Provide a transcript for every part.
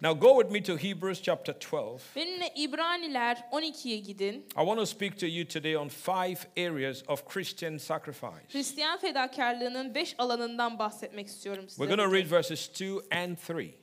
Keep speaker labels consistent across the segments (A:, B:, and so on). A: Now go with me to Hebrews chapter 12.
B: Benimle İbraniler 12'ye gidin.
A: I want to speak to you today on five areas of Christian sacrifice.
B: Hristiyan fedakarlığının 5 alanından bahsetmek istiyorum
A: We're going to
B: size.
A: read verses 2 and 3.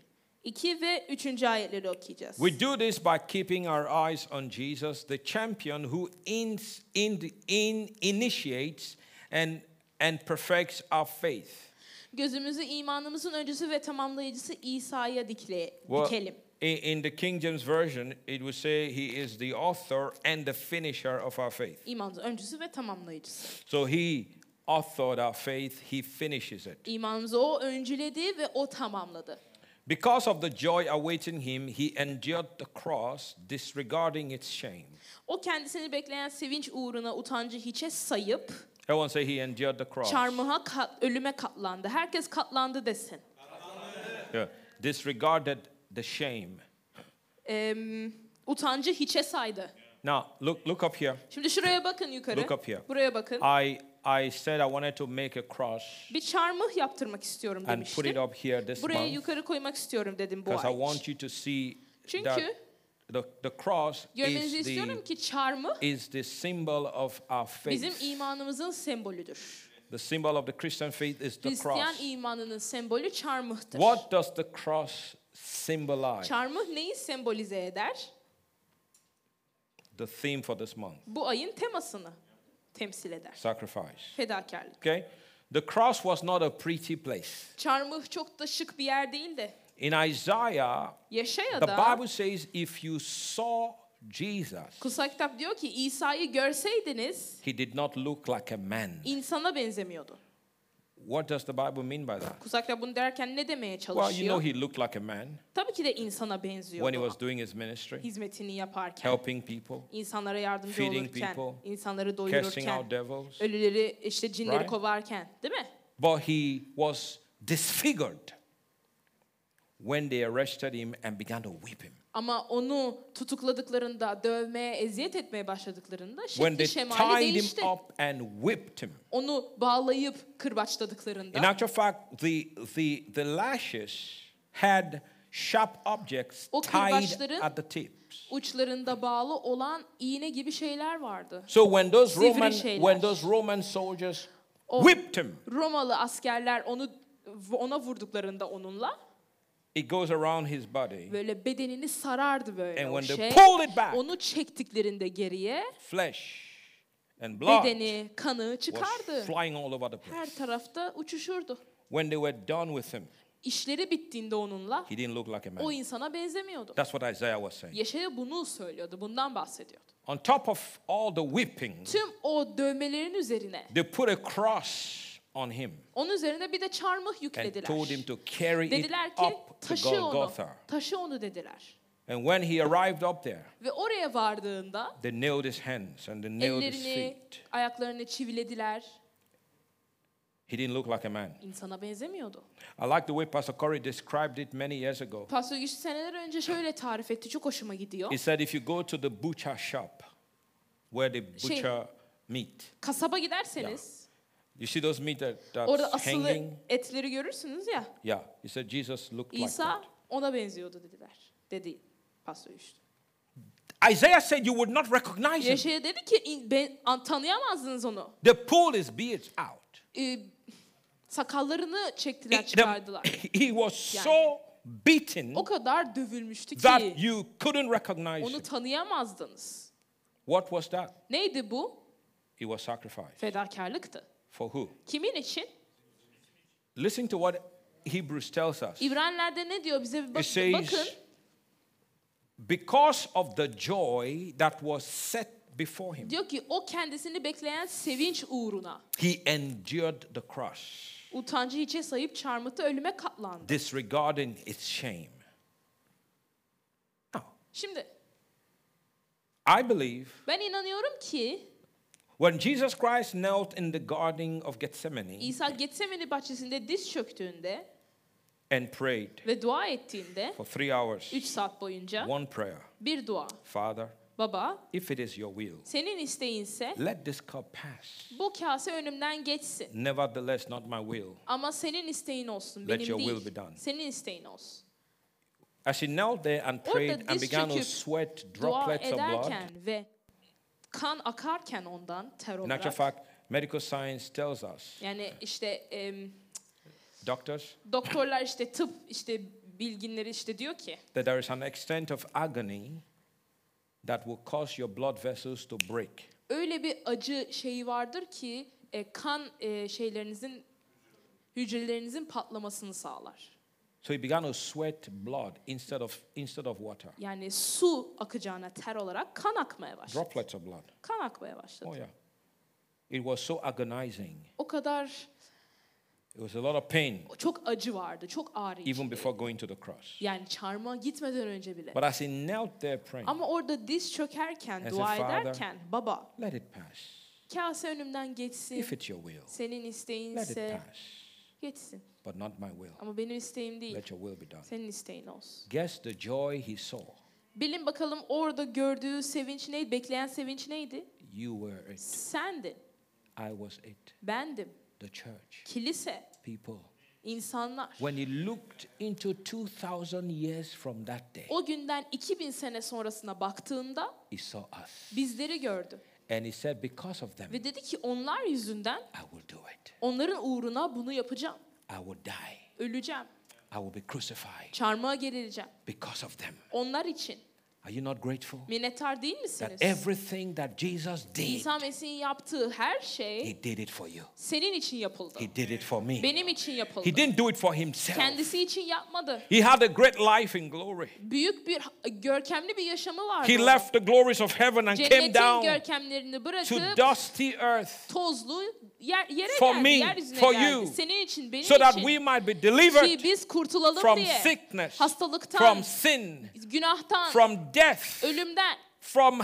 B: 2 ve 3. ayetleri okuyacağız.
A: We do this by keeping our eyes on Jesus, the champion who in, in, in initiates and, and perfects our faith.
B: Gözümüzü imanımızın öncüsü ve tamamlayıcısı İsa'ya dikle, dikelim.
A: i- in the King James Version, it would say he is the author and the finisher of our faith.
B: İmanımızın öncüsü ve tamamlayıcısı.
A: So he authored our faith, he finishes it.
B: İmanımızı o öncüledi ve o tamamladı.
A: Because of the joy awaiting him, he endured the cross, disregarding its shame.
B: O kendisini bekleyen sevinç uğruna utancı hiçe sayıp
A: Everyone say he endured the cross.
B: çarmıha kat- ölüme katlandı. Herkes katlandı desin.
A: Yeah. Disregarded the shame.
B: Ee, utancı hiçe saydı.
A: Now look look up here.
B: Şimdi şuraya bakın yukarı.
A: Look up here. Ah.
B: Buraya bakın.
A: I I said I wanted to make a cross
B: Bir çarmıh yaptırmak istiyorum
A: and put it
B: demiştim.
A: up here this
B: Buraya
A: month
B: yukarı koymak istiyorum dedim bu
A: because I
B: ay.
A: want you to see that
B: Çünkü-
A: the, the cross
B: Görmenizi
A: is the,
B: istiyorum ki çarmıh
A: is the symbol of our faith.
B: bizim imanımızın sembolüdür.
A: The symbol of the Christian faith is the
B: Hristiyan
A: cross.
B: imanının sembolü çarmıhtır.
A: What does the cross symbolize?
B: Çarmıh neyi sembolize eder?
A: The theme for this month,
B: Bu ayın temasını temsil eder.
A: sacrifice.
B: Fedakarlık.
A: Okay? The cross was not a pretty place.
B: Çarmıh çok da şık bir yer değil de
A: In Isaiah, the
B: Yaşaya'da
A: Bible says if you saw Jesus,
B: kutsal kitap diyor ki İsa'yı görseydiniz
A: he did not look like a man.
B: insana benzemiyordu.
A: What does the Bible mean by that?
B: Kutsal kitap bunu derken ne demeye
A: Well, you know,
B: çalışıyor?
A: he looked like a man
B: Tabii ki de insana
A: when he
B: benziyordu.
A: was doing his ministry,
B: Hizmetini yaparken,
A: helping people,
B: insanlara yardımcı
A: feeding
B: olurken,
A: people,
B: insanları
A: casting
B: doyururken,
A: out devils.
B: ölüleri işte cinleri
A: Right?
B: kovarken, değil mi?
A: But he was disfigured when they arrested him and began to whip him.
B: Ama onu tutukladıklarında, dövmeye, eziyet etmeye başladıklarında
A: When they
B: şekli şemali
A: tied
B: değişti.
A: him up and whipped him.
B: Onu bağlayıp kırbaçladıklarında
A: In actual fact, the, the, the lashes had sharp objects
B: O
A: tied
B: kırbaçların-
A: at the tips.
B: uçlarında bağlı olan iğne gibi şeyler vardı.
A: So when those
B: Sivri
A: Roman,
B: şeyler.
A: when those Roman soldiers
B: O-
A: whipped him,
B: Romalı askerler onu ona vurduklarında onunla
A: it goes around his body.
B: böyle bedenini sarardı böyle
A: And
B: o
A: when they
B: şey.
A: pulled it back,
B: Onu çektiklerinde geriye
A: flesh and blood
B: bedeni, kanı
A: was
B: çıkardı.
A: flying all over the place.
B: Her tarafta uçuşurdu.
A: When they were done with him,
B: İşleri bittiğinde onunla
A: he didn't look like a
B: o
A: man.
B: insana benzemiyordu.
A: That's what Isaiah was saying.
B: Yaşaya bunu söylüyordu, bundan bahsediyordu.
A: On top of all the whipping,
B: Tüm o dövmelerin üzerine,
A: they put a cross on him
B: onun üzerine bir de çarmıh
A: and told him
B: yüklediler.
A: to carry it
B: Dediler ki
A: up to
B: taşı onu,
A: Golgotha.
B: taşı onu dediler.
A: And when he arrived up there,
B: Ve oraya vardığında
A: they nailed his hands and they nailed his
B: ellerini,
A: feet.
B: ayaklarını çivilediler.
A: He didn't look like a man.
B: İnsana benzemiyordu.
A: I like the way Pastor Corey described it many years ago.
B: Pastor Güçlü seneler önce şöyle tarif etti, çok hoşuma gidiyor.
A: He said, if you go to the butcher shop where they
B: Şey-
A: butcher meat,
B: Kasaba giderseniz,
A: you see those meat that, that's
B: orada asılı
A: hanging?
B: etleri görürsünüz ya.
A: Yeah. He said, Jesus looked like
B: İsa ona benziyordu dediler. Dedi Pastor Güçlü.
A: that. Isaiah said, you would not recognize him.
B: Yaşaya dedi ki "İn- ben, an- tanıyamazdınız onu.
A: They pulled his beards out.
B: Ee, sakallarını çektiler
A: It- the-
B: çıkardılar.
A: he was so beaten
B: O kadar dövülmüştü
A: that
B: ki
A: you couldn't recognize
B: onu
A: him.
B: tanıyamazdınız.
A: What was that?
B: Neydi bu?
A: He was sacrificed.
B: Fedakarlıktı.
A: For who?
B: Kimin için?
A: Listen to what Hebrews tells us.
B: İbraniler'de ne diyor bize bir
A: It
B: bak- bakın.
A: says, because of the joy that was set before him,
B: Diyor ki o kendisini bekleyen sevinç uğruna
A: he endured the cross,
B: utancı hiçe sayıp çarmıhta ölüme katlandı.
A: disregarding its shame. Now,
B: Şimdi
A: I believe
B: ben inanıyorum ki
A: when Jesus Christ knelt in the Garden of Gethsemane
B: İsa Getsemeni bahçesinde diz çöktüğünde
A: and prayed
B: ve dua ettiğinde
A: for three hours,
B: 3 saat boyunca
A: one prayer
B: bir dua.
A: Father,
B: Baba
A: if it is your will,
B: senin isteğinse
A: let this cup pass.
B: bu kase önümden geçsin.
A: Nevertheless, not my will,
B: Ama senin isteğin olsun
A: Let
B: benim
A: your
B: değil.
A: will be done.
B: Senin isteğin olsun.
A: As he knelt there and
B: Orada
A: prayed and
B: diz
A: began to
B: çöküp
A: sweat
B: Dua
A: droplets of blood,
B: ederken ve kan akarken ondan ter
A: in actual
B: olarak.
A: fact, medical science tells us,
B: Yani işte em,
A: doctors,
B: doktorlar işte tıp işte bilginleri işte diyor ki
A: that there is an extent of agony that will cause your blood vessels to break.
B: öyle bir acı şeyi vardır ki e, kan e, şeylerinizin hücrelerinizin patlamasını sağlar.
A: So he began to sweat blood instead of, instead of water,
B: Yani su akacağına ter olarak kan akmaya başladı.
A: droplets of blood.
B: Kan akmaya başladı.
A: Oh, yeah. It was so agonizing.
B: O kadar
A: It was a lot of pain
B: çok acı vardı, çok ağrı.
A: even
B: içindeydi.
A: before going to the cross.
B: Yani çarmıha gitmeden önce bile.
A: But as he knelt there praying,
B: Ama orada diz çökerken,
A: As
B: dua
A: a father-
B: ederken, baba
A: let it pass.
B: kase önümden
A: If
B: geçsin,
A: it's your will,
B: senin
A: let it
B: isteğinse
A: pass.
B: geçsin.
A: But not my will.
B: Ama benim isteğim değil,
A: Let your will be done.
B: senin isteğin olsun.
A: Guess the joy he saw.
B: Bilin bakalım orada gördüğü sevinç neydi, bekleyen sevinç neydi?
A: You were it.
B: Sendin,
A: I was it.
B: bendim,
A: The church,
B: kilise,
A: people.
B: insanlar.
A: When he looked into 2,000 years from that day,
B: O günden 2000 sene sonrasına baktığında
A: he saw us.
B: bizleri gördü.
A: And he said, Because of them,
B: Ve dedi ki onlar yüzünden
A: I will do it.
B: onların uğruna bunu yapacağım.
A: I will die.
B: Öleceğim,
A: I will be crucified
B: çarmıha gerileceğim.
A: because of them.
B: Onlar için
A: Are you not grateful
B: minnettar değil
A: that
B: misiniz?
A: everything that Jesus did,
B: İsa Mesih'in yaptığı her
A: he
B: şey
A: did it for you?
B: senin için yapıldı.
A: He did it for me.
B: Benim için
A: He
B: yapıldı.
A: didn't do it for himself.
B: Kendisi için yapmadı.
A: He had a great life in glory.
B: Büyük bir görkemli bir yaşamı vardı.
A: He
B: onun.
A: left the glories of heaven and came
B: Cennetin
A: down
B: görkemlerini
A: to
B: bırakıp
A: dusty earth
B: tozlu yer, yere
A: For
B: geldi,
A: me,
B: yeryüzüne
A: for
B: geldi.
A: you,
B: Senin için, benim
A: so that
B: için.
A: we might be
B: ki
A: delivered
B: biz kurtulalım
A: from
B: diye.
A: sickness,
B: hastalıktan,
A: from sin,
B: günahtan,
A: from death,
B: ölümden,
A: from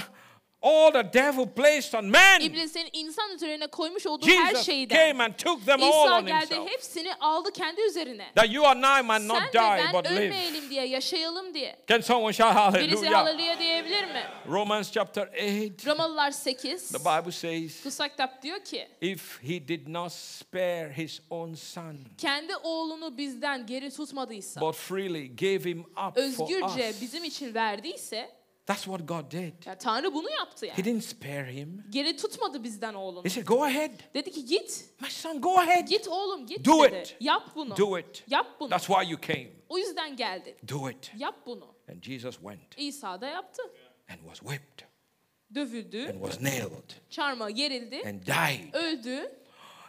A: all the devil placed on man.
B: İblisin insan üzerine koymuş olduğu her
A: Jesus
B: şeyden.
A: came and took them all
B: İsa
A: on
B: geldi
A: himself.
B: hepsini aldı kendi üzerine.
A: That you and I might
B: Sen
A: not
B: ve
A: die
B: ben
A: but live.
B: ölmeyelim diye, yaşayalım diye.
A: Can someone shout
B: Birisi
A: hallelujah?
B: haleluya diyebilir mi?
A: Romans chapter 8,
B: Romalılar 8,
A: the Bible says,
B: kutsal kitap diyor ki,
A: if he did not spare his own son,
B: kendi oğlunu bizden geri tutmadıysa,
A: but freely gave him up for
B: özgürce
A: us.
B: bizim için verdiyse,
A: That's what God did.
B: ya Tanrı bunu yaptı
A: He
B: yani.
A: didn't spare him.
B: Geri tutmadı bizden oğlunu.
A: He said, Go ahead,
B: Dedi ki git,
A: my son, go ahead.
B: git oğlum git
A: Do
B: dedi.
A: it.
B: Yap bunu.
A: Do it.
B: Yap bunu.
A: That's why you came.
B: O yüzden geldin.
A: Do it.
B: Yap bunu.
A: And Jesus went
B: İsa da yaptı.
A: and was whipped
B: Dövüldü,
A: and was nailed
B: çarmıha gerildi,
A: and died.
B: öldü.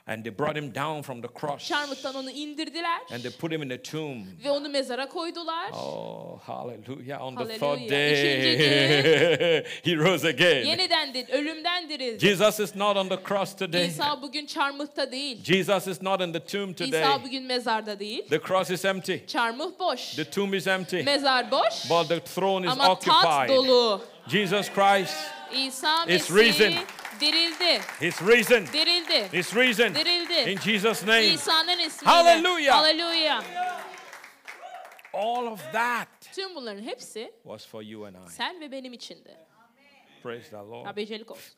A: And they brought him down from the cross
B: Çarmıhtan onu indirdiler
A: and they put him in a tomb.
B: ve onu mezara koydular.
A: Oh, hallelujah. On the
B: Hallelujah.
A: third day, he rose again.
B: Yeniden dil, ölümden dirildi.
A: Jesus is not on the cross today.
B: İsa bugün çarmıhta değil.
A: Jesus is not in the tomb today.
B: İsa bugün mezarda değil.
A: The cross is empty.
B: Çarmıh boş.
A: The tomb is empty.
B: Mezar boş.
A: But the throne is
B: Ama tat
A: occupied.
B: dolu.
A: Jesus Christ
B: İsa
A: It's
B: Mesih
A: risen.
B: dirildi.
A: is risen.
B: Dirildi.
A: Is risen.
B: Dirildi.
A: In Jesus' name.
B: İsa'nın ismiyle.
A: Hallelujah.
B: Hallelujah.
A: All of that
B: Tüm bunların hepsi
A: was for you and I.
B: sen ve benim içindi.
A: Praise the Lord.
B: Habecelik olsun.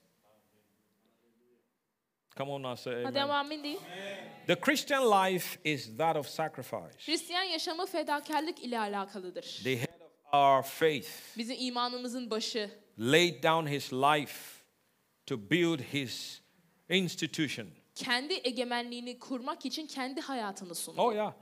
A: Come on now, say
B: Hadi
A: amen.
B: ama amin değil.
A: The Christian life is that of sacrifice.
B: Hristiyan yaşamı fedakarlık ile alakalıdır.
A: The head of our faith
B: Bizim imanımızın başı
A: laid down his life to build his institution.
B: kendi egemenliğini kurmak için kendi hayatını sundu.
A: Oh, yeah.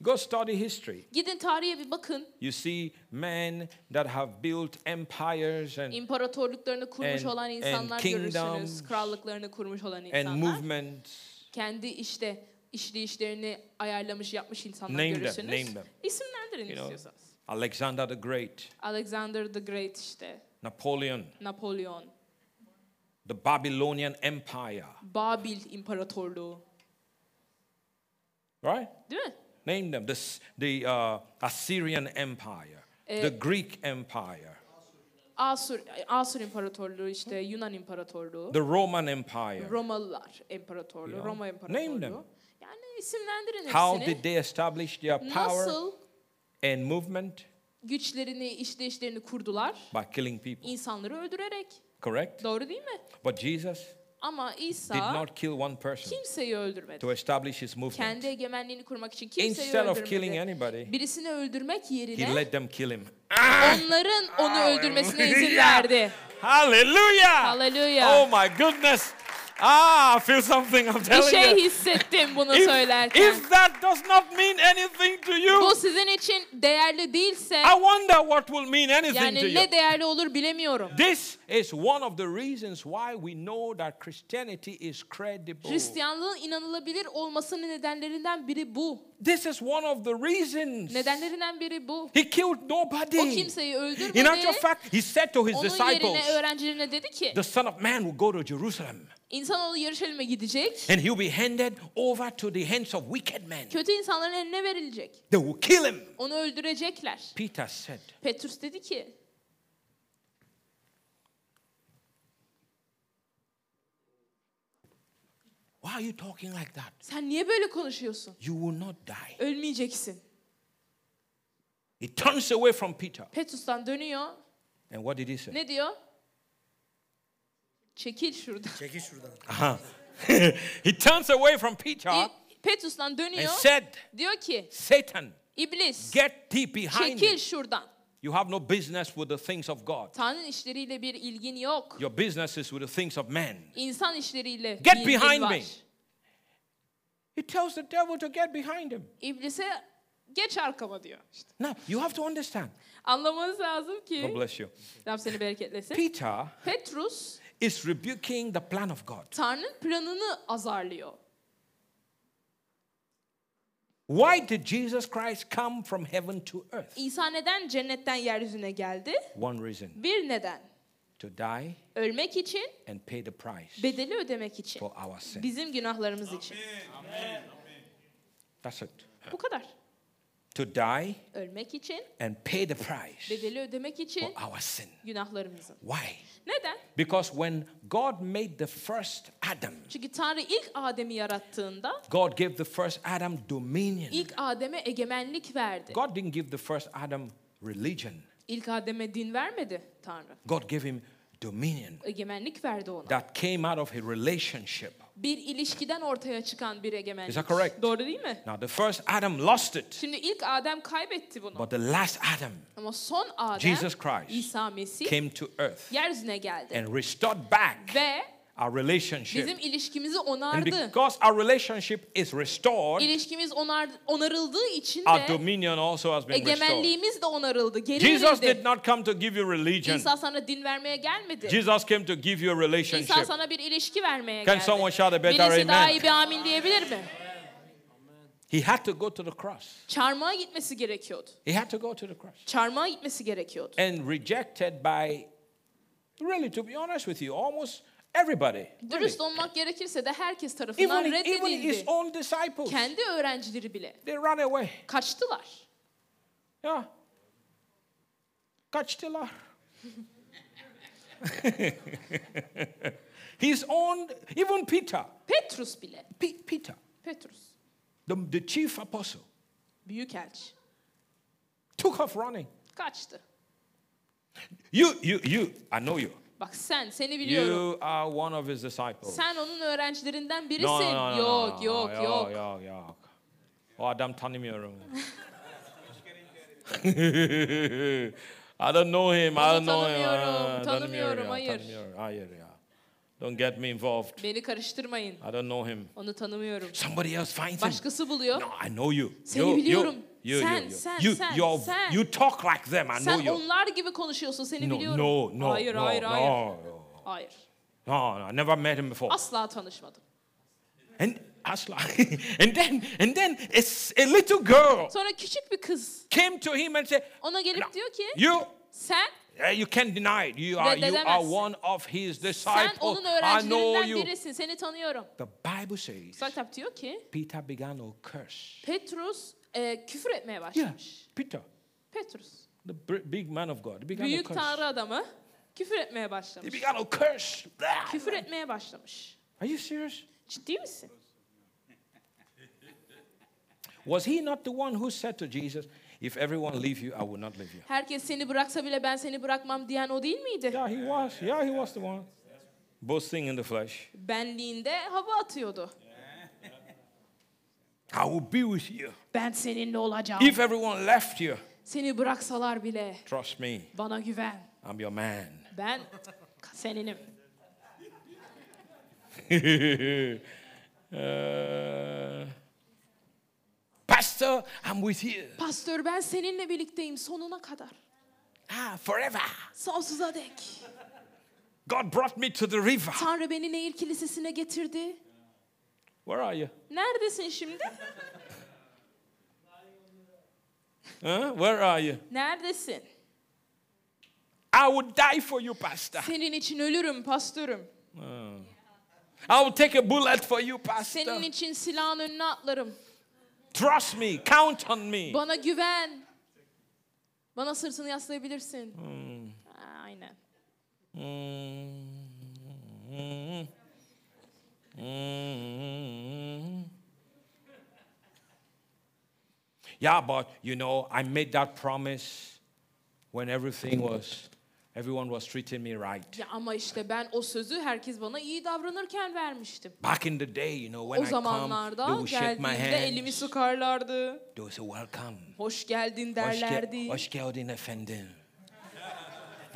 A: Go study history.
B: Gidin tarihe bir bakın.
A: You see men that have built empires and,
B: İmparatorluklarını kurmuş
A: And-
B: olan
A: and
B: insanlar
A: kingdoms.
B: görürsünüz. Krallıklarını kurmuş olan
A: and
B: insanlar.
A: movements.
B: Kendi işte işleyişlerini ayarlamış yapmış insanlar
A: Name them,
B: görürsünüz.
A: name them.
B: İsimlendirin
A: You know.
B: istiyorsanız.
A: Alexander the Great,
B: Alexander the Great işte.
A: Napoleon,
B: Napolyon.
A: the Babylonian Empire,
B: Babil İmparatorluğu.
A: right?
B: Değil mi?
A: Name them. The, S- the uh, Assyrian Empire, the Greek Empire,
B: Asur, Asur İmparatorluğu işte Yunan İmparatorluğu.
A: the Roman Empire.
B: Romalılar İmparatorluğu.
A: You know.
B: Roma
A: Name them.
B: İmparatorluğu. Yani isimlendirin
A: How
B: hepsini.
A: did they establish their power
B: Nasıl
A: and movement?
B: güçlerini, işleyişlerini kurdular?
A: By killing people,
B: İnsanları öldürerek.
A: correct?
B: Doğru değil mi?
A: But Jesus,
B: Ama
A: did
B: İsa
A: not kill one person
B: kimseyi öldürmedi.
A: to establish his
B: Kendi
A: movement.
B: egemenliğini kurmak için kimseyi
A: Instead of killing
B: öldürmedi.
A: anybody,
B: Birisini öldürmek
A: he
B: yerine
A: let them kill him.
B: onların onu öldürmesine izin
A: Hallelujah.
B: verdi.
A: Hallelujah! Oh
B: Hallelujah.
A: my goodness! Ah, I feel something. I'm
B: Bir
A: telling
B: şey
A: you.
B: hissettim bunu
A: If,
B: söylerken.
A: if that does not mean anything to you,
B: Bu sizin için değerli değilse
A: I wonder what will mean anything to
B: yani
A: you.
B: ne değerli olur bilemiyorum.
A: This is one of the reasons why we know that Christianity is credible.
B: Hristiyanlığın inanılabilir olmasının nedenlerinden biri bu.
A: This is one of the reasons.
B: Nedenlerinden biri bu.
A: He killed
B: O
A: nobody.
B: kimseyi
A: In actual
B: öldürmedi.
A: fact, he said to his
B: Onun
A: disciples,
B: yerine öğrencilerine dedi ki
A: The Son of Man will go to Jerusalem
B: insanoğlu Yeruşalim'e gidecek.
A: and he'll be handed over to the hands of wicked men.
B: Kötü insanların eline verilecek.
A: They will kill him.
B: Onu öldürecekler.
A: Peter said,
B: Petrus dedi ki
A: Why are you talking like that?
B: sen niye böyle konuşuyorsun?
A: You will not die.
B: Ölmeyeceksin.
A: He turns away from Peter.
B: Petrus'tan dönüyor.
A: And what did he say?
B: Ne diyor? Çekil şuradan.
C: Çekil şuradan.
A: Uh-huh. he turns away from Peter
B: Petrus'tan
A: and
B: dönüyor.
A: said,
B: Diyor ki
A: Satan,
B: iblis
A: get thee behind
B: çekil
A: me.
B: şuradan.
A: You have no business with the things of God.
B: Tanrı'nın işleriyle bir ilgin yok.
A: Your business is with the things of man.
B: İnsan işleriyle
A: Get
B: bir ilgin
A: behind
B: var.
A: me. He tells the devil to get behind him.
B: İblise geç arkama diyor. İşte.
A: Now, you have to understand.
B: Anlamanız lazım
A: God
B: ki
A: bless you.
B: Rab seni bereketlesin.
A: Peter
B: Petrus
A: is rebuking the plan of God.
B: Tanrı'nın planını azarlıyor.
A: Why did Jesus Christ come from heaven to earth?
B: İsa neden cennetten yeryüzüne geldi?
A: One reason
B: Bir neden.
A: to die
B: Ölmek için,
A: and pay the price
B: bedeli ödemek için.
A: for our sin.
B: Bizim günahlarımız için.
A: That's it.
B: Bu kadar.
A: To die
B: Ölmek için,
A: and pay the price
B: bedeli ödemek
A: for
B: için
A: our sin.
B: günahlarımızın.
A: Why?
B: Neden?
A: Because when God made the first Adam,
B: Çünkü Tanrı ilk Adem'i yarattığında
A: God gave the first Adam dominion.
B: ilk Adem'e egemenlik verdi.
A: God didn't give the first Adam religion.
B: İlk Adem'e din vermedi Tanrı.
A: God gave him dominion
B: Egemenlik verdi ona.
A: that came out of a relationship.
B: Bir ilişkiden ortaya çıkan bir egemenlik.
A: Is that correct?
B: Doğru değil mi?
A: Now, the first Adam lost it,
B: Şimdi ilk Adem kaybetti bunu.
A: but the last Adam
B: Ama son Adem
A: Jesus Christ
B: İsa Mesih
A: came to earth
B: yeryüzüne geldi
A: and restored back
B: ve
A: our
B: bizim
A: relationship.
B: ilişkimizi
A: And
B: onardı.
A: because our relationship is restored,
B: İlişkimiz onar, onarıldığı için
A: our
B: de
A: dominion also has been restored.
B: egemenliğimiz de onarıldı. Geri
A: Jesus
B: verildi.
A: did not come to give you religion.
B: İsa sana din vermeye gelmedi.
A: Jesus came to give you a
B: İsa
A: relationship.
B: sana bir ilişki vermeye
A: Can
B: geldi.
A: someone shout a better
B: Birisi daha
A: amen?
B: iyi bir amin diyebilir mi?
A: He had to go to the cross.
B: Çarmıha gitmesi gerekiyordu.
A: He had to go to the cross.
B: Çarmıha gitmesi gerekiyordu.
A: And rejected by, really, to be honest with you, almost everybody. Really.
B: Dürüst olmak gerekirse de herkes tarafından
A: Even, even his
B: reddedildi.
A: own disciples,
B: Kendi öğrencileri bile
A: they ran away.
B: kaçtılar.
A: Ya. Kaçtılar. His own, even Peter,
B: Petrus bile.
A: Pe- Peter,
B: Petrus.
A: the, the chief apostle,
B: Büyükelçi.
A: took off running.
B: Kaçtı.
A: You, you, you, I know you.
B: Bak sen, seni biliyorum.
A: You are one of his disciples.
B: Sen onun öğrencilerinden birisin.
A: No, no, no, no,
B: yok,
A: no,
B: yok,
A: no,
B: yok.
A: Yok, yok. O adam tanımıyorum. I don't know him. I
B: Onu
A: don't know him.
B: tanımıyorum,
A: Ah,
B: tanımıyorum,
A: ya,
B: hayır.
A: Tanımıyorum. Hayır ya. Don't get me involved.
B: Beni karıştırmayın.
A: I don't know him.
B: Onu tanımıyorum.
A: Somebody else finds him.
B: Başkası buluyor.
A: No, I know you.
B: Seni
A: you,
B: biliyorum.
A: You, you,
B: Sen,
A: you, you.
B: sen,
A: you,
B: sen,
A: you're-
B: sen.
A: you talk like them. I know
B: Sen
A: you.
B: onlar gibi konuşuyorsun. Seni
A: No,
B: biliyorum.
A: no, no,
B: hayır,
A: no,
B: hayır,
A: no,
B: hayır.
A: no.
B: Hayır.
A: No, no, I never met him before.
B: Asla tanışmadım.
A: And Asla. and then, and then a, s- a little girl
B: Sonra küçük bir kız
A: came to him and said,
B: ona
A: "No,
B: gelip diyor ki
A: "You,
B: sen
A: eh, you can't deny it. You are, you are
B: Reddedemezsin.
A: one of his
B: sen
A: disciples.
B: onun
A: I know
B: öğrencilerinden
A: you."
B: birisin. Seni tanıyorum.
A: The Bible says
B: Kutsal kitap diyor ki
A: Peter began to curse.
B: Petrus e, küfür etmeye
A: Yeah,
B: başlamış.
A: Peter,
B: Petrus
A: the br- big man of God, began to
B: büyük
A: curse.
B: tanrı adamı küfür etmeye
A: He
B: başlamış.
A: began to curse. Blah.
B: Küfür etmeye başlamış.
A: Are you serious?
B: Ciddi misin?
A: Was he not the one who said to Jesus, "If everyone leave you, I will not leave you"?
B: Herkes seni bıraksa bile ben seni bırakmam diyen o değil miydi?
A: Yeah, he was. Yeah, he was the one. boasting in the flesh.
B: benliğinde hava atıyordu.
A: I will be with you.
B: Ben seninle olacağım.
A: If everyone left you,
B: Seni bıraksalar bile
A: trust me,
B: bana güven.
A: I'm your man.
B: Ben seninim.
A: Uh, Pastor, I'm with you.
B: Pastör ben seninle birlikteyim sonuna kadar.
A: Ah, forever.
B: Sonsuza dek.
A: God brought me to the river.
B: Tanrı beni Nehir Kilisesi'ne getirdi.
A: Where are you?
B: Neredesin şimdi?
A: Huh? Where are you?
B: Neredesin?
A: I would die for you, Pastor.
B: Senin için ölürüm pastörüm.
A: I will take a bullet for you,
B: Senin
A: Pastor.
B: için silahın önüne atlarım.
A: Trust me. Count on me.
B: Bana güven. Bana sırtını yaslayabilirsin.
A: Hmm.
B: Aa, Aynen.
A: Mm, mm, mm. Yeah, but you know, I made that promise when everything was, everyone was treating me right.
B: Ya ama işte ben o sözü herkes bana iyi davranırken vermiştim.
A: Back in the day, you know, when
B: O
A: I come, they
B: zamanlarda
A: would shake my
B: geldiğimde elimi
A: hand.
B: sıkarlardı.
A: They would say, "Welcome,
B: Hoş geldin
A: hoş, gel-
B: derlerdi.
A: hoş geldin efendim."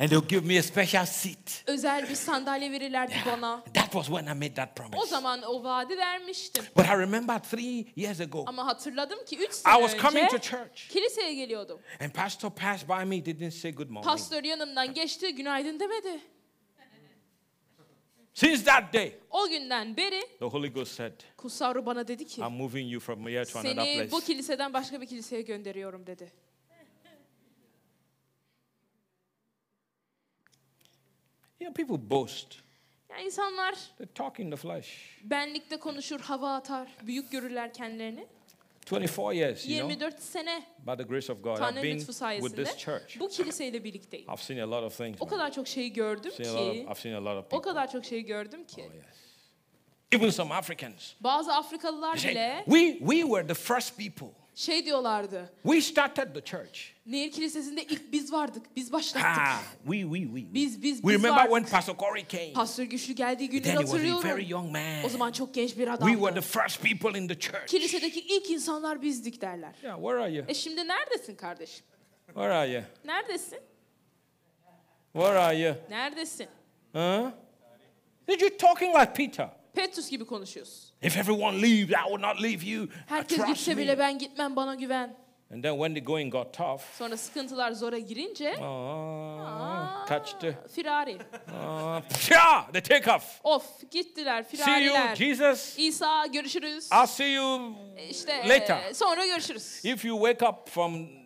A: And they'll give me a special seat.
B: Özel bir sandalye verirlerdi bana.
A: That was when I made that
B: O
A: promise.
B: zaman o vaadi vermiştim.
A: But I remember three years ago,
B: Ama hatırladım ki 3 sene
A: I was coming to
B: önce
A: church
B: kiliseye geliyordum.
A: and pastor passed by me didn't say good morning.
B: Pastör yanımdan geçti, günaydın demedi.
A: Since that day,
B: O günden beri
A: the Holy Ghost said,
B: kutsal ruh bana dedi ki
A: I'm moving you from here to another
B: seni bu
A: place.
B: kiliseden başka bir kiliseye gönderiyorum dedi.
A: You know, people boast.
B: Yani insanlar
A: They talk in the flesh.
B: benlikte konuşur, hava atar, büyük görürler kendilerini.
A: 24 years, you know,
B: 24 sene
A: by the grace of God, I've
B: Tanrı'nın
A: been
B: lütfu
A: with this
B: sayesinde
A: church.
B: bu kiliseyle birlikteyim.
A: I've seen a lot of things.
B: O
A: man.
B: kadar çok şey gördüm
A: I've seen a lot of,
B: ki,
A: I've seen a lot of
B: o
A: people.
B: kadar çok şey gördüm ki.
A: Even some Africans.
B: Bazı Afrikalılar
A: They say,
B: bile
A: we, we were the first people.
B: şey diyorlardı.
A: We started the church.
B: Nehir Kilisesi'nde ilk biz vardık, biz
A: Ah,
B: başlattık.
A: we, we, we. we.
B: Biz, biz,
A: we
B: biz
A: remember
B: vardık.
A: when Pastor Corey came.
B: Pastör Güçlü geldiği günleri
A: Then he was a very
B: hatırlıyorum.
A: young man.
B: O zaman çok genç bir
A: We were the
B: adamdı.
A: first people in the church.
B: Kilisedeki ilk insanlar bizdik derler.
A: Yeah, where are you?
B: E şimdi neredesin kardeşim?
A: Where are you?
B: Neredesin?
A: Where are you?
B: Neredesin?
A: Huh? Did you talking like Peter?
B: Petrus gibi konuşuyorsun.
A: If everyone leaves, I will not leave you.
B: Herkes
A: Trust
B: gitse
A: me.
B: bile ben gitmem bana güven.
A: And then when the going got tough,
B: Sonra sıkıntılar zora girince
A: oh,
B: aa,
A: touched the,
B: firari.
A: oh, psha, they take off.
B: Of gittiler
A: See you,
B: firariler.
A: Jesus.
B: İsa görüşürüz.
A: I'll see you
B: İşte e,
A: later.
B: sonra görüşürüz.
A: if you wake up from.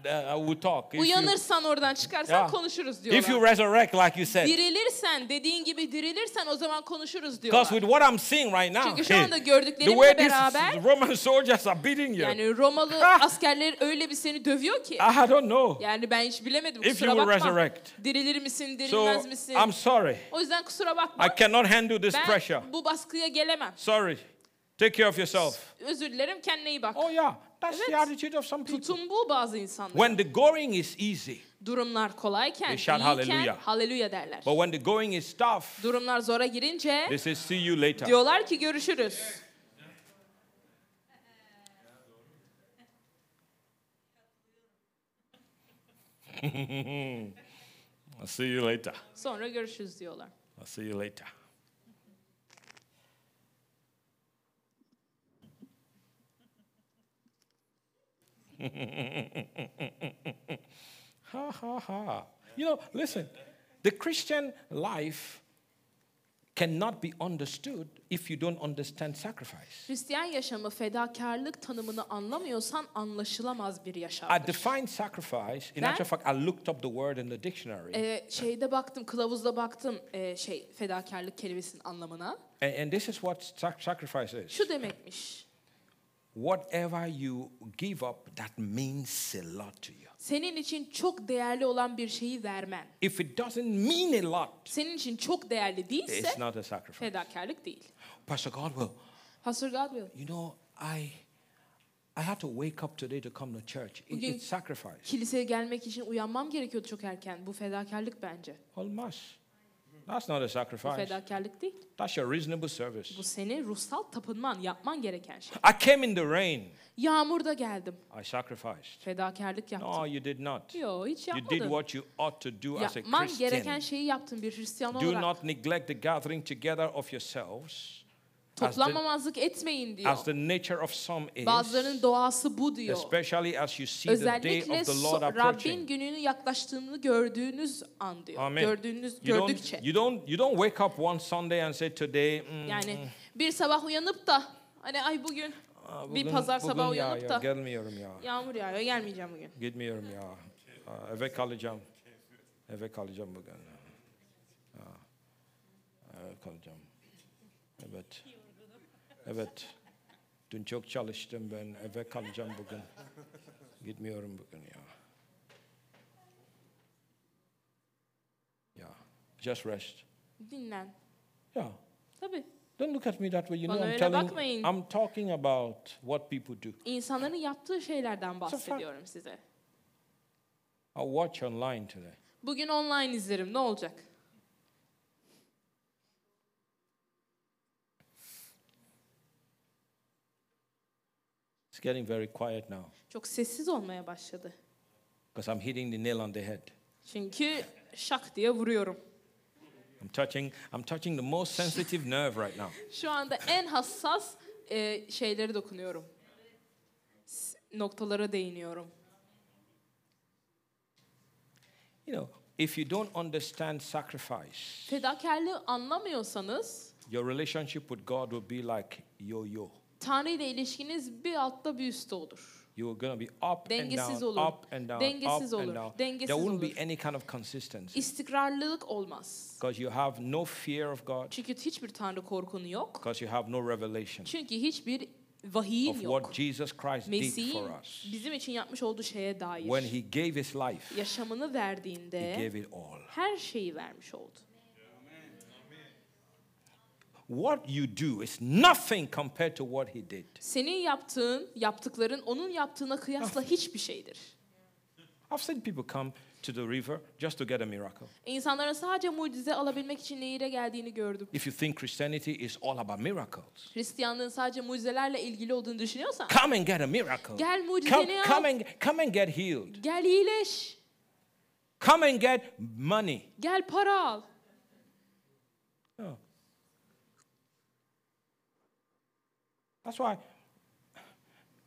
A: Uh, we'll talk. If you,
B: Uyanırsan oradan çıkarsan
A: Yeah.
B: konuşuruz
A: if you
B: diyorlar.
A: resurrect, like you said,
B: Dirilirsen dediğin gibi dirilirsen o zaman konuşuruz diyorlar.
A: because with what I'm seeing right now,
B: Çünkü şu anda
A: the way
B: gördüklerimle
A: these
B: beraber
A: Roman soldiers are beating you,
B: yani Romalı
A: Ah!
B: askerler öyle bir seni dövüyor ki.
A: I don't know.
B: Yani ben hiç bilemedim
A: If you
B: kusura
A: will
B: bakma.
A: resurrect.
B: Dirilir misin dirilmez
A: So
B: misin?
A: I'm sorry.
B: o yüzden kusura bakma.
A: I cannot handle this
B: ben
A: pressure.
B: bu baskıya gelemem.
A: Sorry. Take care of yourself.
B: Özür dilerim kendine iyi bak.
A: Oh yeah, that's the
B: Evet.
A: attitude of some people.
B: Tutum bu bazı insanlar.
A: When the going is easy,
B: Durumlar kolayken,
A: They shout
B: iyiken
A: hallelujah.
B: haleluya derler.
A: but when the going is tough,
B: Durumlar zora girince
A: they say see you later.
B: diyorlar ki görüşürüz.
A: I'll see you later.
B: Sonra görüşürüz diyorlar.
A: I'll see you later. ha ha ha. You know, listen, the Christian life cannot be understood if you don't understand sacrifice.
B: Hristiyan yaşamı fedakarlık tanımını anlamıyorsan anlaşılamaz bir yaşam.
A: I define sacrifice, in
B: Ben-
A: actual fact, I looked up the word in the dictionary,
B: Ee, şeyde baktım, kılavuzda baktım ee, şey fedakarlık kelimesinin anlamına.
A: and, and this is what sac- sacrifice is.
B: Şu demekmiş.
A: Whatever you give up, that means a lot to you.
B: Senin için çok değerli olan bir şeyi vermen.
A: If it doesn't mean a lot,
B: Senin için çok değerli değilse
A: it's not a sacrifice.
B: fedakarlık değil.
A: Pastor Godwell,
B: Pastor Godwell,
A: you know, I I had to wake up today to come to church. It-
B: Bugün-
A: it's sacrifice.
B: kiliseye gelmek için uyanmam gerekiyordu çok erken. Bu fedakarlık bence.
A: Olmaz. That's not a
B: Bu
A: sacrifice.
B: fedakarlık değil.
A: That's your reasonable
B: Bu
A: service.
B: seni ruhsal tapınman, yapman gereken şey.
A: I came in the rain.
B: Yağmurda geldim.
A: I sacrificed.
B: Fedakarlık
A: No,
B: yaptım.
A: you did not.
B: Yok hiç
A: You did
B: yapmadın.
A: what you ought to do as a
B: Yapman gereken
A: Christian.
B: şeyi yaptın bir Hristiyan
A: Do
B: olarak.
A: not neglect the gathering together of yourselves, as the,
B: Toplanmamazlık etmeyin diyor.
A: as the nature of some is,
B: Bazılarının doğası bu diyor.
A: especially as you see the day
B: Özellikle
A: of the Lord
B: so- Rabbin
A: approaching.
B: gününü yaklaştığını gördüğünüz an diyor.
A: Amen.
B: Gördüğünüz
A: You
B: gördükçe.
A: don't, you don't, you don't wake up one Sunday and say today. "Mm,
B: Yani bir sabah uyanıp da hani ay bugün
A: aa,
B: bir pazar sabahı
A: ah, ya,
B: uyanıp
A: ya,
B: da-
A: gelmiyorum ya,
B: yağmur yağıyor gelmeyeceğim bugün.
A: gitmiyorum ya, Aa, eve kalacağım, eve kalacağım bugün. Aa, eve kalacağım. Evet, evet. Dün çok çalıştım ben, eve kalacağım bugün. Gitmiyorum bugün ya. Yeah, just rest.
B: Dinlen.
A: Yeah.
B: Tabii.
A: Don't look at me that way. You know,
B: Bana
A: I'm
B: öyle
A: telling,
B: bakmayın.
A: I'm talking about what people do.
B: İnsanların yaptığı şeylerden
A: fact.
B: bahsediyorum size.
A: I watch online today.
B: Bugün online izlerim ne olacak?
A: It's getting very quiet now
B: Çok sessiz olmaya başladı.
A: because I'm hitting the nail on the head.
B: Çünkü şak diye vuruyorum.
A: I'm touching, I'm touching the most sensitive nerve right now.
B: Şu anda en hassas e, şeylere dokunuyorum. S- Noktalara değiniyorum.
A: You know, if you don't understand sacrifice,
B: Fedakarlığı anlamıyorsanız
A: your relationship with God will be like yo-yo.
B: Tanrı ile ilişkiniz bir altta bir üstte olur.
A: You're going to be up and
B: Dengesiz
A: down,
B: olur.
A: up and down, up
B: Dengesiz
A: and
B: olur.
A: down. There
B: Dengesiz
A: won't
B: olur.
A: be any kind of consistency
B: İstikrarlılık olmaz.
A: because you have no fear of God,
B: Çünkü hiçbir Tanrı korkunu yok.
A: because you have no revelation
B: Çünkü hiçbir vahiyin
A: of what
B: yok.
A: Jesus Christ did
B: Mesih'in
A: for us.
B: bizim için yapmış olduğu şeye dair
A: When he gave his life,
B: yaşamını
A: he
B: verdiğinde
A: gave it all.
B: her şeyi vermiş oldu.
A: What you do is nothing compared to what he did.
B: Senin yaptığın, yaptıkların onun yaptığına kıyasla hiçbir şeydir.
A: I've seen people come to the river just to get a miracle.
B: İnsanlara sadece mucize alabilmek için nehire geldiğini gördüm.
A: If you think Christianity is all about miracles,
B: Hristiyanlığın sadece mucizelerle ilgili olduğunu düşünüyorsan
A: come and get a miracle.
B: gel
A: Come,
B: mucizeni
A: come,
B: al,
A: and, come and get healed.
B: gel iyileş,
A: Come and get money. Oh.
B: gel para al.
A: No. That's why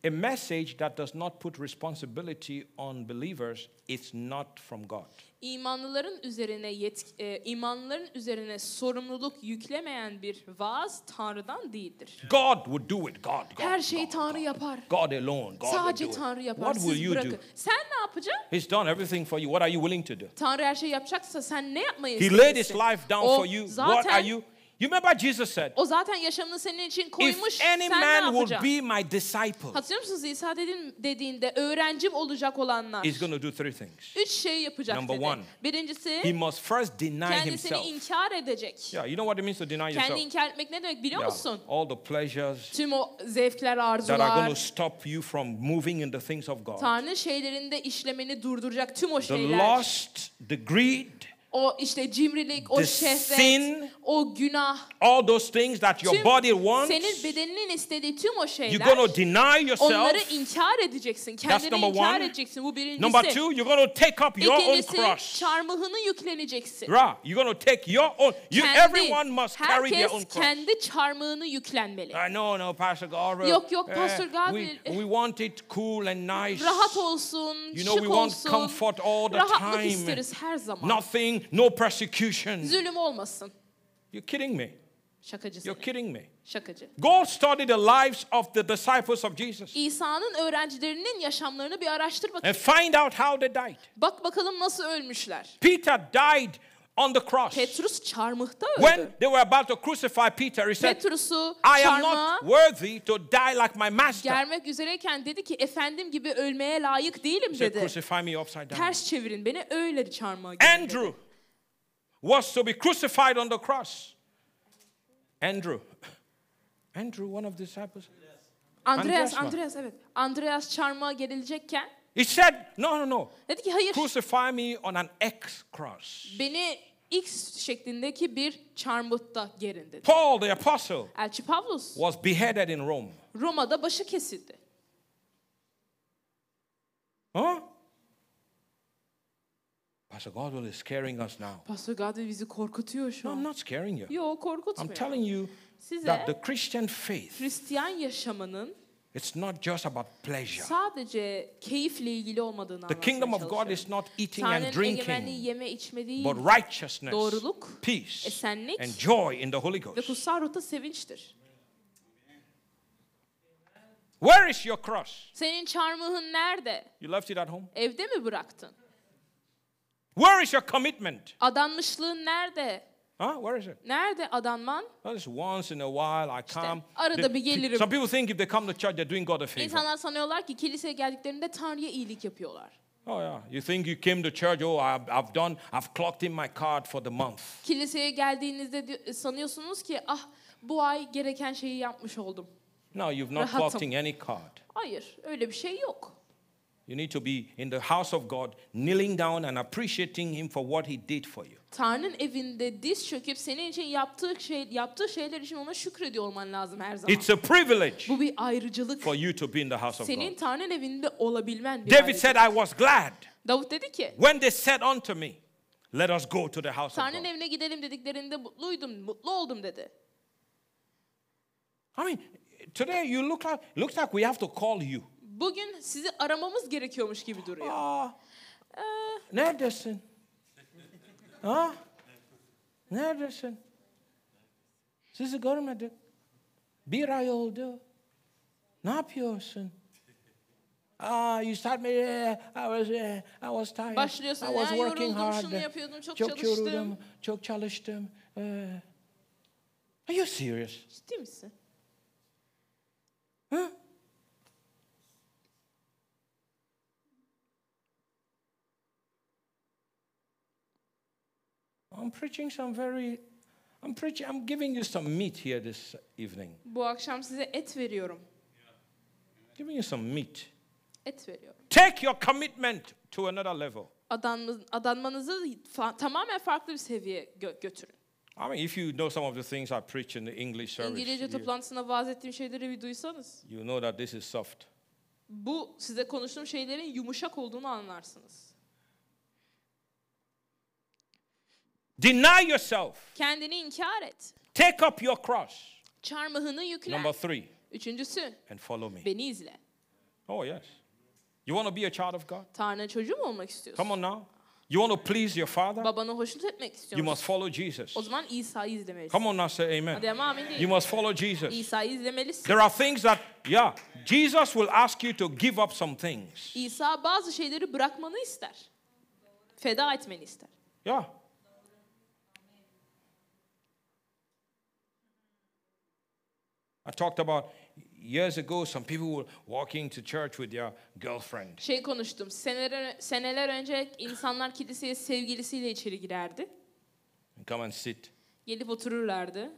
A: a message that does not put responsibility on believers is not from God.
B: İmanlıların üzerine yetk- e, imanlıların üzerine sorumluluk yüklemeyen bir vaaz Tanrı'dan değildir.
A: God would do it. God, God.
B: Her şeyi
A: God,
B: Tanrı
A: God.
B: yapar.
A: God alone. God will do
B: Sadece
A: it.
B: Tanrı yapar.
A: What will
B: Siz
A: you
B: bırakın.
A: do?
B: Sen ne yapacaksın?
A: He's done everything for you. What are you willing to do?
B: Tanrı her şeyi yapacaksa sen ne yapmayı
A: He laid his
B: istiyorsun?
A: life down
B: O
A: for you. What are
B: zaten-
A: you? You remember Jesus said,
B: O zaten yaşamını senin için koymuş.
A: If any
B: sen ne
A: man would
B: yapacaksın?
A: be my disciple,
B: Hatırlıyor musunuz İsa dedin, dediğinde öğrencim olacak olanlar
A: he's going to do three things.
B: üç şey yapacak
A: Number
B: dedi.
A: one.
B: Birincisi
A: He must first deny
B: kendisini
A: himself.
B: inkar edecek.
A: Yeah, you know what it means to deny
B: Kendi
A: yourself?
B: inkar etmek ne demek biliyor
A: Yeah,
B: musun?
A: All the pleasures
B: Tüm o zevkler,
A: that are going to
B: arzular,
A: stop you from moving in the things of God.
B: Tanrı şeylerinde işlemeni durduracak tüm o
A: The
B: şeyler.
A: lust, the greed,
B: o işte cimrilik, o
A: the
B: şehvet,
A: sin,
B: o günah.
A: all those things that your
B: Tüm
A: body wants,
B: senin bedeninin istediği tüm o
A: you're
B: şeyler.
A: going to deny yourself.
B: Onları inkar edeceksin. Kendini
A: number
B: inkar
A: one.
B: edeceksin. Bu birincisi.
A: Number two, you're going to take up your own
B: İkincisi
A: cross.
B: çarmıhını yükleneceksin.
A: Ra, you're going to take your own. You,
B: Kendi-
A: everyone must carry their own
B: herkes
A: cross.
B: kendi çarmıhını yüklenmeli.
A: I know, no, Pastor Gabriel.
B: Yok, yok, Pastor
A: We,
B: Gabriel.
A: we want it cool and nice.
B: Rahat olsun,
A: You know, we
B: şık
A: want
B: olsun.
A: comfort all the
B: Rahatlık
A: time.
B: isteriz her zaman.
A: Nothing, no persecution.
B: Zulüm olmasın.
A: You're kidding me.
B: Şakacı
A: You're
B: seni.
A: kidding me.
B: Şakacı.
A: Go study the lives of the disciples of Jesus
B: İsa'nın öğrencilerinin yaşamlarını bir araştır bakayım.
A: and find out how they died.
B: Bak bakalım nasıl ölmüşler.
A: Peter died on the cross.
B: Petrus çarmıhta öldü.
A: When they were about to crucify Peter, he said,
B: Petrus'u
A: I am
B: çarmıha
A: not worthy to die like my master.
B: germek üzereyken dedi ki efendim gibi ölmeye layık değilim
A: He said,
B: dedi.
A: crucify me upside down.
B: Ters çevirin beni öyle çarmıha gerin dedi.
A: Andrew was to be crucified on the cross. Andrew. Andrew, one of the disciples. Andreas var.
B: Andreas, Andreas evet. Andreas çarmıha gerilecekken
A: He said, No, no, no.
B: dedi ki hayır
A: Crucify me on an X cross.
B: beni X şeklindeki bir çarmıhta gerindi.
A: Paul the apostle
B: Elçi Pavlus
A: was beheaded in Rome.
B: Roma'da başı kesildi.
A: Huh? Pastor Godwell is scaring us now.
B: Pastor Gadwe bizi korkutuyor şu
A: No, I'm
B: an.
A: not scaring you.
B: Yo
A: I'm
B: korkutmuyor.
A: telling you that the
B: Size
A: Christian faith,
B: Hristiyan yaşamının
A: it's not just about pleasure.
B: sadece keyifle ilgili olmadığını
A: The
B: anlatmaya
A: kingdom of God
B: çalışıyorum.
A: is not eating and
B: Tanrı'nın egemenliği
A: drinking,
B: yeme içme değil
A: but righteousness,
B: Doğruluk,
A: peace,
B: esenlik
A: and joy in the Holy
B: ve
A: Ghost.
B: kutsal ruhta sevinçtir.
A: Where is your cross?
B: Senin çarmıhın nerede?
A: You left it at home?
B: Evde mi bıraktın?
A: Where is your commitment?
B: Adanmışlığın nerede?
A: Huh? Where is it?
B: Nerede adanman?
A: Well, it's once in a while I come.
B: arada
A: They-
B: bir gelirim.
A: Some people think if they come to church they're doing God a favor.
B: İnsanlar sanıyorlar ki kiliseye geldiklerinde Tanrı'ya iyilik yapıyorlar.
A: Oh yeah, you think you came to church? Oh, I've, I've done. I've clocked in my card for the month.
B: Kiliseye geldiğinizde di- sanıyorsunuz ki ah bu ay gereken şeyi yapmış oldum.
A: No, you've not
B: Rahatım.
A: clocked in any card.
B: Hayır öyle bir şey yok.
A: You need to be in the house of God, kneeling down and appreciating Him for what He did for you.
B: Tanrı'nın evinde diz çöküp senin için yaptığı şey yaptığı şeyler için ona şükrediyor olman lazım her zaman.
A: It's a privilege
B: Bu bir ayrıcılık.
A: for you to be in the house of
B: Senin
A: God.
B: Tanrı'nın evinde olabilmen bir
A: David
B: ayrıcılık.
A: said, "I was glad
B: Davut dedi ki
A: when they said unto me, Let us go to the house of
B: Tanrı'nın
A: God."
B: evine gidelim dediklerinde mutluydum, mutlu oldum dedi.
A: I mean, today you look like looks like we have to call you.
B: Bugün sizi aramamız gerekiyormuş gibi duruyor.
A: Ah, neredesin? Ha? Neredesin? Sizi görmedik. Bir ay oldu. Ne yapıyorsun? Ah, you start me. eh, I was, eh, I was tired.
B: Başlıyorsun,
A: I was
B: "Ya,
A: working
B: yoruldum,
A: hard.
B: şunu yapıyordum, çok çalıştım."
A: yoruldum, çok çalıştım. Eh, are you serious?
B: Ciddi misin?
A: Huh? I'm preaching some very I'm preaching I'm giving you some meat here this evening.
B: Bu akşam size et veriyorum.
A: Giving you some meat.
B: Et veriyorum.
A: Take your commitment to another level.
B: Adanma- adanmanızı fa- tamamen farklı bir seviyeye gö- götürün.
A: I mean if you know some of the things I preach in the English service,
B: İngilizce
A: you,
B: toplantısında vaaz ettiğim şeyleri bir duysanız.
A: you know that this is soft.
B: Bu size konuştuğum şeylerin yumuşak olduğunu anlarsınız.
A: Deny yourself.
B: Kendini inkar et.
A: Take up your cross.
B: Çarmıhını yüklen.
A: Number 3
B: Üçüncüsü,
A: and follow me.
B: beni izle.
A: Oh yes. You want to be a child of God?
B: Tanrı'nın çocuğu mu olmak istiyorsun?
A: Come on now. You want to please your father?
B: Babanı hoşnut etmek
A: You
B: istiyorsun.
A: must follow Jesus.
B: O zaman İsa'yı izlemelisin.
A: Come on now, say
B: Hadi
A: amen.
B: ama amin değil.
A: You must follow Jesus.
B: İsa'yı izlemelisin.
A: There are things that, yeah, Jesus will ask you to give up some things.
B: İsa bazı şeyleri bırakmanı ister. Feda etmeni ister.
A: Yeah. I talked about years ago, some people were walking to church with their girlfriend.
B: Şey konuştum. Seneler, seneler önce insanlar kiliseye sevgilisiyle içeri girerdi.
A: Come and sit.
B: Gelip otururlardı.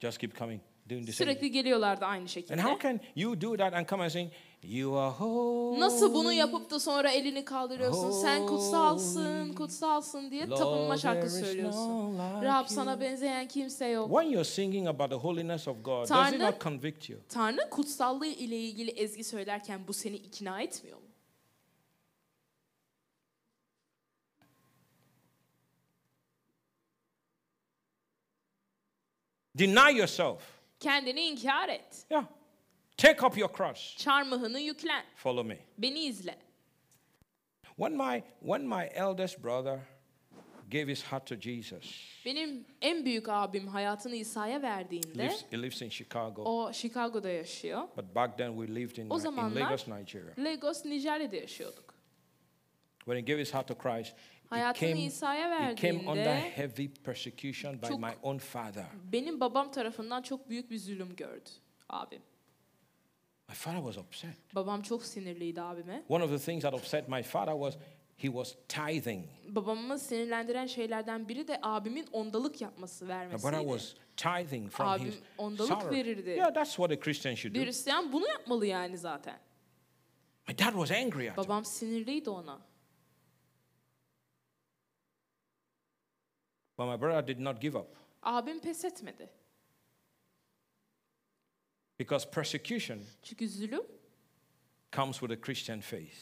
A: Just keep coming, doing the same.
B: Sürekli geliyorlardı aynı
A: And how
B: şekilde.
A: can you do that and come and sing, You are holy?
B: Nasıl bunu yapıp da sonra elini kaldırıyorsun? Sen kutsalsın, kutsalsın diye tapınma
A: Oh, Lord, there
B: şarkı
A: is
B: söylüyorsun.
A: none like
B: Rab
A: you.
B: sana benzeyen kimse yok.
A: When you're singing about the holiness of God, does it
B: Tanrı-
A: not convict you?
B: Tanrı kutsallığı ile ilgili ezgi söylerken bu seni ikna etmiyor mu?
A: Deny yourself.
B: Kendini inkar et.
A: Yeah. Take up your cross.
B: Çarmıhını yüklen.
A: Follow me.
B: Beni izle.
A: When my when my eldest brother gave his heart to Jesus,
B: Benim en büyük abim hayatını İsa'ya
A: he
B: verdiğinde
A: lives, he lives in Chicago.
B: o Chicago'da yaşıyor.
A: But back then we lived in,
B: O
A: Ni- in
B: zamanlar-
A: Lagos, Nigeria.
B: Lagos, Nijerya'da yaşıyorduk.
A: When he gave his heart to Christ, he
B: Hayatını
A: came,
B: İsa'ya
A: he came under
B: verdiğinde
A: heavy persecution by
B: Çok-
A: my own father.
B: benim babam tarafından çok büyük bir zulüm gördü abim.
A: My father was upset.
B: Babam çok sinirliydi abime.
A: One of the things that upset my father was he was tithing.
B: Babamı sinirlendiren şeylerden biri de abimin ondalık yapması,
A: My brother
B: vermesiydi.
A: was tithing from
B: Abim
A: his
B: ondalık
A: salary.
B: verirdi.
A: Yeah, that's what a Christian should
B: Bir
A: do.
B: Hristiyan bunu yapmalı yani zaten.
A: My dad was angry at him.
B: Babam sinirliydi ona.
A: But my brother did not give up
B: Abim pes etmedi.
A: because persecution
B: Çünkü zulüm
A: comes with a Christian faith.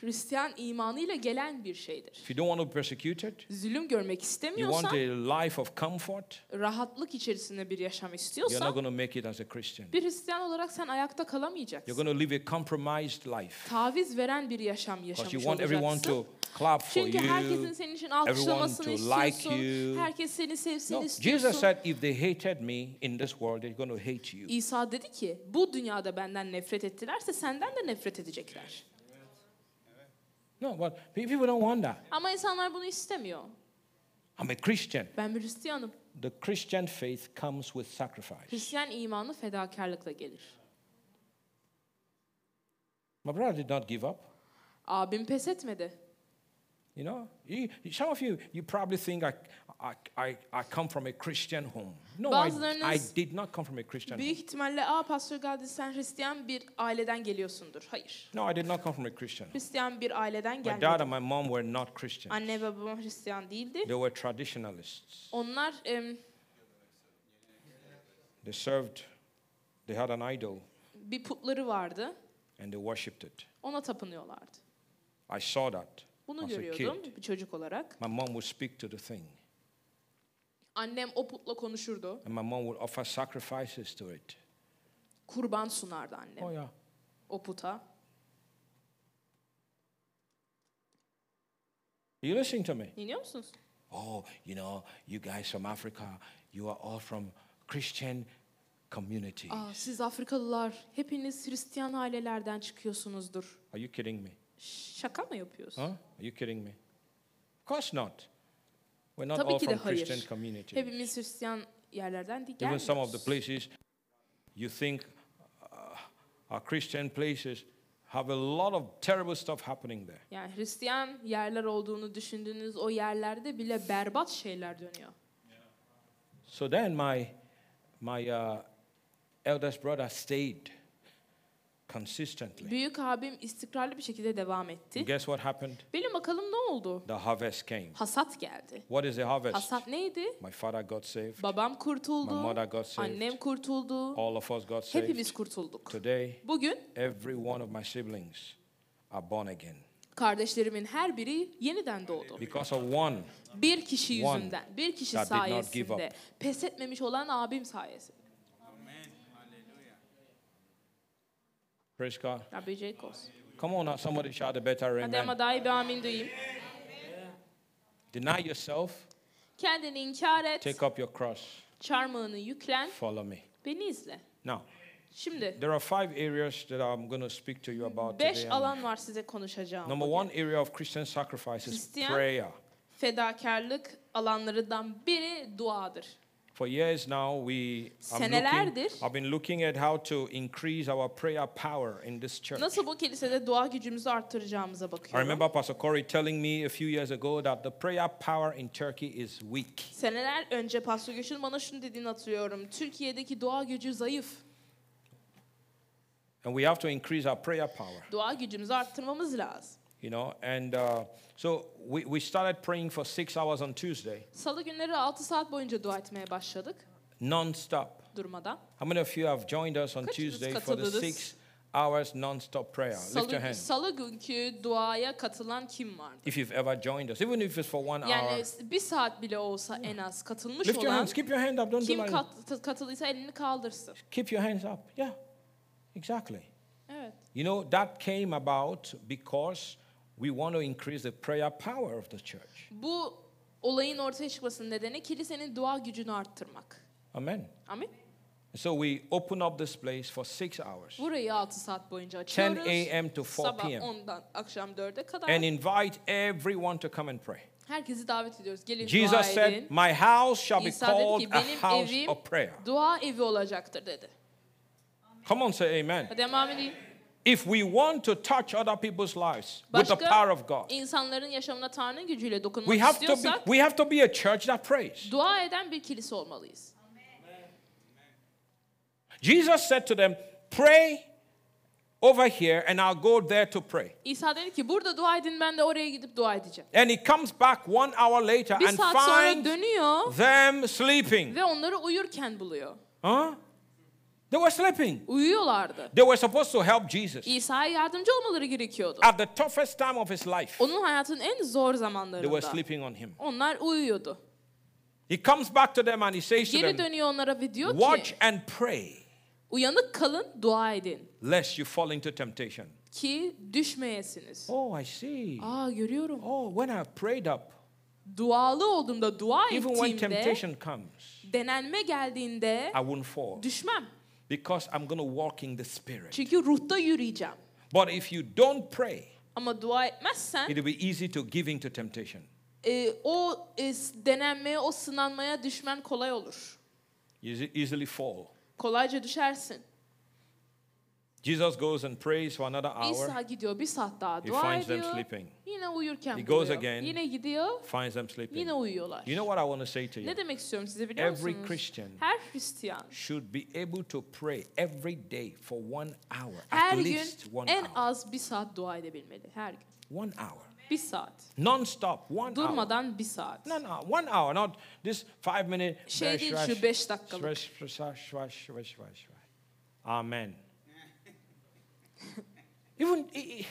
B: Hristiyan imanıyla gelen bir şeydir.
A: If you don't want to be persecuted,
B: Zulüm görmek
A: you want
B: istemiyorsan,
A: a life of comfort,
B: rahatlık içerisinde bir yaşam
A: you're not
B: istiyorsan,
A: going to make it as a Christian.
B: bir Hristiyan olarak sen ayakta
A: You're
B: kalamayacaksın.
A: going to live a compromised life
B: Taviz veren bir yaşam
A: because
B: yaşamış
A: you want everyone
B: olacaksın.
A: to clap for
B: Çünkü herkesin
A: you.
B: senin için alkışlamasını
A: everyone to like
B: istiyorsun.
A: you.
B: Herkes seni sevsin
A: No,
B: istiyorsun.
A: Jesus said, if they hated me in this world, they're going to hate you.
B: İsa dedi ki bu dünyada benden nefret ettilerse senden de nefret edecekler.
A: No, but people don't want that.
B: Ama insanlar bunu istemiyor.
A: I'm a Christian.
B: Ben bir Hristiyanım.
A: The Christian faith comes with sacrifice.
B: Hristiyan imanı fedakarlıkla gelir.
A: My brother did not give up.
B: Abim pes etmedi.
A: You know, You- some of you, you probably think I, I, I, I come from a Christian home. No, I, I
B: Bazılarınız-
A: did not come from a Christian
B: Büyük
A: home.
B: ihtimalle aa Pastor Gadi sen Hristiyan bir aileden geliyorsundur. Hayır.
A: No, I did not come from a Christian home.
B: Hristiyan bir aileden
A: My dad
B: gelmedi.
A: and my mom were not Christian.
B: Anne ve babam Hristiyan değildi.
A: They were traditionalists.
B: Onlar em,
A: They served, they had an idol
B: bir putları vardı.
A: and they worshipped it.
B: Ona tapınıyorlardı.
A: I saw that.
B: Bunu
A: As a
B: görüyordum
A: kid.
B: bir çocuk olarak.
A: My mom would speak to the thing
B: Annem o putla konuşurdu.
A: and my mom would offer sacrifices to it.
B: Kurban sunardı
A: Oh,
B: annem
A: yeah.
B: o puta.
A: You listening to me?
B: Dinliyor musunuz?
A: Oh, you know, you guys from Africa, you are all from Christian communities.
B: Aa, siz Afrikalılar hepiniz Hristiyan ailelerden çıkıyorsunuzdur.
A: Are you kidding me?
B: Şaka mı yapıyorsun?
A: Huh? Are you kidding me? Of course not. We're not
B: Tabii
A: all
B: ki de
A: from Christian
B: hayır.
A: communities.
B: Hepimiz Hristiyan yerlerden değil.
A: Even some of the
B: gelmiyoruz.
A: places you think uh, are Christian places have a lot of terrible stuff happening there.
B: Yani Hristiyan yerler olduğunu düşündüğünüz o yerlerde bile berbat şeyler dönüyor.
A: So then my, my uh, eldest brother stayed consistently.
B: Büyük abim istikrarlı bir şekilde devam etti.
A: And guess what happened?
B: Bilin bakalım ne oldu?
A: The harvest came.
B: Hasat geldi.
A: What is the harvest?
B: Hasat neydi?
A: My father got saved.
B: Babam
A: My
B: kurtuldu,
A: mother got saved.
B: annem kurtuldu,
A: All of us got saved.
B: hepimiz kurtulduk.
A: Today,
B: Bugün
A: every one of my siblings are born again.
B: Kardeşlerimin her biri yeniden doğdu.
A: Because of one,
B: Bir kişi
A: One
B: yüzünden, bir kişi
A: that did not give
B: sayesinde, pes etmemiş olan abim sayesinde.
A: praise God.
B: Rabbi Jacobs.
A: Come on now, somebody shout a better
B: Hadi
A: amen.
B: ama daha iyi bir amin diyeyim.
A: Deny yourself,
B: Kendini inkar et,
A: take up your cross,
B: çarmıhını yüklen,
A: follow me.
B: beni izle.
A: Now,
B: Şimdi
A: there are five areas that I'm going to speak to you about
B: beş
A: today.
B: alan var size konuşacağım.
A: Number
B: bugün.
A: one area of Christian sacrifice is
B: Christian-
A: prayer.
B: Fedakarlık alanlarından biri duadır.
A: For years now, we I'm looking,
B: Senelerdir-
A: I've been looking at how to increase our prayer power in this church.
B: Nasıl bu kilisede dua gücümüzü arttıracağımıza
A: I
B: bakıyorum.
A: remember Pastor Corey telling me a few years ago that the prayer power in Turkey is weak.
B: Seneler önce Pastor Göç'ün bana şunu dediğini hatırlıyorum. Türkiye'deki dua gücü zayıf.
A: And we have to increase our prayer power,
B: Dua gücümüzü arttırmamız lazım.
A: you know. And uh, so we, we started praying for six hours on Tuesday,
B: Salı günleri 6 saat boyunca dua etmeye başladık
A: non-stop.
B: durmadan.
A: How many of you have joined us on
B: Kaçınız
A: Tuesday for the
B: katıldınız?
A: six hours non-stop prayer? Lift your
B: Salı,
A: hand.
B: salı günkü duaya katılan kim vardı?
A: If you've ever joined us, even if it's for one hour.
B: Yani bir saat bile olsa en az katılmış
A: Lift your
B: olan
A: hands. Keep your hand up. Don't do
B: kim
A: like
B: kat- katıldıysa elini kaldırsın.
A: Keep your hands up. Yeah, exactly.
B: Evet.
A: You know, that came about because we want to increase the prayer power of the church.
B: Bu olayın ortaya çıkmasının nedeni kilisenin dua gücünü arttırmak.
A: Amen.
B: Amin.
A: So we open up this place for six hours,
B: Burayı 6 saat boyunca
A: 10
B: açıyoruz.
A: a.m. to 4
B: Sabah
A: p.m.,
B: 10'dan akşam 4'e kadar.
A: and invite everyone to come and pray.
B: Herkesi davet ediyoruz. Gelin dua
A: Jesus said,
B: edin.
A: My house shall be
B: İsa dedi
A: called
B: ki
A: a
B: benim
A: house
B: evim
A: of prayer.
B: dua evi olacaktır dedi.
A: Come on, say amen.
B: Hadi ama amin deyin.
A: If we want to touch other people's lives with the
B: Başka
A: power of God,
B: İnsanların yaşamına Tanrı'nın gücüyle dokunmak
A: we have, to be,
B: istiyorsak
A: we have to be a church that prays.
B: dua eden bir kilise olmalıyız.
A: Jesus said to them, Pray over here and I'll go there to pray.
B: İsa dedi ki burada dua edin ben de oraya gidip dua edeceğim.
A: And he comes back one hour later
B: Bir
A: and
B: saat sonra
A: finds
B: dönüyor
A: them sleeping.
B: ve onları uyurken buluyor.
A: Huh? They were sleeping.
B: Uyuyorlardı.
A: They were supposed to help Jesus.
B: İsa'ya yardımcı olmaları gerekiyordu.
A: At the toughest time of his life,
B: Onun hayatının en zor
A: they were
B: zamanlarında.
A: sleeping on him.
B: Onlar uyuyordu.
A: He comes back to them and he says to
B: Geri
A: them,
B: dönüyor onlara ve diyor
A: Watch
B: ki
A: and pray
B: uyanık kalın dua edin
A: lest you fall into temptation.
B: ki düşmeyesiniz.
A: Oh, I see.
B: Aa görüyorum.
A: Oh, when I prayed up,
B: Dualı olduğumda, dua
A: even when
B: ettiğimde,
A: temptation comes,
B: denenme geldiğinde
A: I won't fall
B: düşmem.
A: because I'm going to walk in the Spirit.
B: Çünkü ruhta yürüyeceğim.
A: But if you don't pray,
B: Ama dua etmezsen
A: it'll be easy to give in to temptation.
B: e, o e, s- denenmeye, o sınanmaya düşmen kolay olur.
A: You easy- easily fall.
B: Kolayca düşersin.
A: Jesus goes and prays for another hour,
B: İsa gidiyor bir saat daha
A: He
B: dua
A: finds them
B: ediyor.
A: sleeping.
B: Yine uyurken
A: He goes
B: buluyor.
A: again.
B: Yine gidiyor,
A: finds them
B: yine
A: sleeping.
B: uyuyorlar.
A: You know what I want to say to you?
B: Ne demek istiyorum size biliyor
A: Every
B: musunuz?
A: Christian
B: Her Hristiyan
A: Should be able to pray every day for one hour,
B: her
A: at
B: gün
A: least one
B: en
A: hour.
B: az bir saat dua edebilmeli. Her gün.
A: One hour.
B: Bir saat.
A: Non stop, one hour.
B: Durmadan bir saat.
A: No, no, one hour, not this five minute.
B: Şey değil şu beş dakikalık.
A: Amen. even i- i-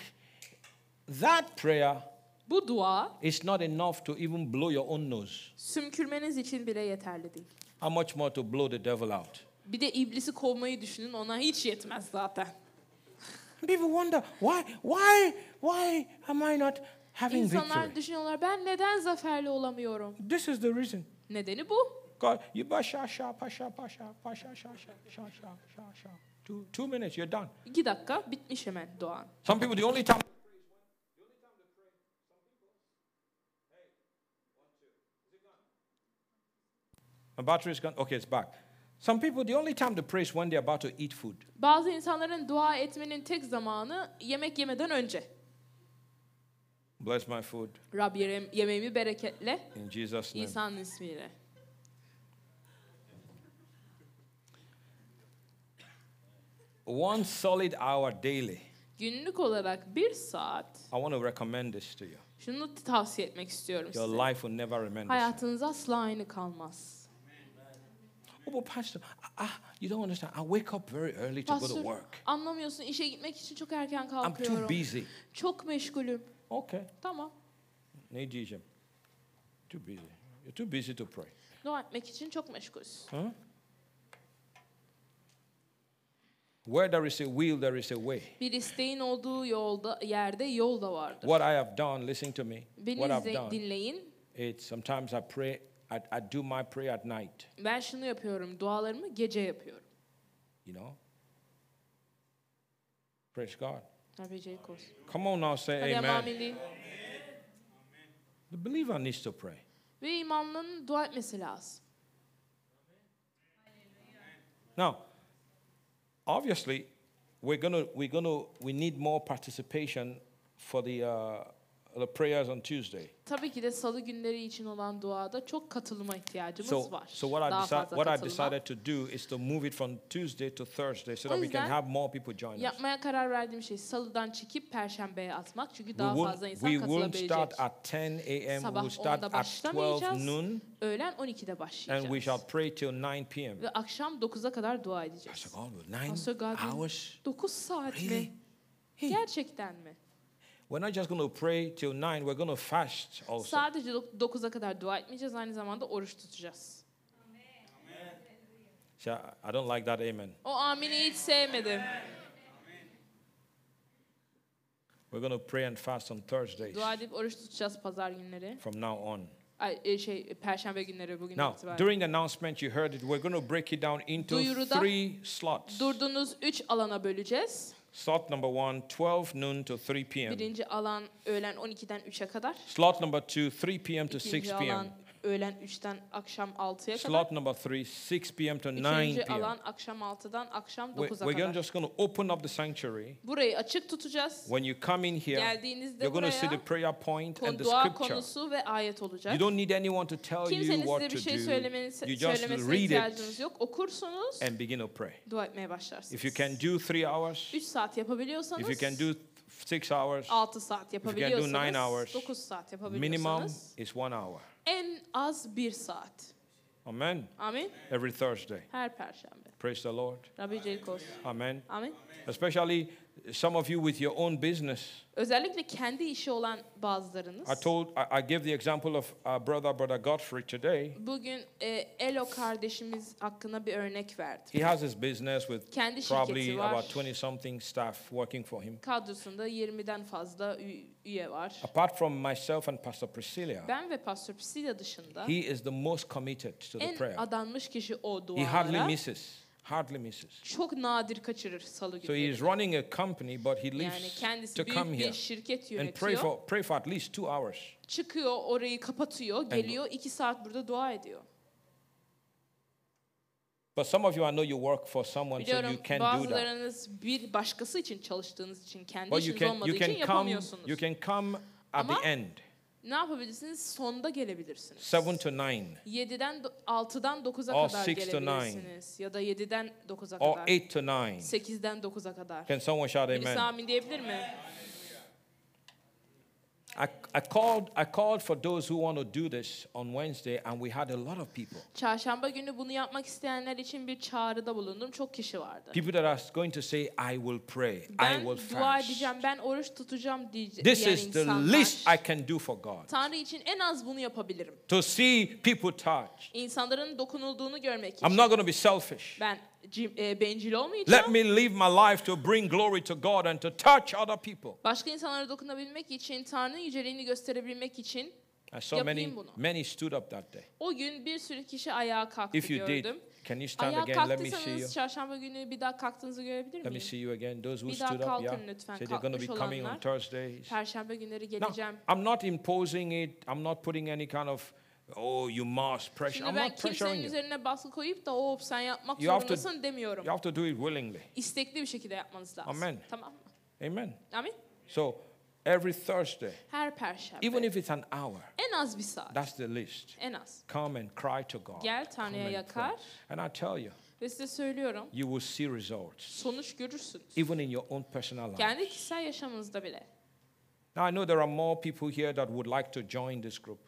A: that prayer
B: Bu dua
A: is not enough to even blow your own nose.
B: sümkürmeniz için bile yeterli değil.
A: How much more to blow the devil out?
B: Bir de iblisi kovmayı düşünün ona hiç yetmez zaten.
A: People wonder why, why, why am I not having
B: İnsanlar
A: victory?
B: düşünüyorlar ben neden zaferli olamıyorum?
A: This is the reason.
B: Nedeni bu.
A: God, you basha, sha, pasha, pasha, pasha, sha, sha, sha, sha, sha, sha. Two, two minutes, you're done.
B: İki dakika bitmiş hemen Doğan.
A: Some people, the only time. My battery is gone. Okay, it's back. Some people, the only time they pray is when they're about to eat food.
B: Bazı insanların dua etmenin tek zamanı yemek yemeden önce.
A: Bless my food
B: Rab yere- yemeğimi bereketle
A: in Jesus' name.
B: İsa'nın ismiyle.
A: One solid hour daily.
B: Günlük olarak bir saat
A: I want to recommend this to you.
B: şunu tavsiye etmek istiyorum
A: Your
B: size.
A: life will never remember.
B: Hayatınız asla aynı kalmaz.
A: Oh, but Pastor, ah, you don't understand. I wake up very early to go to
B: Pastor
A: work.
B: anlamıyorsun işe gitmek için çok erken
A: I'm too
B: kalkıyorum.
A: busy.
B: Çok meşgulüm.
A: Okay.
B: Tamam.
A: Ne diyeceğim? Too busy. You're too busy to pray.
B: Dua etmek için çok meşgulüz.
A: Huh? Where there is a will, there is a way.
B: Bir isteğin olduğu yolda yerde yol da vardır.
A: What I have done, listen to me.
B: Beni
A: What I've
B: izle-
A: done,
B: dinleyin.
A: it's sometimes I pray, I, I do my prayer at night,
B: Ben şunu yapıyorum. Dualarımı gece yapıyorum.
A: you know. Praise God.
B: Yapacak olsun.
A: Come on now, say
B: Hadi ama
A: amen.
B: amin deyin.
A: The believer needs to pray.
B: Ve imanlının dua etmesi lazım.
A: Now, obviously, we're gonna, we're gonna, we need more participation for the, uh, the prayers on Tuesday.
B: Tabii ki de salı günleri için olan duada çok katılıma ihtiyacımız
A: So,
B: var.
A: so what, I
B: Daha
A: decide,
B: fazla
A: what I
B: katılıma.
A: decided to do is to move it from Tuesday to Thursday so
B: O
A: that we can
B: yüzden
A: have more people join us.
B: Yapmaya karar verdiğim şey salıdan çekip perşembeye atmak. Çünkü
A: We
B: daha
A: won't,
B: fazla insan
A: we won't
B: katılabilecek.
A: start at 10 a.m. We
B: Sabah
A: will start
B: 10'da
A: at 12
B: başlamayacağız.
A: noon
B: Öğlen 12'de
A: and we shall
B: başlayacağız.
A: pray till 9 p.m.
B: Ve akşam 9'a kadar dua
A: I
B: edeceğiz.
A: said, God, with nine
B: Pastor Godwin,
A: hours?
B: 9 saat
A: Really?
B: mi?
A: Hey,
B: Gerçekten mi?
A: we're not just going to pray till 9, we're going to fast also.
B: Sadece 9'a kadar dua etmeyeceğiz. Aynı zamanda oruç tutacağız.
A: So I- I don't like that, amen.
B: O amini hiç sevmedim.
A: We're going to pray and fast on Thursdays
B: Dua edip oruç tutacağız pazar günleri.
A: from now on.
B: Ay, e, şey perşembe günleri bugün
A: Now,
B: itibariyle.
A: during the announcement, you heard it. We're going to break it down into
B: Duyuruda-
A: three slots.
B: Durduğunuz üç alana böleceğiz.
A: Slot number one, 12 noon to 3 p.m.
B: Birinci alan öğlen 12'den 3'e kadar.
A: Slot number two, 3 p.m. to 6
B: İkinci alan
A: p.m.
B: öğlen 3'ten akşam 6'ya kadar.
A: Slot number three, 6 p.m. to 9
B: İkinci
A: p.m.
B: alan akşam 6'dan akşam
A: We-
B: 9'a
A: We're
B: kadar.
A: gonna- just going to open up the sanctuary.
B: Burayı açık tutacağız.
A: When you come in here, you're
B: Geldiğinizde
A: going to see the
B: buraya
A: prayer point and
B: kon-
A: the
B: dua
A: scripture.
B: konusu ve ayet olacak.
A: You don't need anyone to tell you
B: Kimsenin
A: what
B: size bir
A: to
B: şey
A: do
B: söylemeniz,
A: You just
B: söylemesine
A: read it.
B: ihtiyacınız yok. Okursunuz,
A: and begin to pray.
B: dua etmeye başlarsınız.
A: If you can do three hours,
B: 3 saat
A: if
B: yapabiliyorsanız,
A: you can do th- six hours,
B: 6 saat
A: can do
B: yapabiliyorsanız,
A: nine hours,
B: 9 saat
A: minimum
B: yapabiliyorsanız,
A: is one hour.
B: en az 1 saat.
A: Amen.
B: Amin.
A: Every Thursday.
B: Her perşembe.
A: Praise the Lord.
B: Rabbi Celikos.
A: Amen.
B: Amin.
A: Especially some of you with your own business.
B: Özellikle kendi işi olan bazılarınız.
A: I told, I, I gave the example of our brother, brother Godfrey today.
B: Bugün e, Elo kardeşimiz hakkında bir örnek verdim.
A: He has his business with
B: Kendi
A: probably
B: şirketi var.
A: about 20 something staff working for him.
B: Kadrosunda 20'den fazla ü- üye var.
A: Apart from myself and Pastor Priscilla,
B: Ben ve Pastor Priscilla dışında
A: he is the most committed to the
B: en
A: prayer.
B: adanmış kişi o
A: He hardly
B: dualara.
A: misses. Hardly misses.
B: Çok nadir kaçırır salı
A: So
B: günleri.
A: he's running a company, but he
B: Yani
A: leaves to
B: kendisi
A: come
B: büyük
A: here
B: bir şirket
A: and pray
B: yönetiyor.
A: for pray for at least two hours.
B: Çıkıyor orayı kapatıyor, geliyor iki saat burada dua ediyor.
A: But some of you, I know you work for someone, so you
B: Biliyorum
A: can't do that.
B: bazılarınız bir başkası için çalıştığınız için, kendi
A: But you
B: işiniz
A: can
B: olmadığı
A: you
B: için
A: can come
B: yapamıyorsunuz.
A: you can come at the
B: Ama-
A: end,
B: Ne yapabilirsiniz? Sonda gelebilirsiniz.
A: seven to nine,
B: 7'den do- 6'dan 9'a
A: Or
B: kadar
A: six to nine.
B: gelebilirsiniz. Ya da 7'den 9'a
A: or
B: kadar.
A: eight to nine.
B: 8'den 9'a kadar.
A: Can someone shout
B: Birisi
A: amen?
B: amin diyebilir mi?
A: I, I called I called for those who want to do this on Wednesday, and we had a lot of people.
B: Çarşamba günü bunu yapmak isteyenler için bir çağrıda bulundum. Çok kişi vardı.
A: People that are going to say, "I will pray, I
B: Ben
A: will
B: dua
A: fast."
B: edeceğim, ben oruç tutacağım diye-
A: This
B: diyen
A: is the least I
B: insanlar.
A: can do for God.
B: Tanrı için en az bunu yapabilirim.
A: To see people touched.
B: İnsanların dokunulduğunu görmek için.
A: I'm not going to be selfish.
B: Ben cim- e, bencil olmayacağım.
A: Let me live my life to bring glory to God and to touch other people.
B: Başka insanlara dokunabilmek için, Tanrı'nın yüceliğini gösterebilmek için
A: I saw many,
B: Yapayım bunu.
A: many stood up that day.
B: o gün bir sürü kişi ayağa kalktı
A: If you did,
B: gördüm.
A: can you stand
B: Ayağa
A: again? Let me see you.
B: kalktıysanız çarşamba günü bir daha kalktığınızı görebilir
A: Let me
B: miyim?
A: see you again. Those who
B: Bir daha
A: stood up, yeah.
B: kalkın lütfen.
A: Say they're going to be
B: Kalkmış
A: coming on
B: olanlar.
A: Thursdays.
B: Perşembe günleri
A: Now,
B: geleceğim.
A: I'm not imposing it. I'm not putting any kind of, oh, you must pressure.
B: Şimdi
A: I'm
B: ben
A: not
B: kimsenin
A: pressuring you.
B: üzerine baskı koyup da hop sen yapmak
A: You have to-
B: zorundasın demiyorum.
A: You have to do it willingly.
B: İstekli bir şekilde yapmanız lazım.
A: Amen.
B: Tamam mı?
A: Amen.
B: Amin.
A: So every Thursday,
B: Her perşembe.
A: even if it's an hour,
B: en az bir saat.
A: that's the least.
B: en az.
A: Come and cry to God.
B: Gel
A: Come
B: Tanrı'ya
A: and pray.
B: yakar
A: And I tell you,
B: ve size söylüyorum
A: you will see results,
B: sonuç görürsünüz.
A: even in your own personal life.
B: Kendi kişisel yaşamınızda bile.
A: Now, I know there are more people here that would like to join this group.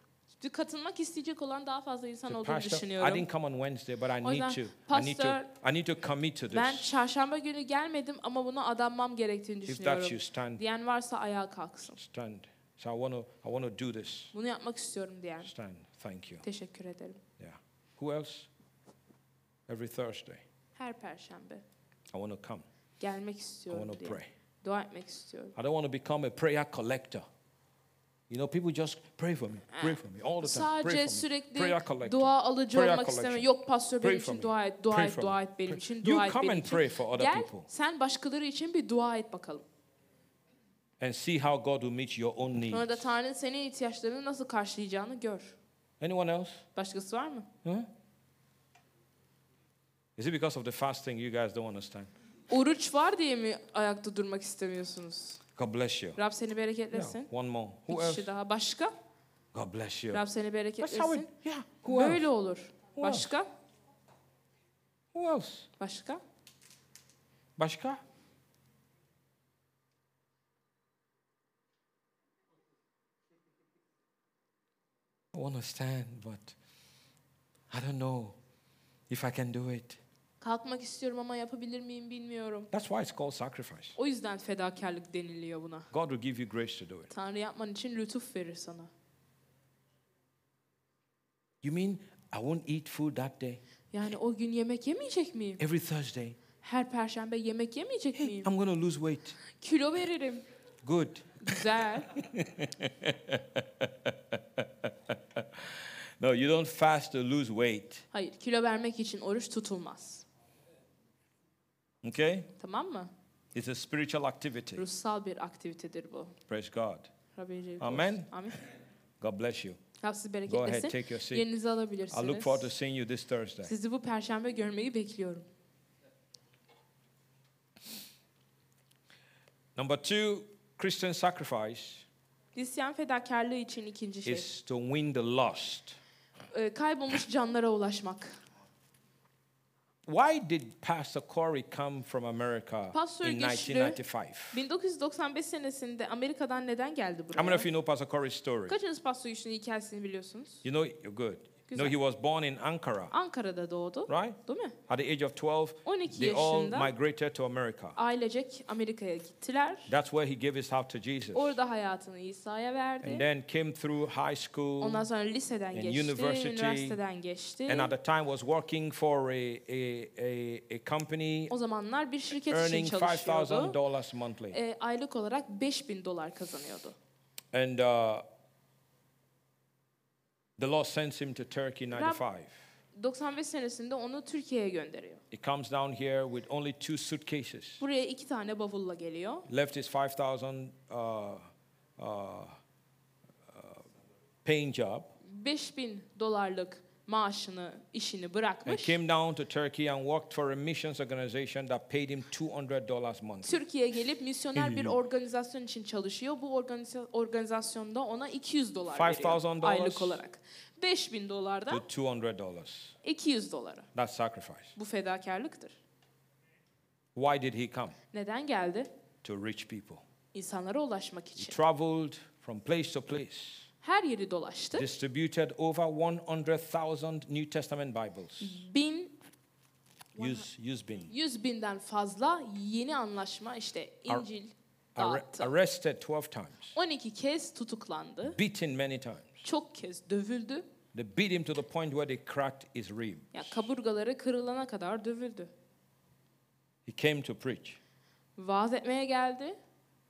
B: Katılmak isteyecek olan daha fazla insan
A: Say,
B: olduğunu
A: Pastor, I
B: düşünüyorum.
A: didn't come on Wednesday, but I
B: O
A: need
B: yüzden,
A: to. I need to.
B: Pastor,
A: I need to commit to
B: Ben
A: this.
B: çarşamba günü gelmedim ama buna adanmam gerektiğini
A: If that's you,
B: düşünüyorum.
A: stand,
B: Diyen varsa ayağa kalksın.
A: stand. So I want to. I want to do this.
B: Bunu yapmak istiyorum diyen.
A: Stand. Thank you.
B: Teşekkür ederim.
A: Yeah. Who else? Every Thursday,
B: Her perşembe
A: I want to come.
B: gelmek
A: I want
B: istiyorum
A: to
B: diye.
A: pray.
B: Dua etmek istiyorum.
A: I don't want to become a prayer collector. You know, people just pray for me, pray for me all the time. Pray for
B: Sadece
A: me. Prayer
B: sürekli
A: collector.
B: dua alıcı
A: Prayer
B: olmak
A: collection.
B: istemiyorum. Yok pastör benim
A: Pray for
B: için
A: me.
B: dua et, dua
A: Pray
B: et,
A: for
B: dua
A: me.
B: et benim
A: Pray-
B: için,
A: You
B: dua et
A: come
B: benim
A: and
B: için.
A: pray for other
B: Gel
A: people.
B: sen başkaları için bir dua et bakalım.
A: and see how God will meet your own needs.
B: Sonra da Tanrı'nın senin ihtiyaçlarını nasıl karşılayacağını gör.
A: Anyone else?
B: Başkası var mı?
A: Huh? Is it because of the fasting you guys don't understand?
B: Oruç var diye mi ayakta durmak istemiyorsunuz?
A: God bless you.
B: Rab seni
A: Yeah,
B: bereketlesin.
A: One more.
B: Bir
A: Who else?
B: kişi daha. Başka?
A: God bless you.
B: Rab seni
A: That's how it.
B: bereketlesin.
A: Yeah. Who else?
B: Böyle olur.
A: Who else?
B: Başka?
A: Who else?
B: Başka?
A: Başka? I want to stand, but I don't know if I can do it.
B: Kalkmak istiyorum ama yapabilir miyim bilmiyorum.
A: That's why it's called sacrifice.
B: O yüzden fedakarlık deniliyor buna.
A: God will give you grace to do it.
B: Tanrı yapman için lütuf verir sana.
A: You mean I won't eat food that day?
B: Yani o gün yemek yemeyecek miyim?
A: Every Thursday?
B: Her perşembe yemek yemeyecek miyim?
A: I'm going to lose weight.
B: Kilo veririm.
A: Good.
B: Güzel.
A: No, you don't fast to lose weight.
B: Hayır, kilo vermek için oruç tutulmaz.
A: Okay?
B: Tamam mı?
A: It's a spiritual activity.
B: Ruhsal bir aktivitedir bu.
A: Praise God.
B: Rabbi Celil
A: Amen.
B: olsun. Amin.
A: God bless you.
B: Rab sizi
A: Go ahead,
B: bereketlesin.
A: take your seat.
B: Yerinizi
A: I look forward to
B: alabilirsiniz.
A: seeing you this Thursday.
B: Sizi bu perşembe görmeyi bekliyorum.
A: Number two, Christian sacrifice
B: Hristiyan fedakarlığı için ikinci şey.
A: is to win the lost.
B: Ee, kaybolmuş canlara ulaşmak.
A: Why did Pastor Corey come from America
B: Pastor
A: in
B: Güçlü-
A: 1995?
B: 1995 senesinde Amerika'dan neden geldi
A: How many
B: buraya?
A: of you know Pastor Corey's story?
B: Kaçınız Pastor Güçlü'nün hikayesini biliyorsunuz?
A: You know, you're good. You know,
B: Güzel.
A: he was born in Ankara,
B: Ankara'da doğdu.
A: right?
B: Değil mi?
A: At the age of 12,
B: 12
A: they all
B: yaşında
A: migrated to America.
B: ailecek Amerika'ya gittiler.
A: That's where he gave his heart to Jesus.
B: Orada hayatını İsa'ya
A: And
B: verdi.
A: then came through high school.
B: Ondan sonra liseden
A: and
B: geçti,
A: university,
B: üniversiteden geçti.
A: And at the time was working for a, a, a, a company
B: O zamanlar bir şirket için
A: earning
B: çalışıyordu.
A: $5,000 monthly.
B: Ee, aylık olarak 5000 dolar kazanıyordu.
A: And uh, the Lord sends him to Turkey in 95.
B: 95 senesinde onu Türkiye'ye gönderiyor.
A: He comes down here with only two suitcases.
B: Buraya iki tane bavulla geliyor.
A: Left his 5,000 uh, uh, uh, paying job
B: 5000 dolarlık maaşını, işini
A: and
B: bırakmış.
A: came down to Turkey and worked for a missions organization that paid him $200 a month.
B: Türkiye'ye gelip misyoner bir organizasyon için çalışıyor. Bu organiza- organizasyonda ona 200 dolar veriyor
A: $5,000
B: aylık olarak. 5000 dolardan
A: With $200.
B: 200 dolara.
A: That's sacrifice.
B: Bu fedakarlıktır.
A: Why did he come?
B: Neden geldi?
A: To rich people.
B: İnsanlara ulaşmak
A: He
B: için.
A: traveled from place to place,
B: Her yeri dolaştı.
A: distributed over 100,000 New Testament Bibles.
B: Bin,
A: Use, use bin.
B: 100 binden fazla yeni anlaşma işte
A: Ar-
B: İncil
A: Arre-
B: dağıttı.
A: arrested 12 times,
B: 12 kez tutuklandı.
A: beaten many times.
B: Çok kez dövüldü.
A: They beat him to the point where they cracked his rib.
B: Ya kaburgaları kırılana kadar dövüldü.
A: He came to preach.
B: Vaaz etmeye geldi.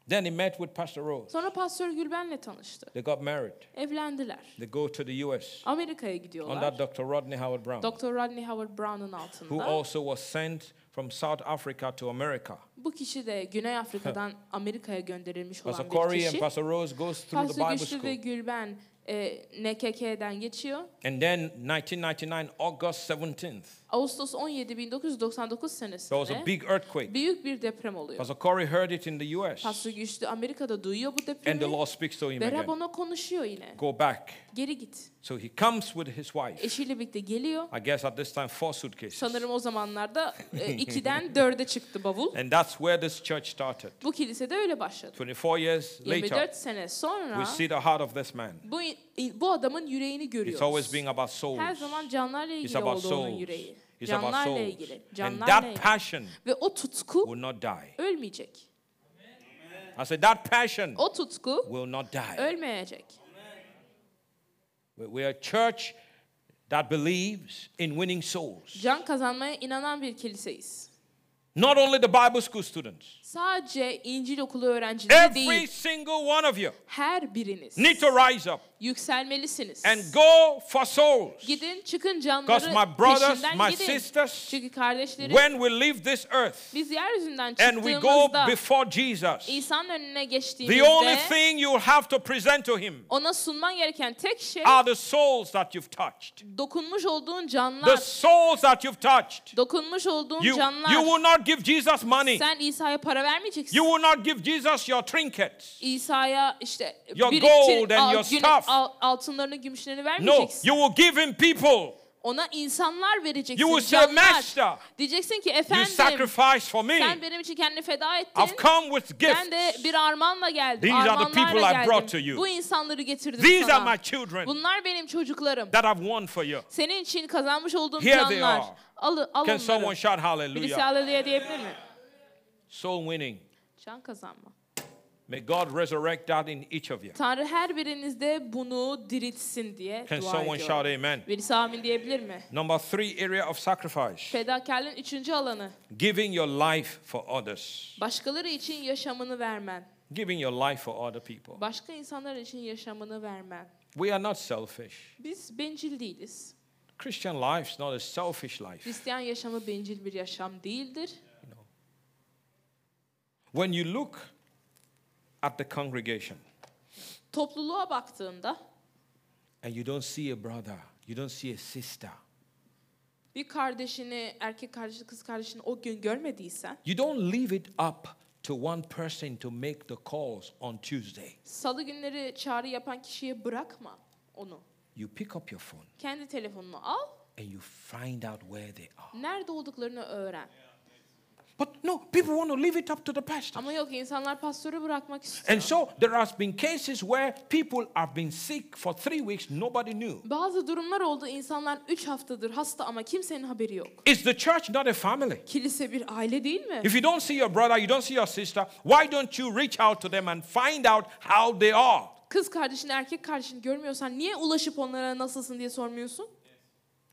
A: Then he met with Pastor Rose.
B: Sonra Pastör Gülben'le tanıştı.
A: They got married.
B: Evlendiler.
A: They go to the U.S.
B: Amerika'ya gidiyorlar.
A: under Dr. Rodney Howard Brown,
B: Dr. Rodney Howard Brown'un
A: who
B: altında.
A: also was sent from South Africa to America.
B: Bu kişi de Güney Afrika'dan Amerika'ya gönderilmiş
A: Pastor
B: olan bir
A: Corey and
B: kişi.
A: Pastor Rose goes through the
B: Pastor
A: Bible
B: Güçlü ve
A: school.
B: Gülben e, NKK'den geçiyor.
A: And then 1999, August 17th,
B: Ağustos 17 1999
A: there was a
B: senesinde
A: Eh? big earthquake.
B: büyük bir deprem oluyor.
A: Pastor Corey heard it in the U.S.
B: Pastor Güçlü Amerika'da duyuyor bu
A: And the
B: depremi
A: Lord speaks to him
B: ve Rab
A: again.
B: ona konuşuyor yine.
A: Go back.
B: Geri git.
A: So he comes with his wife.
B: Eşiyle birlikte geliyor.
A: I guess at this time, four suitcases.
B: Sanırım o zamanlarda e, ikiden dörde çıktı bavul.
A: And that's where this church started.
B: Bu kilise de öyle başladı.
A: 24 years later,
B: 24 sene sonra
A: we see the heart of this man.
B: bu bu adamın yüreğini
A: It's always
B: görüyoruz.
A: being about souls.
B: Her zaman canlarla
A: It's
B: ilgili
A: about
B: oldu onun
A: souls.
B: yüreği.
A: It's about
B: Canlarla
A: souls.
B: ilgili.
A: And
B: Canlarla
A: that
B: ilgili.
A: passion
B: Ve o tutku
A: will not die.
B: ölmeyecek.
A: I said, that passion
B: O tutku
A: will not
B: Oh.
A: die.
B: ölmeyecek.
A: We- We're a church that believes in winning souls.
B: Can kazanmaya inanan bir kiliseyiz.
A: Not only the Bible school students,
B: Sadece İncil okulu öğrencileri
A: every
B: değil,
A: single one of you
B: her biriniz
A: need to rise up
B: yükselmelisiniz.
A: and go for souls.
B: Gidin çıkın
A: Because
B: canları
A: my brothers,
B: peşinden
A: my
B: gidin.
A: sisters,
B: Çünkü kardeşlerim
A: When we leave this earth
B: biz yeryüzünden
A: and we go
B: çıktığımızda
A: before Jesus,
B: İsa'nın önüne
A: the only
B: geçtiğimizde
A: thing you have to present to Him
B: ona sunman gereken tek şey
A: are the souls that you've touched.
B: dokunmuş olduğun
A: The
B: canlar.
A: souls that you've touched.
B: Dokunmuş olduğun
A: You,
B: canlar.
A: you will not give Jesus money.
B: Sen İsa'ya para vermeyeceksin.
A: You will not give Jesus your trinkets.
B: İsa'ya işte
A: Your
B: biriktir-
A: gold and
B: al-
A: your
B: güne-
A: stuff.
B: al- altınlarını, gümüşlerini
A: No,
B: vermeyeceksin.
A: you will give Him people.
B: Ona insanlar vereceksin.
A: You will say,
B: canlar.
A: Master,
B: Diyeceksin ki
A: you
B: efendim
A: sacrificed for me.
B: sen benim için kendini feda ettin.
A: I've come with
B: Ben de
A: gifts.
B: bir armağanla geldim.
A: These are the
B: Armağanlarla
A: people I
B: geldim.
A: brought to you.
B: Bu insanları getirdim
A: These
B: sana.
A: are my children
B: Bunlar benim çocuklarım.
A: that I've won for you.
B: Senin için kazanmış olduğum
A: Here they
B: canlar.
A: are.
B: Al, al
A: Can someone
B: onları.
A: shout
B: Birisi
A: hallelujah?
B: hallelujah diyebilir mi?
A: Soul winning.
B: Can kazanma.
A: May God resurrect that in each of you.
B: Tanrı her birinizde bunu diriltsin diye
A: Can
B: dua
A: someone shout
B: ediyorum.
A: amen?
B: Birisi amin diyebilir mi?
A: Number three area of sacrifice
B: Fedakarlığın üçüncü alanı.
A: giving your life for others.
B: Başkaları için yaşamını vermen.
A: Giving your life for other people.
B: Başka insanlar için yaşamını vermen.
A: We are not selfish.
B: Biz bencil değiliz.
A: Christian life's not a selfish life.
B: Hristiyan yaşamı bencil bir yaşam değildir.
A: When you look at the congregation,
B: Topluluğa baktığında
A: and you don't see a brother, you don't see a sister,
B: Bir kardeşini, erkek kardeşini, kız kardeşini o gün görmediysen
A: you don't leave it up to one person to make the calls on Tuesday.
B: salı günleri çağrı yapan kişiye bırakma onu.
A: You pick up your phone
B: Kendi telefonunu al,
A: and you find out where they are.
B: nerede olduklarını öğren.
A: But no, people want to leave it up to the pastor.
B: Ama yok insanlar pastörü bırakmak istiyor.
A: And so there has been cases where people have been sick for three weeks, nobody knew.
B: Bazı durumlar oldu insanlar 3 haftadır hasta ama kimsenin haberi yok.
A: Is the church not a family?
B: Kilise bir aile değil mi?
A: If you don't see your brother, you don't see your sister, why don't you reach out to them and find out how they are?
B: Kız kardeşini, erkek kardeşini görmüyorsan niye ulaşıp onlara nasılsın diye sormuyorsun?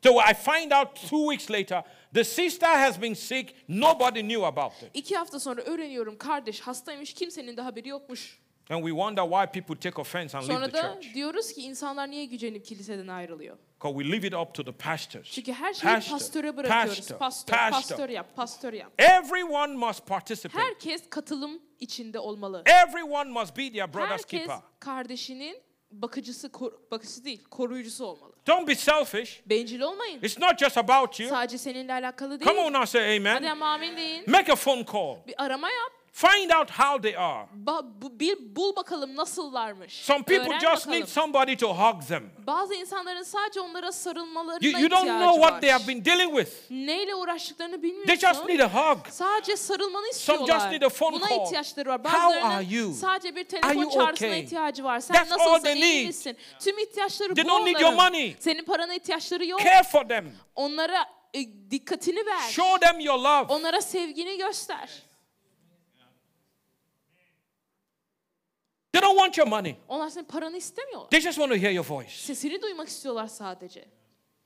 A: So I find out two weeks later, the sister has been sick, nobody knew about it.
B: İki hafta sonra öğreniyorum kardeş hastaymış kimsenin de haberi yokmuş.
A: And we wonder why people take offense and leave
B: Sonra
A: the
B: da
A: church.
B: diyoruz ki insanlar niye gücenip kiliseden ayrılıyor?
A: Because we leave it up to the pastors.
B: Çünkü her şeyi pastöre bırakıyoruz.
A: pastor,
B: pastör,
A: pastor.
B: pastör yap, pastör yap.
A: Everyone must participate.
B: Herkes katılım içinde olmalı.
A: Everyone must be their brother's
B: Herkes
A: keeper.
B: kardeşinin bakıcısı, koru- bakıcısı değil, koruyucusu olmalı.
A: Don't be selfish.
B: Bencil olmayın.
A: It's not just about you.
B: Sadece seninle alakalı değil.
A: Come on now, say
B: Hadi
A: amen.
B: ama amin deyin.
A: Make a phone call.
B: Bir arama yap.
A: Find out how they are.
B: Ba- bu, bil, bul bakalım nasıllarmış.
A: Some people
B: Öğren
A: just
B: bakalım.
A: need somebody to hug them.
B: Bazı insanların sadece onlara sarılmalarına
A: You, you
B: ihtiyacı
A: don't know what
B: var.
A: they have been dealing with.
B: Neyle uğraştıklarını bilmiyorsun.
A: They just need a hug.
B: Sadece sarılmanı istiyorlar.
A: need a phone
B: Buna
A: call.
B: ihtiyaçları var.
A: How are
B: Bazılarının
A: you?
B: sadece bir
A: Are
B: telefon
A: you
B: çağrısına
A: okay?
B: ihtiyacı var. Sen
A: That's all
B: nasılsın,
A: they
B: iyi
A: need.
B: misin? Tüm ihtiyaçları
A: They
B: bu
A: don't need
B: onların.
A: your money.
B: Senin parana ihtiyaçları yok.
A: Care for them.
B: Onlara e, dikkatini ver.
A: Show them your love.
B: Onlara sevgini göster.
A: They don't want your money.
B: Onlar senin paranı istemiyorlar.
A: They just want to hear your voice.
B: Sesini duymak istiyorlar sadece.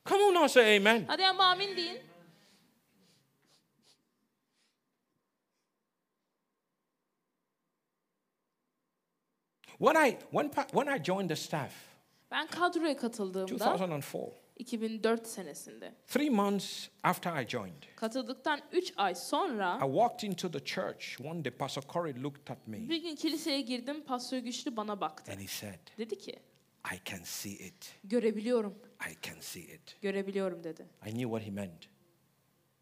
A: Come on now, say amen.
B: Hadi ama amin deyin.
A: When I when, pa- when I joined the staff,
B: Ben kadroya katıldığımda
A: 2004,
B: 2004 senesinde
A: three months after I joined,
B: katıldıktan 3 ay
A: I
B: sonra
A: walked into the church. One day, Pastor Corey looked at me
B: bir gün kiliseye girdim. Pastör Güçlü bana baktı.
A: and he said,
B: Dedi ki
A: "I can see it.
B: görebiliyorum,
A: I can see it."
B: görebiliyorum dedi.
A: I knew what he meant,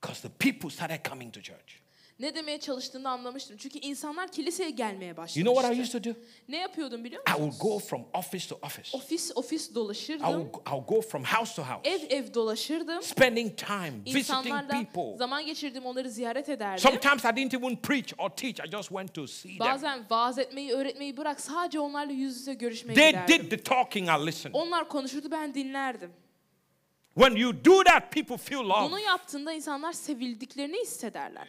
A: because the people started coming to church.
B: Ne demeye çalıştığını anlamıştım. Çünkü insanlar kiliseye gelmeye başlamıştı.
A: You know what I used to do?
B: Ne yapıyordum biliyor
A: I
B: musun?
A: would go from office to office.
B: Ofis ofis
A: I would
B: dolaşırdım.
A: go- I'll go from house to house,
B: Ev ev dolaşırdım.
A: spending time visiting
B: İnsanlarla
A: people.
B: zaman geçirdim, onları ziyaret ederdim.
A: Sometimes I didn't even preach or teach. I just went to see them.
B: Bazen vaaz etmeyi, öğretmeyi bırak sadece onlarla yüz yüze görüşmeye
A: They
B: giderdim.
A: did the talking. I listened.
B: Onlar konuşurdu ben dinlerdim.
A: When you do that, people feel love.
B: Bunu yaptığında insanlar sevildiklerini hissederler.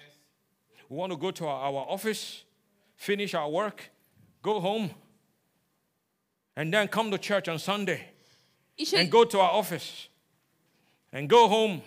A: We want to go to our, our office, finish our work, go home, and then come to church on Sunday
B: İşe
A: and go to our office and go home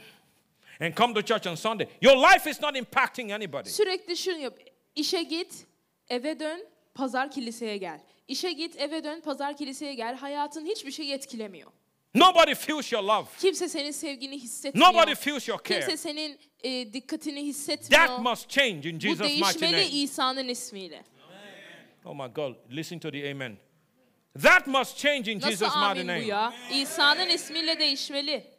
A: and come to church on Sunday. Your life is not impacting anybody.
B: sürekli şunu yap. İşe git, eve dön, pazar kiliseye gel. İşe git, eve dön, pazar kiliseye gel. Hayatın hiçbir şey etkilemiyor.
A: Nobody feels your love.
B: Kimse senin sevgini hissetmiyor.
A: Nobody feels your care.
B: Kimse senin e, dikkatini
A: That
B: hissetmiyor.
A: must change in
B: Bu
A: Jesus' mighty
B: değişmeli
A: name.
B: İsa'nın ismiyle.
A: Oh my God, listen to the amen. That must change in
B: Nasıl
A: Jesus' mighty
B: amin bu
A: name.
B: ya? İsa'nın ismiyle değişmeli.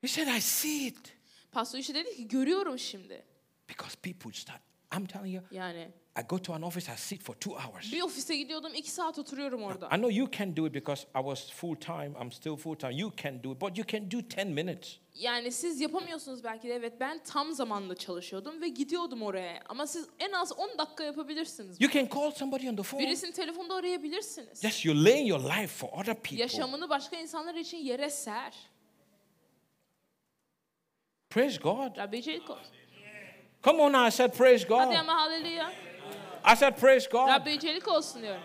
A: He said, I see it.
B: Pastor işi dedi ki görüyorum şimdi.
A: Because people start, I'm telling you,
B: Yani
A: I go to an office, I sit for two hours.
B: bir ofise gidiyordum iki saat oturuyorum orada.
A: I know you can do it because I was full time. I'm still full time. You can do it, but you can do 10 minutes.
B: Yani siz yapamıyorsunuz belki de evet ben tam zamanlı çalışıyordum ve gidiyordum oraya. Ama siz en az 10 dakika yapabilirsiniz.
A: You can call somebody on the phone.
B: Birisini telefonda arayabilirsiniz.
A: Yes, you're laying your life for other people.
B: Yaşamını başka insanlar için yere ser.
A: Praise God.
B: Rabbi Jacob.
A: Come on, now, I said, Praise
B: Hadi
A: God.
B: ama hallelujah.
A: I said, Praise God.
B: Rabbi Celik olsun diyorum.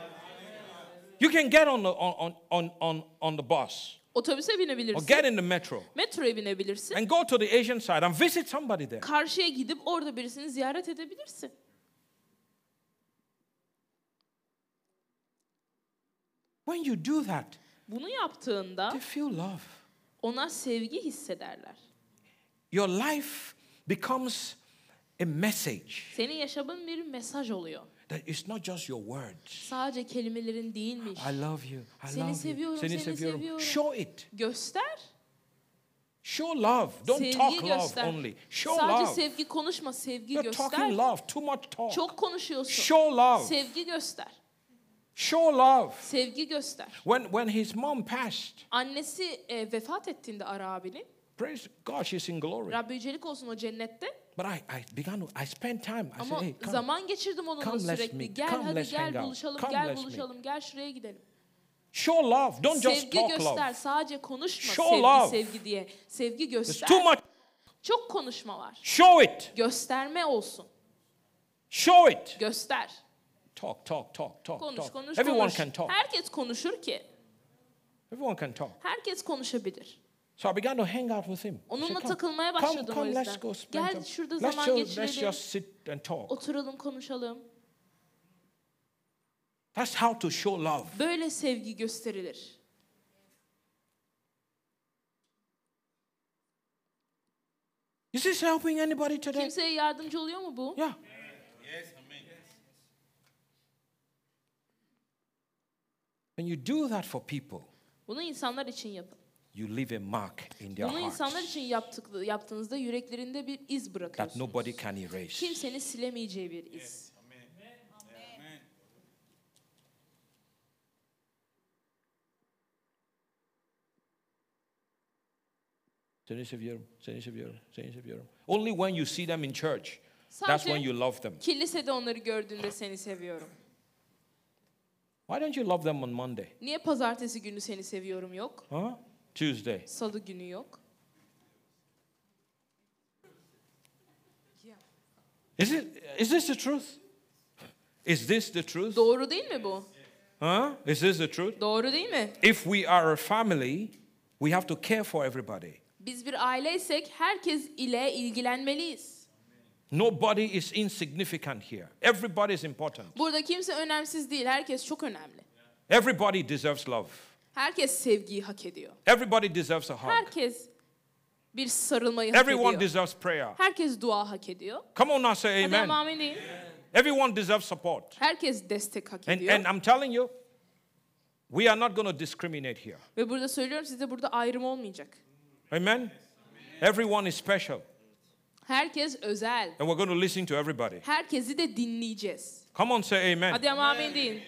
A: You can get on the, on, on, on, on the bus
B: Otobüse
A: or
B: binebilirsin.
A: get in the metro
B: Metroya binebilirsin.
A: and go to the Asian side and visit somebody there.
B: Karşıya gidip orada birisini ziyaret edebilirsin.
A: When you do that,
B: Bunu yaptığında
A: they feel love.
B: ona sevgi hissederler.
A: Your life becomes a message
B: Senin yaşamın bir mesaj oluyor.
A: that it's not just your words.
B: Sadece kelimelerin değilmiş.
A: I love you. I
B: Seni
A: love you.
B: seviyorum, seni seviyorum.
A: Show it.
B: Göster.
A: Show love. Don't
B: Sevgi
A: talk love
B: göster.
A: only. Show
B: Sadece
A: love.
B: sevgi konuşma, sevgi
A: You're
B: göster.
A: talking love. Too much talk.
B: Çok konuşuyorsun.
A: Show love.
B: Sevgi göster.
A: Show love.
B: Sevgi göster.
A: When when his mom passed,
B: Annesi e, vefat ettiğinde Ara abinin,
A: praise God, she's in glory.
B: Rabbi yücelik olsun o cennette.
A: But I, I began to, I spent time. I
B: Ama
A: said, hey, come.
B: zaman geçirdim onunla
A: come, let's
B: sürekli.
A: meet.
B: Gel
A: Come,
B: hadi
A: let's hang
B: gel
A: out.
B: buluşalım,
A: Come,
B: gel
A: let's meet.
B: buluşalım, gel şuraya gidelim.
A: Show love. Don't just
B: sevgi
A: talk
B: göster,
A: love.
B: sadece konuşma
A: Show
B: sevgi
A: love.
B: sevgi diye. Sevgi
A: It's
B: göster.
A: too much.
B: Çok konuşma var.
A: Show it.
B: Gösterme olsun.
A: Show it.
B: Göster.
A: Talk, talk, talk, talk,
B: Konuş,
A: talk.
B: konuş,
A: Everyone
B: konuş.
A: can talk.
B: Herkes konuşur ki.
A: Everyone can talk.
B: Herkes konuşabilir.
A: So I began to hang out with him. I said,
B: Onunla
A: come,
B: takılmaya
A: come,
B: başladım o
A: come, let's
B: yüzden.
A: go spend
B: Gel
A: time.
B: şurada
A: let's,
B: zaman
A: just, let's
B: geçirelim.
A: just sit and talk.
B: Oturalım, konuşalım.
A: That's how to show love.
B: Böyle sevgi gösterilir.
A: Is this helping anybody today?
B: Kimseye yardımcı oluyor mu bu?
A: Yeah. When you do that for people,
B: Bunu insanlar için yapın.
A: you leave a mark in their
B: Bunu insanlar
A: hearts
B: için yaptık, yaptığınızda yüreklerinde bir iz
A: that
B: bırakıyorsunuz.
A: nobody can erase.
B: Kimsenin silemeyeceği bir iz.
A: Seni seviyorum, seni seviyorum, seni seviyorum. Only when you see them in church, that's when you
B: Sadece
A: love them.
B: kilisede onları gördüğünde seni seviyorum.
A: Why don't you love them on Monday?
B: Niye pazartesi günü seni seviyorum yok?
A: Huh? Tuesday.
B: Salı günü yok.
A: Is it is this the truth? Is this the truth?
B: Doğru değil mi bu?
A: Huh? Is this the truth?
B: Doğru değil mi?
A: If we are a family, we have to care for everybody.
B: Biz bir aileysek herkes ile ilgilenmeliyiz.
A: Nobody is insignificant here. Everybody is important.
B: Burada kimse önemsiz değil, herkes çok önemli.
A: Everybody deserves love.
B: Herkes sevgiyi hak ediyor.
A: Everybody deserves a hug.
B: Herkes bir sarılmayı hak
A: Everyone
B: ediyor.
A: deserves prayer.
B: Herkes dua hak ediyor.
A: Come on now, say
B: Hadi ama
A: amen.
B: amin deyin.
A: Everyone deserves support.
B: Herkes destek hak
A: And,
B: ediyor.
A: and I'm telling you, we are not going to discriminate here.
B: Ve burada söylüyorum size burada ayrım olmayacak.
A: Amen? Everyone is special.
B: Herkes özel.
A: And we're going to listen to everybody.
B: Herkesi de dinleyeceğiz.
A: Come on, say amen.
B: Hadi ama amin deyin.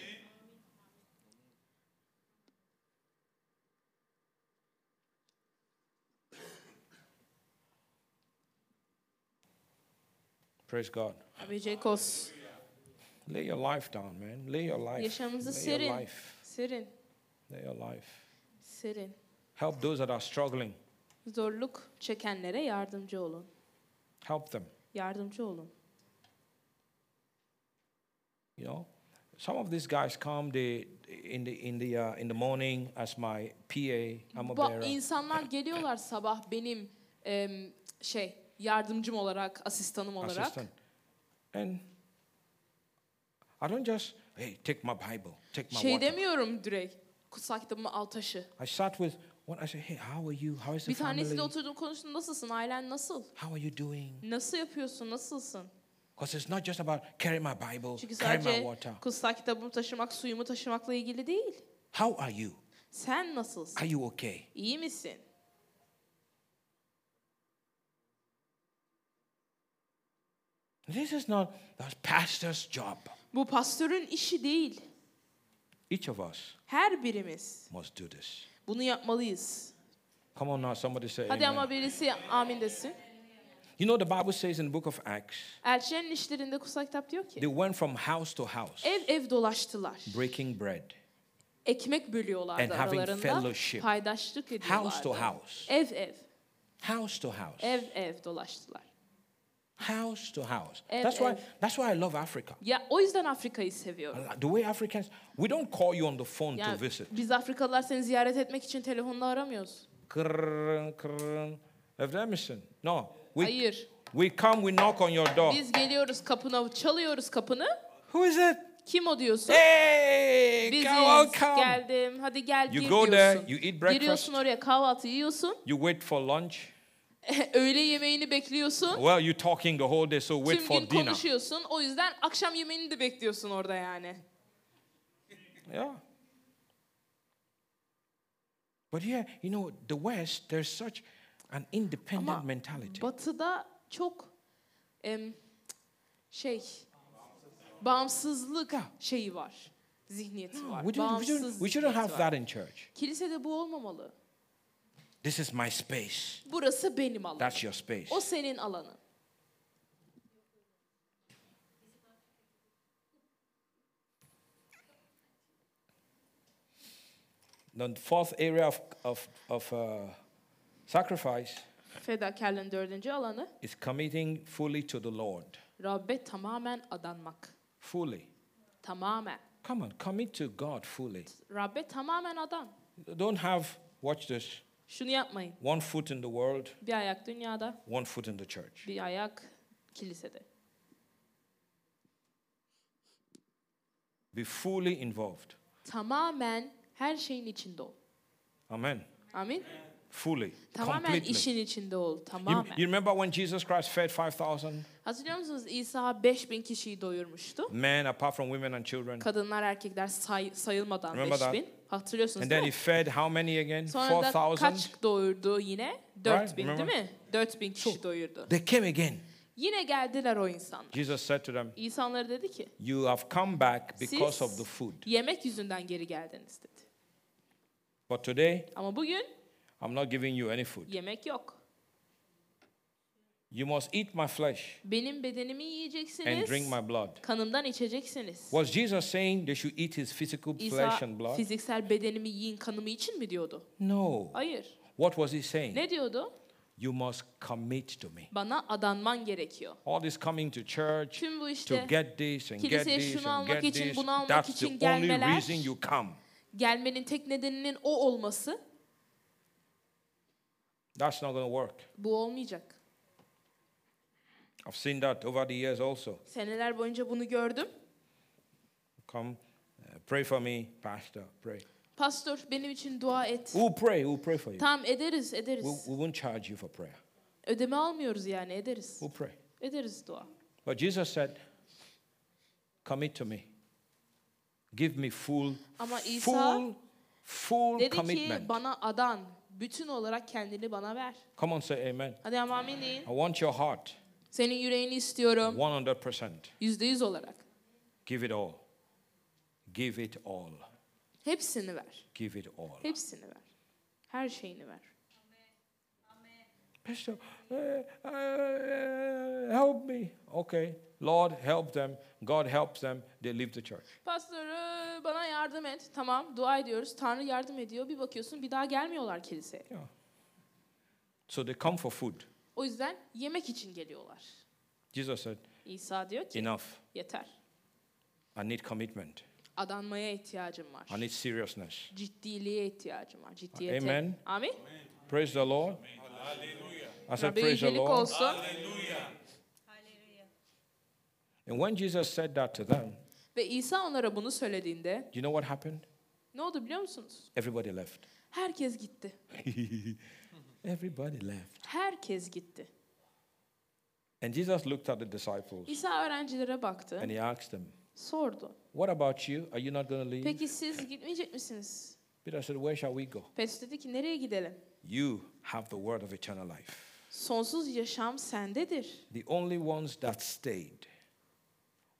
A: Praise God.
B: Abi Cekos.
A: Lay your life down, man. Lay your life.
B: Yaşamınızı
A: Lay your
B: serin.
A: life.
B: Serin.
A: Lay your life.
B: Serin.
A: Help those that are struggling.
B: Zorluk çekenlere yardımcı olun.
A: Help them.
B: Yardımcı olun.
A: You know, some of these guys come they, in the in the uh, in the morning as my PA. I'm a
B: Ba-
A: bearer.
B: insanlar geliyorlar sabah benim em, şey yardımcım olarak, asistanım olarak.
A: assistant. And I don't just, hey, take my Bible, take my
B: Şey
A: water.
B: demiyorum direkt. Kutsal kitabımı al taşı.
A: I sat with one, I said, hey, how are you? How is the
B: Bir tanesiyle
A: family?
B: oturdum konuştum. Nasılsın? Ailen nasıl?
A: How are you doing?
B: Nasıl yapıyorsun? Nasılsın?
A: Because it's not just about carry my Bible,
B: Çünkü
A: carry my
B: sadece
A: water.
B: kutsal kitabımı taşımak, suyumu taşımakla ilgili değil.
A: How are you?
B: Sen nasılsın?
A: Are you okay?
B: İyi misin?
A: This is not the pastor's job.
B: Bu pastörün işi değil.
A: Each of us
B: Her birimiz
A: must do this.
B: bunu yapmalıyız.
A: Come on now, somebody say
B: Hadi
A: amen.
B: ama birisi amin desin.
A: You know, the Bible says in the book of Acts,
B: Elçilerin işlerinde kutsal kitap diyor ki
A: they went from house to house,
B: ev ev dolaştılar.
A: breaking bread.
B: Ekmek bölüyorlardı
A: And having
B: aralarında.
A: fellowship.
B: Paydaşlık ediyorlardı.
A: House to house.
B: Ev ev.
A: House to house.
B: Ev ev dolaştılar.
A: house to house.
B: Ev-
A: that's why
B: ev.
A: that's why I love Africa.
B: Ya o yüzden Afrika'yı seviyorum.
A: The way Africans, we don't call you on the phone to
B: Yani
A: visit.
B: biz Afrikalılar seni ziyaret etmek için telefonla aramıyoruz.
A: Krrrn, krrrn. Evde misin? No. We, Oh.
B: Hayır.
A: we come, we knock on your door.
B: Biz geliyoruz kapına, çalıyoruz kapını.
A: Who is it?
B: Kim o diyorsun?
A: Hey,
B: Biziz.
A: come, on, come.
B: Geldim. Hadi gel
A: You
B: gir
A: go
B: diyorsun.
A: there, you eat breakfast.
B: Giriyorsun oraya kahvaltı yiyorsun.
A: You wait for lunch.
B: Öğle yemeğini bekliyorsun.
A: Well, you're talking the whole day, so wait
B: Tüm
A: for
B: gün
A: dinner.
B: konuşuyorsun. O yüzden akşam yemeğini de bekliyorsun orada yani.
A: Yeah. But yeah, you know, the West, there's such an independent
B: Ama
A: mentality.
B: Batı'da çok em, şey bağımsızlık şeyi var. Zihniyeti var.
A: We shouldn't, we shouldn't-
B: Bağımsız
A: we shouldn't have
B: zihniyeti var.
A: that in church.
B: Kilisede bu olmamalı.
A: This is my space.
B: Burası benim alanım.
A: That's your space.
B: O senin alanın.
A: The fourth area of, of, of uh, sacrifice
B: Fedakarlığın dördüncü alanı
A: is committing fully to the Lord.
B: Rabbe tamamen adanmak.
A: Fully.
B: Tamamen.
A: Come on, commit to God fully.
B: Rabbe tamamen adan.
A: Don't have, watch this,
B: Şunu yapmayın.
A: one foot in the world,
B: Bir ayak dünyada,
A: one foot in the church.
B: bir ayak kilisede.
A: Be fully involved.
B: Tamamen her şeyin içinde ol.
A: Amen.
B: Amin.
A: Fully.
B: Tamamen
A: completely.
B: işin içinde ol.
A: You,
B: Tamamen.
A: you remember when Jesus Christ fed 5,000
B: Hatırlıyor musunuz İsa 5000 kişiyi doyurmuştu.
A: men apart from women and children?
B: Kadınlar erkekler say- sayılmadan
A: Remember that?
B: 5000. Hatırlıyorsunuz
A: And
B: değil
A: then
B: mi?
A: he fed how many again?
B: Sonra da
A: 4,000?
B: kaç doyurdu yine? 4000 değil
A: remember?
B: mi? 4000 kişi doyurdu.
A: They came again.
B: Yine geldiler o insanlar.
A: Jesus said to them,
B: İnsanlara dedi ki
A: You have come back because
B: Siz-
A: of the food.
B: yemek yüzünden geri geldiniz dedi.
A: But today,
B: Ama bugün
A: I'm not giving you any food.
B: yemek yok.
A: You must eat my flesh
B: Benim bedenimi
A: and drink
B: yiyeceksiniz,
A: my blood.
B: kanımdan içeceksiniz.
A: Was Jesus saying they should eat his physical
B: İsa
A: flesh and blood?
B: fiziksel bedenimi yiyin kanımı için mi diyordu?
A: No.
B: Hayır.
A: What was he saying?
B: Ne diyordu?
A: You must commit to me.
B: Bana adanman gerekiyor.
A: All this coming to church
B: Tüm bu
A: to
B: işte
A: get this and get
B: kiliseye
A: this
B: şunu
A: and
B: almak
A: get
B: için,
A: this.
B: bunu almak
A: That's the
B: için
A: only
B: gelmeler.
A: reason you come.
B: gelmenin tek nedeninin o olması
A: That's not going to work.
B: bu olmayacak.
A: I've seen that over the years also.
B: Seneler boyunca bunu gördüm.
A: Come, uh, pray for me, Pastor. Pray.
B: Pastor benim için dua et.
A: We'll pray. We'll pray for you.
B: Tamam ederiz
A: We,
B: ederiz.
A: we won't charge you for prayer.
B: Ödeme almıyoruz yani ederiz.
A: We'll pray.
B: Ederiz dua.
A: But Jesus said, Commit to me. Give me full,
B: Ama İsa
A: full, full
B: Dedi ki
A: commitment.
B: bana adan, bütün olarak kendini bana ver.
A: Come on, say amen.
B: Hadi ama amin deyin.
A: I want your heart
B: Senin yüreğini istiyorum
A: 100%.
B: yüzde yüz olarak.
A: Give it all. Give it all.
B: Hepsini ver.
A: Give it all.
B: Hepsini ver. Her şeyini ver.
A: Pastor, uh, uh, help me. Okay. Lord, help them. God helps them. They leave the church.
B: Pastör "Ee, bana yardım et. Tamam dua ediyoruz. Tanrı yardım ediyor. Bir bakıyorsun bir daha gelmiyorlar kiliseye.
A: Yeah. So they come for food.
B: O yüzden yemek için geliyorlar.
A: Jesus said,
B: İsa diyor ki
A: Enough.
B: yeter.
A: I need commitment.
B: Adanmaya ihtiyacım var.
A: I need seriousness.
B: Ciddiliğe ihtiyacım var. Ciddiyete.
A: Amen.
B: Amin.
A: Praise the Lord. I said,
B: Rabbe
A: Praise the
B: yücelik
A: Lord.
B: olsun.
A: And when Jesus said that to them,
B: Ve İsa onlara bunu söylediğinde
A: you know what happened?
B: ne oldu biliyor musunuz?
A: Everybody left.
B: Herkes gitti.
A: Everybody left.
B: Herkes gitti.
A: And Jesus looked at the disciples
B: İsa öğrencilere baktı.
A: and he asked them,
B: Sordu.
A: What about you? Are you not going to leave?
B: Peki siz gitmeyecek misiniz?
A: Peter said, Where shall we go?
B: Petrus dedi ki nereye gidelim?
A: You have the word of eternal life.
B: Sonsuz yaşam sendedir.
A: The only ones that stayed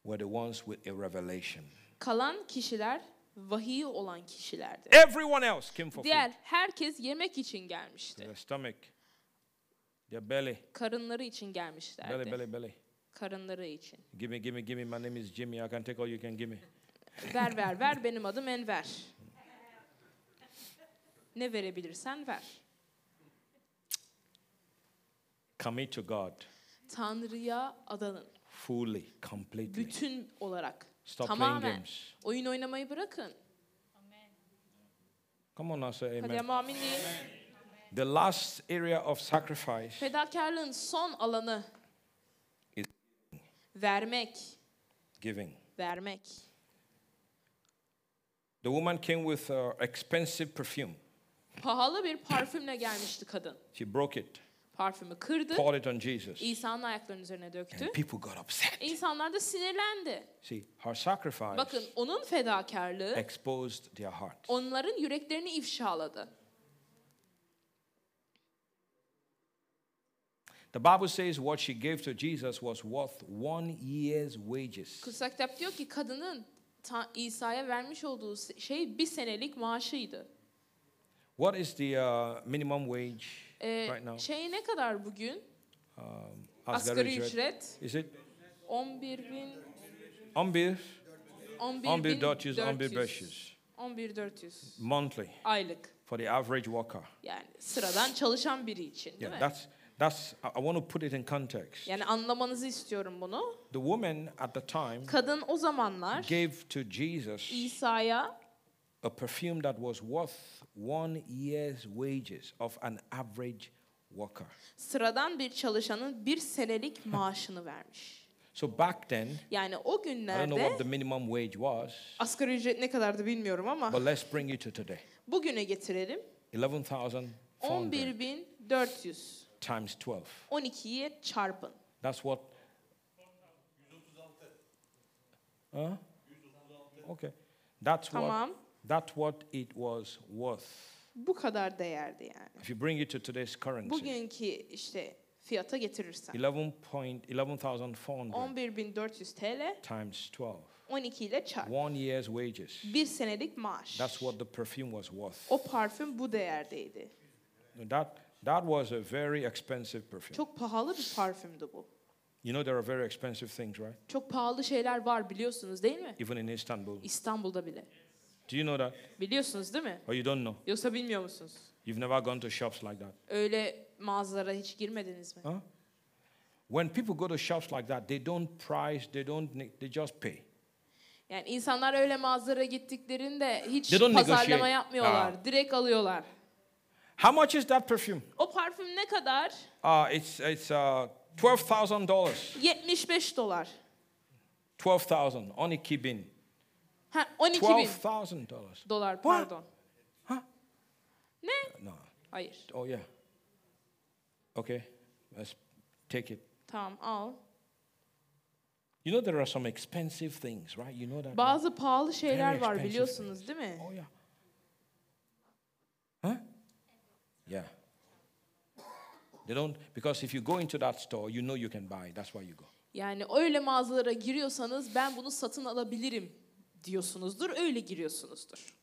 A: were the ones with a revelation.
B: Kalan kişiler vahiy olan kişilerdi.
A: Everyone else came for
B: Diğer
A: food.
B: herkes yemek için gelmişti.
A: Their stomach, their belly,
B: Karınları için
A: belly,
B: gelmişlerdi.
A: belly, belly.
B: Karınları için.
A: Give me, give me, give me. My name is Jimmy. I can take all you can give me.
B: Ver ver ver benim adım Enver. Ne verebilirsen ver.
A: Commit to God
B: Tanrı'ya adanın.
A: fully, completely.
B: Bütün olarak.
A: Stop playing
B: tamamen.
A: games.
B: Oyun oynamayı bırakın.
A: Come on now, say
B: Hadi
A: amen.
B: ama amin deyin.
A: The last area of sacrifice
B: Fedakarlığın son alanı.
A: Is-
B: Vermek.
A: giving.
B: Vermek.
A: The woman came with uh, expensive perfume.
B: Pahalı bir parfümle gelmişti kadın.
A: She broke it.
B: Parfümü kırdı.
A: poured it on Jesus.
B: İsa'nın ayaklarının üzerine döktü.
A: And people got upset.
B: İnsanlar da sinirlendi.
A: See, her sacrifice
B: Bakın onun fedakarlığı
A: exposed their hearts.
B: onların yüreklerini ifşaladı.
A: The Bible says what she gave to Jesus was worth one year's wages.
B: Kutsal kitap diyor ki kadının Ta- İsa'ya vermiş olduğu se- şey bir senelik maaşıydı.
A: What is the uh, minimum wage
B: Ee,
A: right now?
B: şey ne kadar bugün?
A: Um,
B: Asgari ücret
A: Is it
B: 11 bin
A: 11?
B: 11 bin
A: 11.400,
B: 400.
A: 11.500
B: 11.400
A: monthly
B: aylık.
A: for the average worker.
B: Yani sıradan çalışan biri için değil
A: Yeah,
B: mi?
A: that's that's. I, I want to put it in context.
B: Yani anlamanızı istiyorum bunu.
A: The woman at the time
B: Kadın o zamanlar
A: gave to Jesus
B: İsa'ya
A: a perfume that was worth one year's wages of an average worker.
B: sıradan bir çalışanın bir senelik maaşını vermiş.
A: So back then,
B: Yani o
A: I don't know what
B: günlerde
A: the minimum wage was,
B: asgari ücret ne kadardı bilmiyorum ama
A: but let's bring it to today.
B: bugüne getirelim.
A: 11,400
B: 11.400
A: times 12.
B: 12'ye çarpın.
A: That's what. Huh? Okay. That's what,
B: Tamam.
A: that's what it was worth.
B: Bu kadar değerdi yani.
A: If you bring it to today's currency,
B: Bugünkü işte fiyata getirirsen
A: 11 point, 11,400
B: 11.400 TL
A: times 12.
B: 12 ile çarp.
A: One year's wages.
B: Bir senelik maaş.
A: That's what the perfume was worth.
B: O parfüm bu değerdeydi.
A: That, that was a very expensive perfume.
B: Çok pahalı bir parfümdü bu.
A: You know, there are very expensive things, right?
B: Çok pahalı şeyler var biliyorsunuz değil mi?
A: Even in Istanbul.
B: İstanbul'da bile.
A: Do you know that?
B: Biliyorsunuz değil mi?
A: Or you don't know?
B: Yoksa bilmiyor musunuz?
A: You've never gone to shops like that.
B: Öyle mağazalara hiç girmediniz mi?
A: Huh? When people go to shops like that, they don't price, they don't, ne- they just pay.
B: Yani insanlar öyle mağazalara gittiklerinde hiç
A: They don't
B: pazarlama
A: negotiate.
B: yapmıyorlar. Direkt alıyorlar.
A: How much is that perfume?
B: O parfüm ne kadar?
A: Uh, it's it's uh, twelve thousand dollars.
B: 75 dolar.
A: Twelve thousand on a kibin.
B: Ha 12
A: Twelve
B: bin
A: thousand dollars.
B: dolar
A: What?
B: pardon.
A: Ha?
B: Ne?
A: No.
B: Hayır.
A: Oh yeah. Okay, let's take it.
B: Tamam al.
A: You know there are some expensive things, right? You know that. right?
B: Bazı pahalı şeyler
A: Very
B: var
A: expensive
B: biliyorsunuz değil mi?
A: Oh yeah. Huh? Yeah. They don't because if you go into that store, you know you can buy. it. That's why you go.
B: Yani öyle mağazalara giriyorsanız ben bunu satın alabilirim diyorsunuzdur. Öyle giriyorsunuzdur.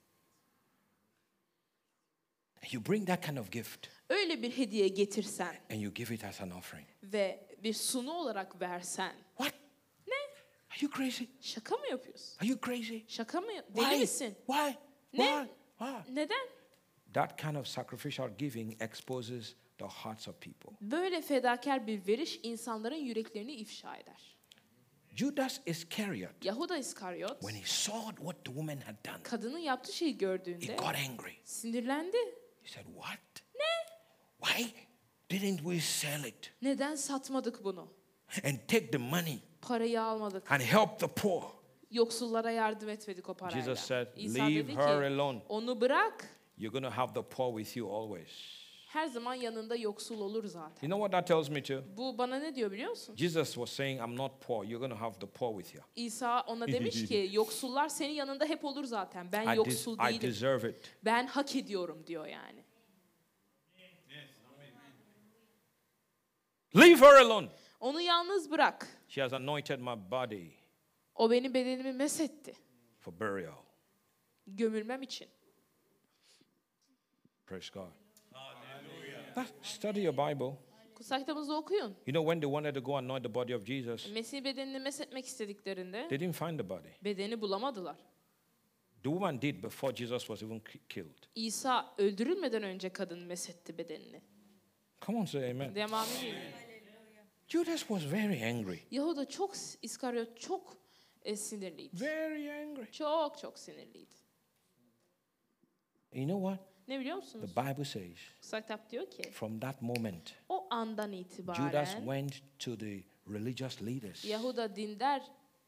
A: And you bring that kind of gift
B: Öyle bir hediye getirsen
A: and you give it as an offering.
B: ve bir sunu olarak versen
A: What? Are you crazy?
B: şaka mı yapıyorsun?
A: Are you crazy?
B: Şaka mı? Deli misin?
A: Why? Why?
B: Ne?
A: Why?
B: Neden?
A: That kind of sacrificial giving exposes the hearts of people.
B: Böyle fedakar bir veriş insanların yüreklerini ifşa eder.
A: Judas Iscariot,
B: Yahuda İskaryot
A: when he saw what the woman had done,
B: kadının yaptığı şeyi
A: he
B: gördüğünde
A: got angry.
B: sinirlendi.
A: He said, What? Why didn't we sell it
B: Neden satmadık bunu?
A: and take the money
B: Parayı almadık.
A: and help the poor?
B: Yoksullara yardım etmedik o parayla.
A: Jesus said,
B: İsa
A: Leave
B: dedi
A: her
B: ki,
A: alone.
B: onu bırak.
A: You're going to have the poor with you always.
B: Her zaman yanında yoksul olur zaten.
A: You know what that tells me too?
B: Bu bana ne diyor biliyor musun?
A: Jesus was saying, I'm not poor. You're going to have the poor with you.
B: İsa ona demiş ki yoksullar senin yanında hep olur zaten. Ben
A: I, des-
B: yoksul
A: I
B: değilim.
A: deserve it.
B: Ben hak ediyorum diyor yani.
A: Leave her alone.
B: Onu yalnız bırak.
A: She has anointed my body
B: O benim bedenimi mesetti.
A: for burial.
B: Gömülmem için.
A: Praise God. That- Study your Bible.
B: Kutsal kitabınızı okuyun.
A: You know, when they wanted to go anoint the body of Jesus,
B: Mesih bedenini mesetmek istediklerinde
A: they didn't find the body.
B: bedeni bulamadılar.
A: The woman did before Jesus was even ki- killed.
B: İsa öldürülmeden önce kadın mesetti bedenini.
A: Come on, say amen.
B: Devamı değil.
A: Judas was very angry.
B: Yahuda çok İskaryot çok e, sinirliydi.
A: Very angry.
B: Çok çok sinirliydi.
A: You know what?
B: Ne biliyor
A: The
B: musunuz?
A: Bible says
B: Kutsal kitap diyor ki
A: from that moment,
B: o andan
A: Judas
B: itibaren
A: went to the religious leaders
B: Yahuda dindar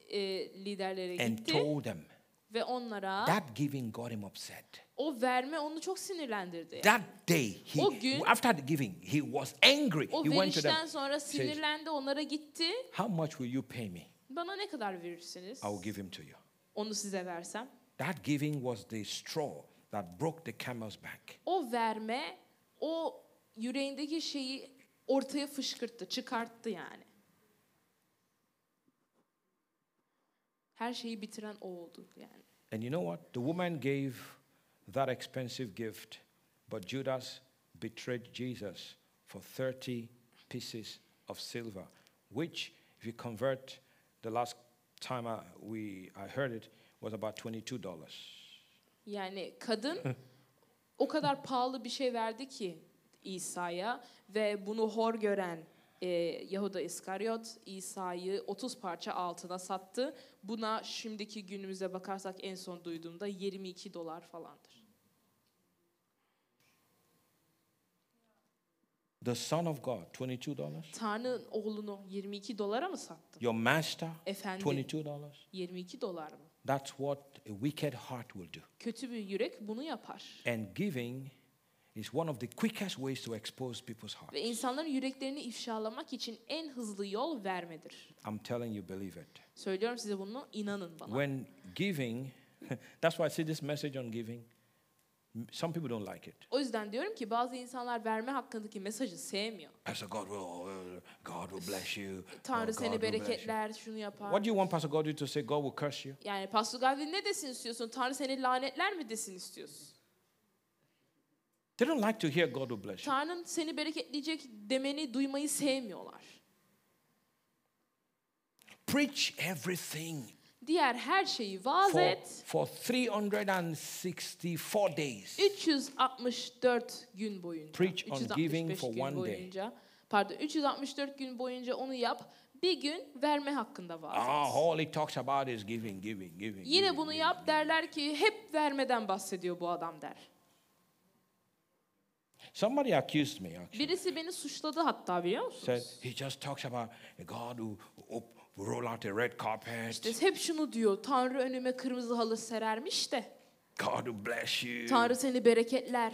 B: e, liderlere
A: and
B: gitti
A: told them,
B: Ve onlara
A: That giving got him upset.
B: o verme onu çok sinirlendirdi.
A: That day, he,
B: O gün-
A: after the giving, he was angry.
B: O
A: he went to
B: verişten
A: them. Şey-
B: sonra sinirlendi, onlara gitti.
A: How much will you pay me?
B: Bana ne kadar verirsiniz?
A: I will give him to you.
B: Onu size versem.
A: That giving was the straw that broke the camel's back.
B: O verme, o yüreğindeki şeyi ortaya fışkırttı, çıkarttı yani. Her şeyi bitiren o oldu yani.
A: And you know what? The woman gave that expensive gift, but Judas betrayed Jesus for 30 pieces of silver, which, if you convert the last time I, we, I heard it, was about $22.
B: Yani kadın o kadar pahalı bir şey verdi ki İsa'ya ve bunu hor gören e, Yahuda İskaryot İsa'yı 30 parça altına sattı. Buna şimdiki günümüze bakarsak en son duyduğumda 22 dolar falandır.
A: The Son of God, $22.
B: Tanrı'nın oğlunu 22 dolara mı sattın?
A: Your master,
B: Efendi
A: $22.
B: 22 dolar mı?
A: That's what a wicked heart will do.
B: Kötü bir yürek bunu yapar.
A: And giving is one of the quickest ways to expose people's hearts.
B: Ve insanların yüreklerini ifşalamak için en hızlı yol vermedir.
A: I'm telling you, believe it.
B: Söylüyorum size bunu, inanın bana.
A: When giving, that's why I see this message on giving. M- Some people don't like it.
B: O yüzden diyorum ki bazı insanlar verme hakkındaki mesajı sevmiyor.
A: Pastor God will, uh, God will bless you. Oh,
B: Tanrı
A: God will
B: seni
A: bless you.
B: bereketler, şunu
A: What
B: yapar.
A: do you want Pastor Godwin to say? God will curse you.
B: Yani Pastor Galvin ne desin istiyorsun? Tanrı seni lanetler mi desin istiyorsun?
A: They don't like to hear God will bless you.
B: Tanrı'nın seni bereketleyecek demeni duymayı sevmiyorlar.
A: Preach everything
B: Diğer her şeyi vaaz
A: for,
B: et.
A: for 364 days.
B: 364 gün boyunca.
A: Preach on
B: 365
A: giving for
B: gün
A: one day.
B: boyunca. Pardon 364 gün boyunca onu yap. Bir gün verme hakkında vaaz et.
A: Oh, all he talks about is giving, giving, giving.
B: Yine
A: giving,
B: bunu
A: giving.
B: yap derler ki hep vermeden bahsediyor bu adam der.
A: Somebody accused me, actually.
B: Birisi beni suçladı hatta biliyor
A: Said
B: musunuz?
A: he just talks about God who, who roll out a red carpet.
B: İşte hep şunu diyor. Tanrı önüme kırmızı halı serermiş de.
A: God will bless you.
B: Tanrı seni bereketler.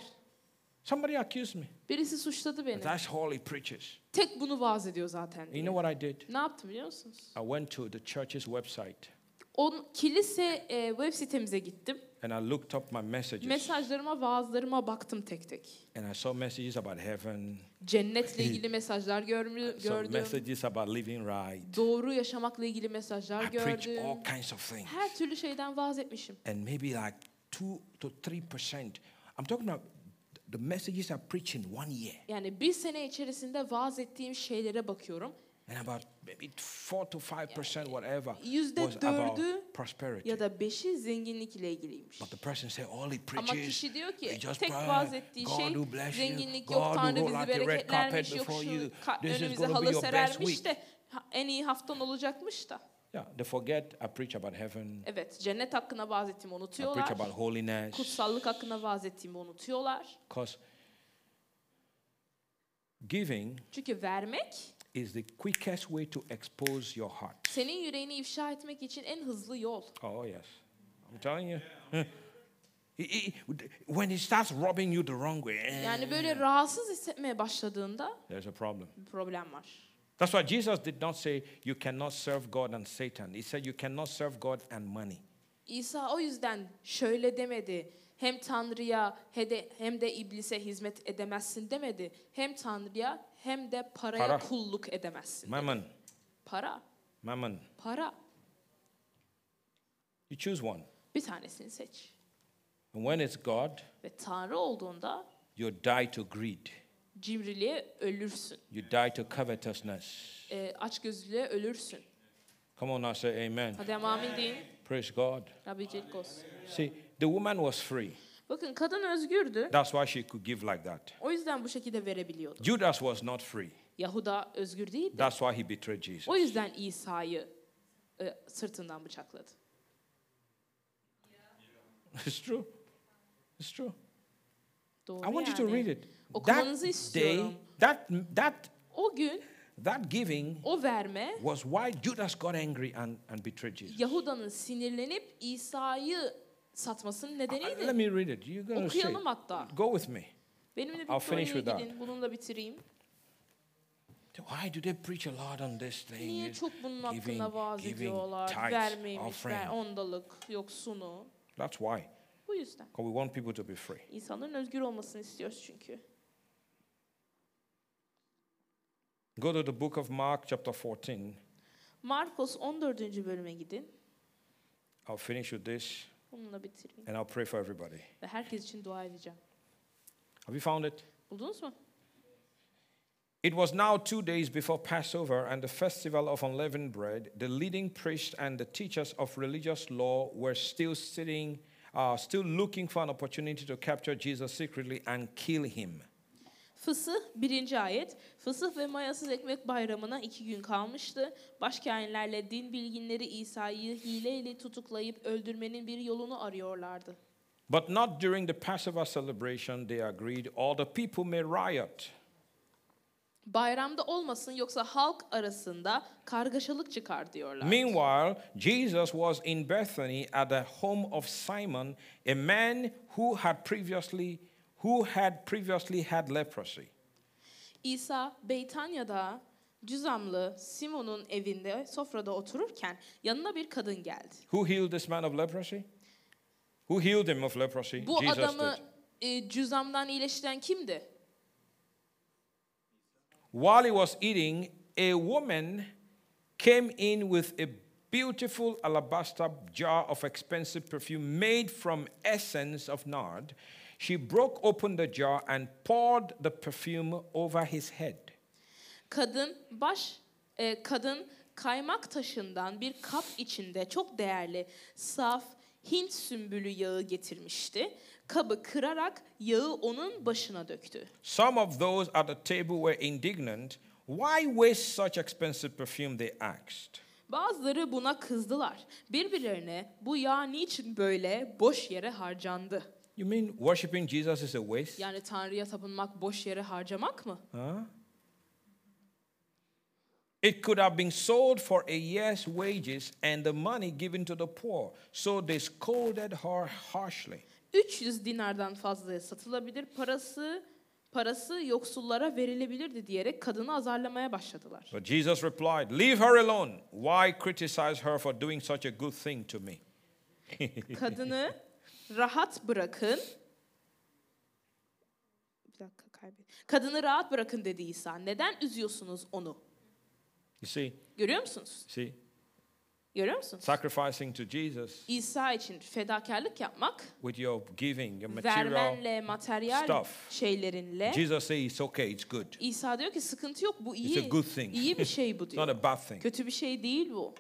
A: Somebody accused me.
B: Birisi suçladı beni.
A: That's all he preaches.
B: Tek bunu vaaz ediyor zaten.
A: You
B: diye.
A: know what I did?
B: Ne yaptı biliyor musunuz?
A: I went to the church's website
B: On kilise e, web sitemize gittim.
A: and I looked up my messages.
B: Mesajlarıma, vaazlarıma baktım tek tek.
A: and I saw messages about heaven,
B: Cennetle ilgili mesajlar görmü-
A: some
B: gördüm.
A: messages about living right.
B: Doğru yaşamakla ilgili mesajlar
A: I preach
B: gördüm.
A: all kinds of things.
B: Her türlü şeyden vaaz etmişim.
A: And maybe like 2 to 3%. I'm talking about the messages I preach in one year.
B: Yani bir sene içerisinde vaaz ettiğim şeylere bakıyorum.
A: And about maybe 4 to 5%, whatever,
B: Yüzde
A: was about
B: dördü
A: prosperity.
B: Ya da beşi zenginlikle ilgiliymiş.
A: But the person said all he
B: Ama
A: preaches.
B: kişi diyor ki
A: he just
B: tek
A: pray,
B: vaaz ettiği
A: God
B: şey
A: will bless you,
B: zenginlik
A: God
B: yok,
A: will
B: Tanrı
A: roll
B: bizi
A: out the red
B: bereketlermiş,
A: carpet
B: yok
A: before
B: şu
A: you.
B: ka-
A: This is
B: önümüze
A: gonna be
B: halı
A: your best
B: serermiş
A: week.
B: de ha- en iyi haftan olacakmış da.
A: Yeah, they forget I preach about heaven.
B: Evet cennet hakkına vaaz ettiğimi
A: I preach about
B: unutuyorlar.
A: holiness.
B: Kutsallık hakkına vaaz ettiğimi unutuyorlar.
A: Because giving
B: Çünkü vermek
A: is the quickest way to expose your heart.
B: senin yüreğini ifşa etmek için en hızlı yol.
A: Oh, yes. I'm telling you. He- he- when he starts robbing you the wrong way, eh,
B: Yani böyle rahatsız hissetmeye başladığında
A: there's a problem.
B: bir problem var.
A: That's why Jesus did not say you cannot serve God and Satan. He said you cannot serve God and money.
B: İsa o yüzden şöyle demedi. Hem Tanrı'ya he de- hem de iblise hizmet edemezsin demedi. Hem Tanrı'ya hem de paraya
A: Para.
B: kulluk edemezsin.
A: Mammon,
B: Para,
A: mammon.
B: para.
A: You choose one.
B: Bir tanesini seç.
A: And when it's God,
B: Ve Tanrı olduğunda
A: you die to greed.
B: cimriliğe ölürsün.
A: You die to covetousness.
B: E, açgözlülüğe ölürsün.
A: Come on now, say amen.
B: Hadi ama amin deyin.
A: Praise God.
B: Rabicilik olsun.
A: See, the woman was free.
B: Bakın kadın özgürdü.
A: That's why she could give like that.
B: O yüzden bu şekilde verebiliyordu.
A: Judas was not free.
B: Yahuda özgür değildi.
A: That's why he betrayed Jesus.
B: O yüzden İsa'yı e, sırtından bıçakladı.
A: It's true. It's true.
B: Doğru
A: I want you to
B: yani.
A: read it. That
B: Okumanızı
A: day,
B: istiyorum.
A: that, that
B: O gün
A: That giving
B: O verme
A: was why Judas got angry and, and betrayed Jesus.
B: Yahuda'nın sinirlenip İsa'yı satmasının
A: Uh, let
B: nedeniydi.
A: me read it. You're going to see.
B: Okuyalım hatta.
A: Go with me.
B: Benimle
A: I'll
B: bir
A: finish
B: Konya'ya
A: with
B: gidin. Bununla bitireyim.
A: Why do they preach a lot on this
B: Niye
A: thing?
B: çok bunun
A: Giving-
B: hakkında vaaz
A: giving,
B: ediyorlar?
A: tithes,
B: Vermeymiş, ver,
A: offering.
B: ondalık, yoksunu.
A: That's why.
B: Bu yüzden.
A: Because we want people to be free.
B: İnsanların özgür olmasını istiyoruz çünkü.
A: Go to the book of Mark, chapter 14.
B: Markos 14. bölüme gidin.
A: I'll finish with this
B: Bununla bitireyim.
A: and I'll pray for everybody.
B: Ve herkes için dua edeceğim.
A: Have you found it?
B: Buldunuz mu?
A: It was now two days before Passover and the festival of unleavened bread. The leading priests and the teachers of religious law were still sitting, uh, still looking for an opportunity to capture Jesus secretly and kill him.
B: Fısıh 1. ayet. Fısıh ve mayasız ekmek bayramına iki gün kalmıştı. Başkahinlerle din bilginleri İsa'yı hileyle tutuklayıp öldürmenin bir yolunu arıyorlardı.
A: But not during the Passover celebration, they agreed, or the people may riot.
B: Bayramda olmasın yoksa halk arasında kargaşalık çıkar diyorlar.
A: Meanwhile, Jesus was in Bethany at the home of Simon, a man who had previously who had previously had leprosy.
B: İsa Beytanya'da Cüzamlı Simon'un evinde sofrada otururken yanına bir kadın geldi.
A: Who healed this man of leprosy? Who healed him of leprosy?
B: Bu
A: Jesus
B: adamı
A: did.
B: e, cüzamdan iyileştiren kimdi?
A: While he was eating, a woman came in with a beautiful alabaster jar of expensive perfume made from essence of nard. She broke open the jar and poured the perfume over his head.
B: Kadın baş e, kadın kaymak taşından bir kap içinde çok değerli saf Hint sümbülü yağı getirmişti. Kabı kırarak yağı onun başına döktü.
A: Some of those at the table were indignant. Why waste such expensive perfume? They asked.
B: Bazıları buna kızdılar. Birbirlerine bu yağ niçin böyle boş yere harcandı?
A: You mean worshiping Jesus is a waste?
B: Yani Tanrı'ya tapınmak boş yere harcamak mı?
A: Huh? It could have been sold for a year's wages and the money given to the poor. So they scolded her harshly.
B: 300 dinardan fazlaya satılabilir, parası parası yoksullara verilebilirdi diyerek kadını azarlamaya başladılar.
A: But Jesus replied, Leave her alone. Why criticize her for doing such a good thing to me?
B: Kadını rahat bırakın. Bir dakika kaybet. Kadını rahat bırakın dedi İsa. Neden üzüyorsunuz onu?
A: You see,
B: Görüyor musunuz?
A: see,
B: Görüyor musunuz?
A: sacrificing to Jesus
B: İsa için fedakarlık yapmak,
A: with your giving, your material.
B: vermenle, materyal
A: stuff.
B: şeylerinle.
A: Jesus says it's okay, it's good.
B: İsa diyor ki sıkıntı yok bu
A: It's a
B: iyi.
A: good thing.
B: İyi bir şey bu
A: It's not
B: diyor.
A: a bad thing.
B: Kötü bir şey değil bu.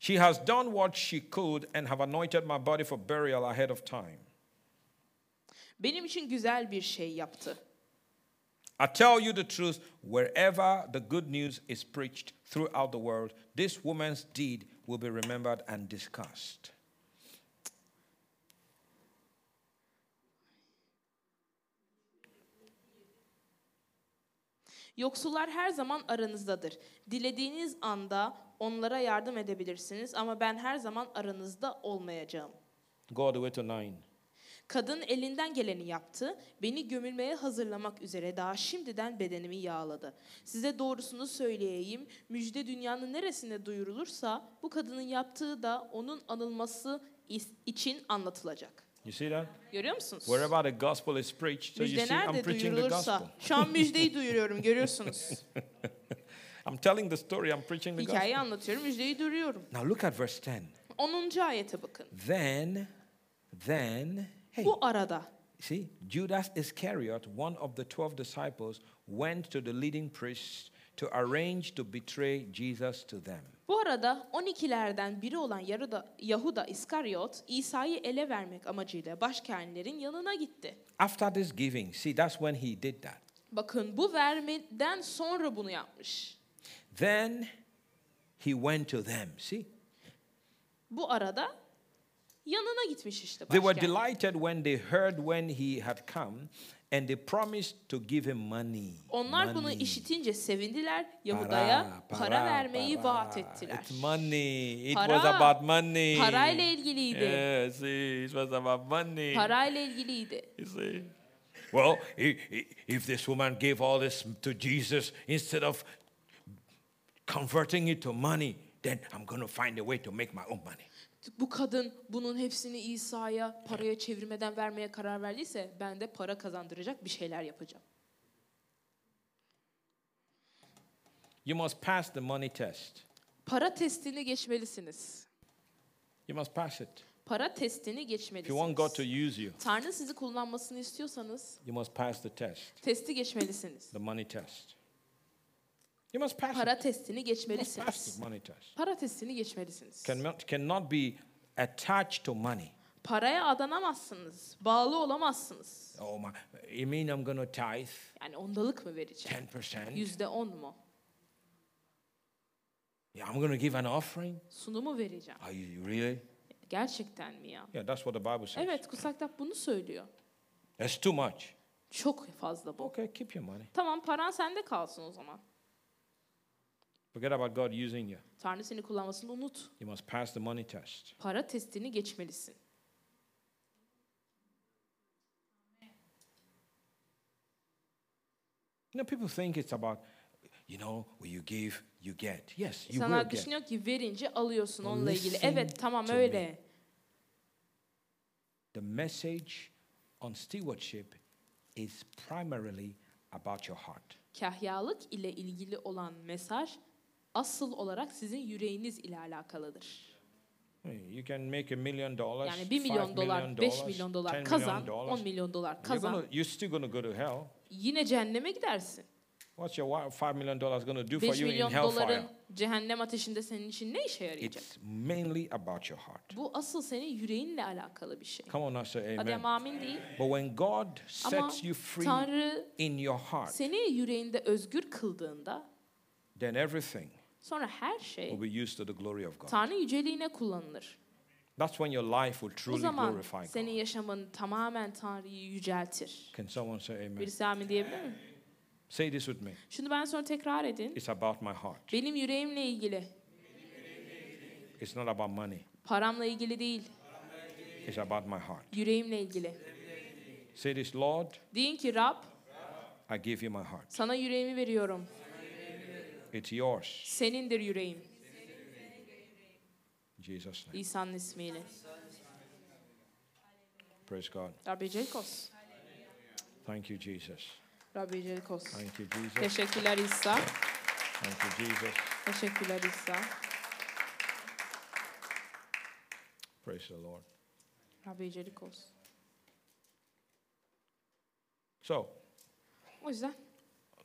A: She has done what she could and have anointed my body for burial ahead of time.
B: Benim için güzel bir şey yaptı.
A: I tell you the truth, wherever the good news is preached throughout the world, this woman's deed will be remembered and discussed.
B: Yoksullar her zaman aranızdadır. Dilediğiniz anda onlara yardım edebilirsiniz ama ben her zaman aranızda olmayacağım.
A: Go all the way to nine.
B: Kadın elinden geleni yaptı. Beni gömülmeye hazırlamak üzere daha şimdiden bedenimi yağladı. Size doğrusunu söyleyeyim. Müjde dünyanın neresinde duyurulursa bu kadının yaptığı da onun anılması is- için anlatılacak.
A: You see that?
B: Görüyor musunuz?
A: Wherever the gospel is preached, so you
B: Müjde
A: see, şey, I'm
B: nerede
A: preaching the
B: duyurulursa.
A: gospel.
B: Şu an müjdeyi duyuruyorum görüyorsunuz.
A: I'm telling the story, I'm preaching the gospel.
B: Hikayeyi anlatıyorum, müjdeyi duyuruyorum.
A: Now look at verse 10.
B: 10. ayete bakın.
A: Then, then, hey,
B: Bu arada
A: See, Judas Iscariot, one of the 12 disciples, went to the leading priests to arrange to betray Jesus to them.
B: bu arada 12'lerden biri olan Yahuda, Yahuda İskariot İsa'yı ele vermek amacıyla başkenlerin yanına gitti.
A: After this giving, see, that's when he did that.
B: Bakın bu vermeden sonra bunu yapmış.
A: Then he went to them. See,
B: Bu arada Yanına gitmiş işte
A: They were
B: başkent.
A: delighted when they heard when he had come, and they promised to give him money.
B: Onlar bunu
A: Money.
B: işitince sevindiler. Yahuda'ya para, vermeyi
A: para.
B: vaat ettiler.
A: It's money. It
B: Para.
A: was about money.
B: Parayla ilgiliydi.
A: Yeah, see, it was about money.
B: Parayla ilgiliydi.
A: You see. Well, i- i- if this woman gave all this to Jesus instead of converting it to money, then I'm going to find a way to make my own money.
B: Bu kadın bunun hepsini İsa'ya paraya çevirmeden vermeye karar verdiyse ben de para kazandıracak bir şeyler yapacağım.
A: You must pass the money test.
B: Para testini geçmelisiniz.
A: You must pass it.
B: Para testini
A: If you want God to
B: geçmelisiniz.
A: use you,
B: Tanrı sizi kullanmasını istiyorsanız
A: you must pass the test,
B: testi geçmelisiniz.
A: the money test. You must pass it.
B: Para testini
A: You must pass
B: geçmelisiniz.
A: the money test.
B: Para testini geçmelisiniz.
A: Cannot, cannot be attached to money.
B: Paraya adanamazsınız. Bağlı olamazsınız.
A: Oh my! You mean I'm going to tithe
B: Yani ondalık mı vereceğim?
A: ten percent?
B: Yüzde on mu?
A: Yeah, I'm going to give an offering.
B: Sunumu vereceğim.
A: Are you really?
B: Gerçekten mi ya?
A: Yeah, that's what the Bible says.
B: Evet kutsal kitap bunu söylüyor.
A: That's too much.
B: Çok fazla bu.
A: Okay, keep your money.
B: Tamam paran sende kalsın o zaman.
A: Forget about God using you.
B: Tanrı seni kullanmasını unut.
A: You must pass the money test.
B: Para testini geçmelisin.
A: You know, people think it's about, you know, when you give, you get. Yes, you will
B: İnsanlar
A: get.
B: düşünüyor ki verince alıyorsun onunla ilgili.
A: Listen
B: Evet tamam
A: to
B: öyle.
A: The message on stewardship is primarily about your heart.
B: Kahyalık ile ilgili olan mesaj asıl olarak sizin yüreğiniz ile alakalıdır.
A: I mean, You can make a million dollars,
B: Yani 1
A: five
B: milyon
A: million
B: dolar, 5
A: dollars,
B: milyon
A: ten
B: dolar
A: million
B: kazan,
A: dollars.
B: 10 milyon dolar
A: You're,
B: kazan.
A: gonna, you're still going to go to hell.
B: Yine cehenneme gidersin.
A: What's your wa- five million dollars going to do for
B: 5
A: you in
B: milyon
A: hellfire?
B: doların cehennem ateşinde senin için ne işe yarayacak?
A: It's mainly about your heart.
B: Bu asıl senin yüreğinle alakalı bir şey.
A: Come on, now say
B: Hadi
A: amen.
B: ama amin değil.
A: But when God
B: Ama
A: sets you free
B: Tanrı
A: in your heart,
B: seni yüreğinde özgür kıldığında
A: then everything
B: sonra her
A: will
B: şey
A: be used to the glory of God.
B: Tanrı yüceliğine kullanılır.
A: That's when your life will
B: O
A: truly
B: zaman
A: glorify
B: senin
A: God.
B: yaşamın tamamen Tanrı'yı yüceltir.
A: Can someone say amen?
B: Birisi amin diyebilir mi?
A: Say this with me.
B: Şunu ben sonra tekrar edin.
A: It's about my heart.
B: Benim yüreğimle ilgili,
A: It's not about money.
B: paramla ilgili değil,
A: It's about my heart.
B: yüreğimle ilgili.
A: Say this, Lord,
B: Deyin ki Rab
A: I give you my heart.
B: sana yüreğimi veriyorum.
A: It's yours.
B: Senindir yüreğim.
A: In Jesus' name.
B: İsa'nın ismiyle.
A: Praise God.
B: Rabbi Celikos.
A: Thank you, Jesus.
B: Rabbi Celikos.
A: Thank you, Jesus.
B: Teşekkürler İsa.
A: Thank you, Jesus.
B: Teşekkürler İsa.
A: Praise the Lord.
B: Rabbi Celikos.
A: So,
B: O yüzden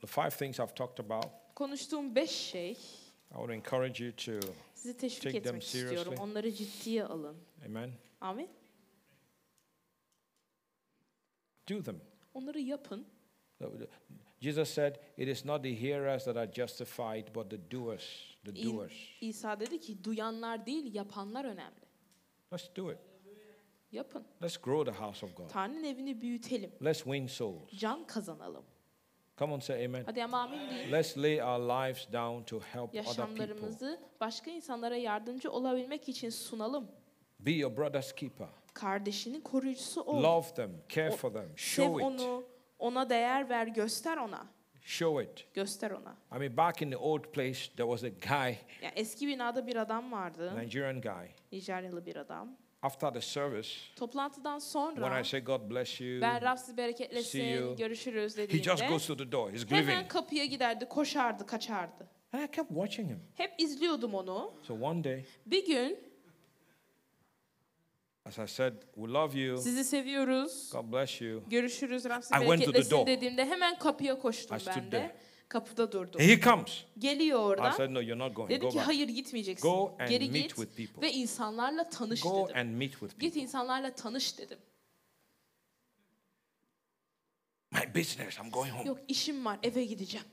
A: the five things I've talked about,
B: konuştuğum beş şey
A: I would encourage you to,
B: sizi teşvik
A: Take them
B: etmek istiyorum.
A: seriously.
B: Onları ciddiye alın.
A: amen,
B: Amin.
A: do them.
B: Onları yapın.
A: Jesus said, It is not the hearers that are justified, but the doers. The
B: İn-
A: doers.
B: İsa dedi ki duyanlar değil yapanlar önemli.
A: Let's do it.
B: Yapın.
A: Let's grow the house of God.
B: Tanrı'nın evini büyütelim.
A: Let's win souls.
B: Can kazanalım.
A: Come on, say amen.
B: Hadi ama amin değil.
A: Let's lay our lives down to help other people.
B: Yaşamlarımızı başka insanlara yardımcı olabilmek için sunalım.
A: Be your brother's keeper.
B: Kardeşinin koruyucusu ol.
A: Love them, care
B: O-
A: for them,
B: Sev
A: show it,
B: onu, ona değer ver, göster ona.
A: show it.
B: Göster ona.
A: I mean, back in the old place, there was a guy,
B: Yani eski binada bir adam vardı,
A: Nigerian guy.
B: Nijeryalı bir adam.
A: After the service,
B: Toplantıdan
A: when I
B: sonra
A: say God bless you,
B: ben Rafsi
A: See you."
B: bereketlesin, görüşürüz
A: he just
B: dediğimde
A: goes to the door. He's grieving.
B: hemen kapıya giderdi, koşardı, kaçardı.
A: And I kept watching him.
B: Hep izliyordum onu.
A: So one day,
B: Bir gün
A: as I said, we love you.
B: sizi seviyoruz,
A: God bless you.
B: görüşürüz Rafsi
A: I went to the door.
B: bereketlesin dediğimde hemen kapıya koştum
A: I stood
B: ben
A: there.
B: de. Kapıda durdum.
A: And he comes.
B: Geliyor
A: I
B: oradan.
A: said, No, you're not going.
B: Dedi
A: Go
B: ki
A: back.
B: hayır gitmeyeceksin.
A: Go and
B: Geri
A: meet
B: git
A: with people.
B: ve insanlarla tanış
A: Go
B: dedim.
A: and meet with
B: Git
A: people.
B: insanlarla tanış dedim.
A: My business, I'm going home.
B: Yok işim var eve gideceğim.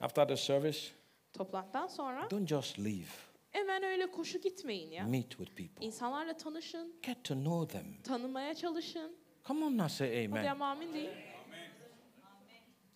A: After the service,
B: Toplantıdan sonra
A: Don't just leave.
B: hemen öyle koşu gitmeyin ya.
A: Meet with people.
B: İnsanlarla tanışın,
A: Get to know them.
B: tanımaya çalışın.
A: Come on now, say
B: Hadi
A: amen.
B: ama amin deyin.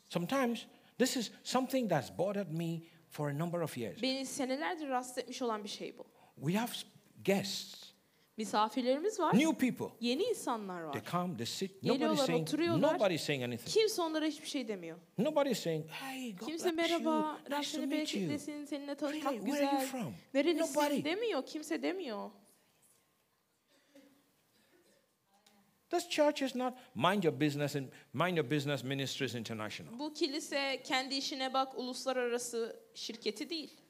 A: Sometimes this is something that's bothered me for a number of years.
B: Beni senelerdir rahatsız etmiş olan bir şey bu.
A: We have s- guests,
B: Misafirlerimiz var,
A: new people.
B: yeni insanlar
A: They
B: var.
A: come, they sit.
B: Geliyorlar,
A: Nobody's saying,
B: oturuyorlar.
A: nobody's saying anything.
B: Kimse onlara hiçbir şey demiyor.
A: Nobody's saying, hey, God
B: Kimse
A: bless you.
B: merhaba,
A: Nice to
B: rastgele
A: meet you.
B: bereketlesin, seninle
A: Really,
B: tanışmak
A: where are you
B: güzel.
A: from? Nobody.
B: Nerelisin demiyor, kimse demiyor.
A: This church is not mind your business and mind your business ministries international.
B: Bu kilise kendi işine bak, uluslararası şirketi değil.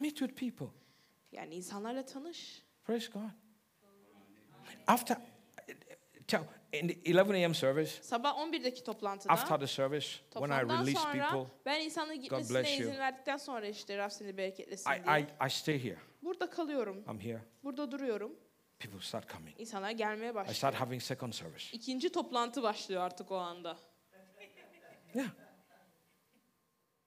A: Meet with people.
B: Yani insanlarla tanış.
A: Praise God. After tell in the 11 a.m. service,
B: Sabah 11'deki toplantıda,
A: after the service, when I
B: toplantıdan
A: release
B: sonra
A: people,
B: ben insanların gitmesine
A: bless you.
B: izin verdikten sonra işte rastgele bereketlesin
A: I,
B: diye.
A: I, I stay here.
B: Burada kalıyorum,
A: I'm here.
B: burada duruyorum.
A: People start coming.
B: İnsanlar gelmeye
A: I
B: başlıyor.
A: start having second service.
B: İkinci toplantı başlıyor artık o anda.
A: Yeah.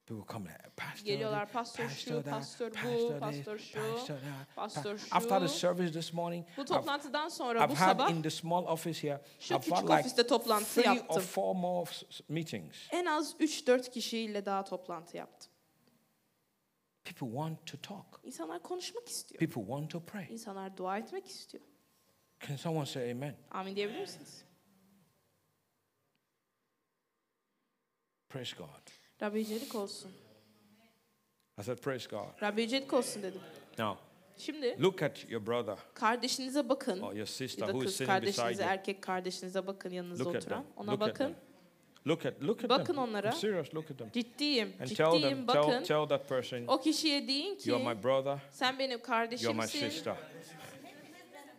A: People come like, Pastor,
B: Geliyorlar,
A: thi-
B: pastör şu,
A: pastor, that,
B: pastör bu,
A: this,
B: pastör şu,
A: that.
B: pastör şu.
A: After the service this morning,
B: Bu
A: I've,
B: toplantıdan sonra
A: I've
B: bu
A: had
B: sabah
A: in the small office here,
B: şu
A: I've had
B: küçük
A: like
B: ofiste toplantı
A: three or
B: yaptım.
A: four more s- s- meetings.
B: En az 3-4 kişiyle daha toplantı yaptım.
A: People want to talk.
B: İnsanlar konuşmak istiyor.
A: People want to pray.
B: İnsanlar dua etmek istiyor.
A: Can someone say amen?
B: Amin diyebilir misiniz?
A: Praise God.
B: Rabbi yücelik olsun.
A: I said, Praise God.
B: Rabbi yücelik olsun dedim.
A: Now,
B: Şimdi
A: look at your brother
B: kardeşinize bakın.
A: or your
B: Ya
A: sister
B: da
A: who Oh, is
B: kız
A: sitting beside
B: kardeşinize,
A: you.
B: erkek kardeşinize bakın yanınızda
A: Look at them.
B: oturan. Ona
A: Look at them.
B: bakın.
A: Look at, look at
B: Bakın
A: them.
B: onlara.
A: I'm serious, look at them.
B: Ciddiyim,
A: And tell them, tell,
B: ciddiyim bakın.
A: tell that person,
B: O kişiye deyin
A: you are
B: ki
A: my brother,
B: sen benim
A: you are my
B: kardeşimsin.
A: sister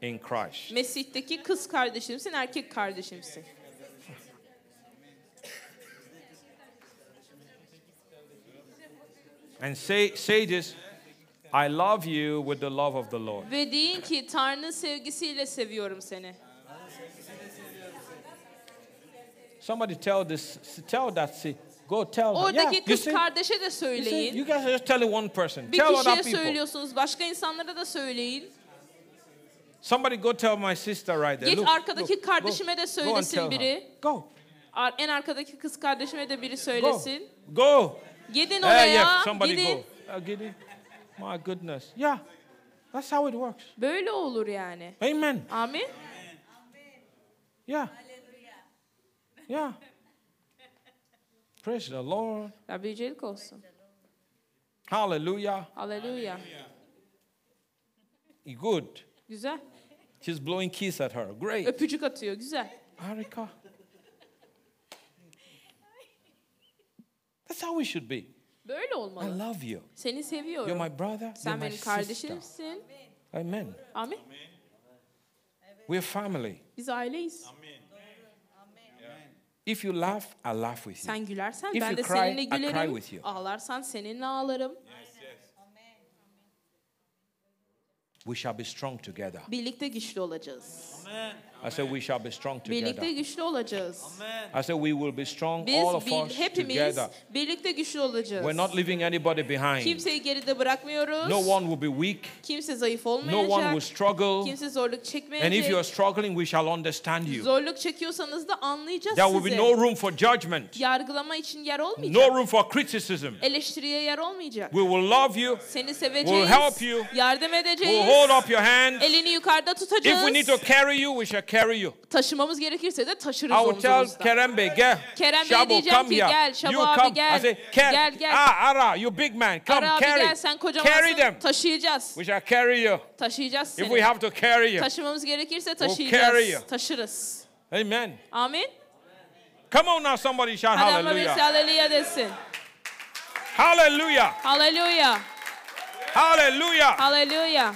A: in Christ.
B: Mesih'teki kız kardeşimsin, erkek kardeşimsin.
A: And say, say this I love you with the love of the Lord.
B: Ve deyin ki Tanrı sevgisiyle seviyorum seni.
A: Somebody tell this, tell that, see, go tell her. Yeah,
B: Oradaki
A: you,
B: kız
A: see,
B: kardeşe de
A: you, see, you
B: söyleyin.
A: guys are just telling one person.
B: Bir
A: tell other
B: kişiye
A: people.
B: söylüyorsunuz, başka insanlara da söyleyin.
A: Somebody go tell my sister right there.
B: Git
A: Look,
B: arkadaki
A: look,
B: kardeşime
A: go, go
B: de
A: and
B: söylesin
A: tell her.
B: biri.
A: Go,
B: Ar- En arkadaki kız kardeşime de biri
A: go,
B: söylesin.
A: go.
B: Gidin
A: Yeah, yeah,
B: oraya,
A: somebody
B: gidin.
A: go. Uh, get it. My goodness. Yeah, that's how it works.
B: Böyle olur yani.
A: Amen.
B: Amin.
A: Yeah. Yeah. Praise the Lord.
B: Rabbi yücelik olsun.
A: Hallelujah.
B: Aleluya.
A: Good.
B: Güzel.
A: She's blowing kiss at her. Great.
B: Öpücük atıyor, güzel.
A: Harika. That's how we should be.
B: Böyle
A: I
B: olmalı.
A: love you.
B: Seni
A: You're
B: seviyorum.
A: my brother. You're
B: Sen
A: my
B: benim
A: sister.
B: kardeşimsin.
A: Amen.
B: Amin.
A: We're family.
B: Biz aileyiz.
A: If you laugh, I laugh with you.
B: Sen gülersen
A: If
B: ben
A: you
B: de
A: cry,
B: seninle
A: I cry
B: gülerim.
A: with you.
B: Ağlarsan seninle ağlarım.
A: We shall be strong together.
B: Birlikte güçlü olacağız.
A: I said we shall be strong
B: Birlikte
A: together.
B: güçlü olacağız.
A: I said we will be strong,
B: Biz
A: all of
B: bir-
A: us
B: hepimiz
A: together.
B: birlikte güçlü olacağız.
A: We're not leaving anybody behind.
B: Kimseyi geride bırakmıyoruz.
A: No one will be weak.
B: Kimse zayıf
A: No one
B: olmayacak.
A: will struggle.
B: Kimse zorluk
A: And if you are
B: çekmeyecek.
A: struggling, we shall understand you.
B: Zorluk çekiyorsanız da anlayacağız
A: There will be
B: sizi.
A: no room for judgment,
B: Yargılama için yer olmayacak.
A: no room for criticism.
B: Eleştiriye yer olmayacak.
A: We will love you.
B: Seni seveceğiz.
A: We'll help you.
B: Yardım
A: We'll hold
B: edeceğiz.
A: up your hand.
B: Elini yukarıda tutacağız.
A: If we need to carry you, we shall carry you.
B: Taşımamız gerekirse de taşırız
A: I will tell
B: omzumuzda.
A: Kerembe, get.
B: Kerembe'ye
A: Shabo,
B: diyeceğim
A: come
B: ki,
A: here.
B: "Gel, Shabo
A: you
B: abi,
A: come. I
B: gel.
A: say, Ker-
B: Gel, gel.
A: Ah, Ara, you big man. Come,
B: Ara abi
A: carry.
B: gel sen
A: carry them.
B: kocamansın. Taşıyacağız.
A: We shall carry you.
B: Taşıyacağız
A: If we
B: seni.
A: have to carry you.
B: Taşımamız gerekirse
A: carry you.
B: taşıyacağız. Taşırız.
A: Amen.
B: Amin.
A: Come on now, somebody shout
B: Hadi ama birisi
A: hallelujah.
B: haleluya desin.
A: Hallelujah.
B: Haleluya.
A: Hallelujah.
B: Haleluya.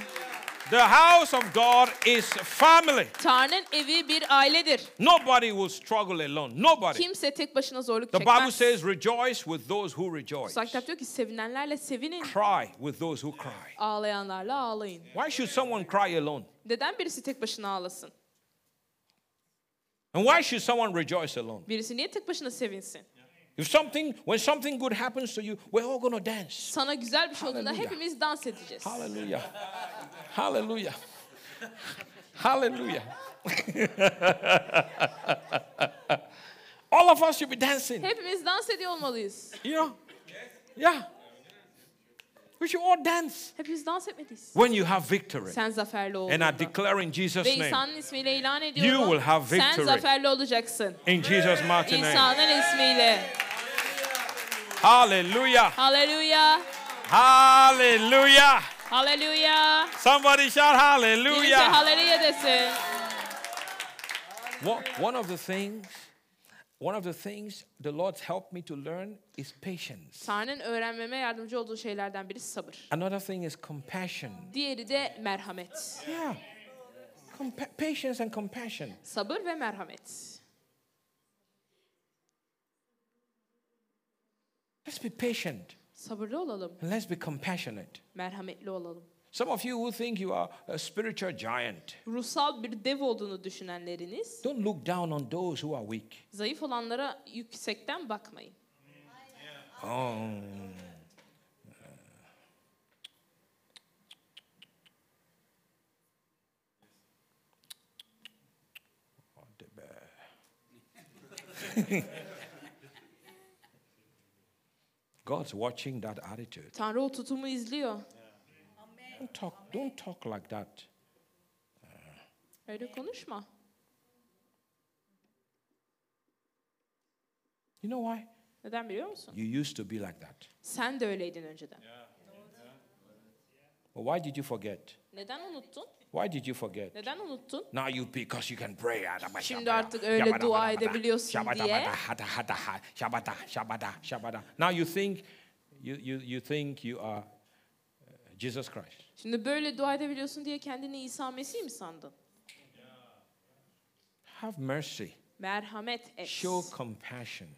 A: The house of God is family.
B: Tanrı'nın evi bir ailedir.
A: Nobody will struggle alone. Nobody.
B: Kimse tek başına zorluk
A: The Bible
B: çekmez.
A: says, rejoice with those who rejoice,
B: Kutsal kitap diyor ki sevinenlerle sevinin.
A: cry with those who cry.
B: Ağlayanlarla ağlayın.
A: Why should someone cry alone?
B: Neden birisi tek başına ağlasın?
A: And why should someone rejoice alone?
B: Birisi niye tek başına sevinsin?
A: If something, when something good happens to you, we're all going to dance.
B: Sana güzel bir şey olduğunda
A: Hallelujah.
B: hepimiz dans edeceğiz.
A: Hallelujah. Hallelujah. Hallelujah. All of us should be dancing.
B: Hepimiz dans ediyor olmalıyız.
A: You know? Yeah. We should all dance.
B: Hepimiz dans etmeliyiz.
A: When you have victory
B: Sen zaferli
A: and are
B: olduğunda
A: declaring Jesus'
B: ve
A: name
B: İsa'nın ismiyle ilan
A: You will
B: ediyorum.
A: have
B: Sen
A: victory.
B: zaferli olacaksın.
A: in Jesus' mighty name.
B: İsa'nın ismiyle.
A: Hallelujah.
B: Hallelujah.
A: Hallelujah.
B: Hallelujah.
A: Somebody shout
B: Birisi
A: hallelujah.
B: hallelujah desin.
A: One, one of the things, one of the things the Lord's helped me to learn is patience.
B: Tanrı'nın öğrenmeme yardımcı olduğu şeylerden biri sabır.
A: Another thing is compassion.
B: Diğeri de merhamet.
A: Yeah. Compa- patience and compassion.
B: Sabır ve merhamet.
A: Let's be patient
B: Sabırlı olalım,
A: and let's be compassionate.
B: merhametli olalım.
A: Some of you who think you are a spiritual giant,
B: Ruhsal bir dev olduğunu düşünenleriniz,
A: don't look down on those who are weak.
B: zayıf olanlara yüksekten bakmayın.
A: Oh. Hadi be. God's watching that attitude.
B: Tanrı o tutumu izliyor.
A: Don't talk, don't talk like that.
B: Öyle konuşma.
A: You know why?
B: Neden biliyor musun?
A: You used to be like that.
B: Sen de öyleydin önceden.
A: But why did you forget?
B: Neden unuttun?
A: Why did you forget?
B: Neden unuttun?
A: Now you because you can pray. Ah,
B: Şimdi artık öyle dua edebiliyorsun diye.
A: Şabada, şabada, şabada. Now you think you, you, you think you are uh, Jesus Christ.
B: Şimdi böyle dua edebiliyorsun diye kendini İsa Mesih mi sandın?
A: Have mercy.
B: Merhamet et.
A: Show compassion.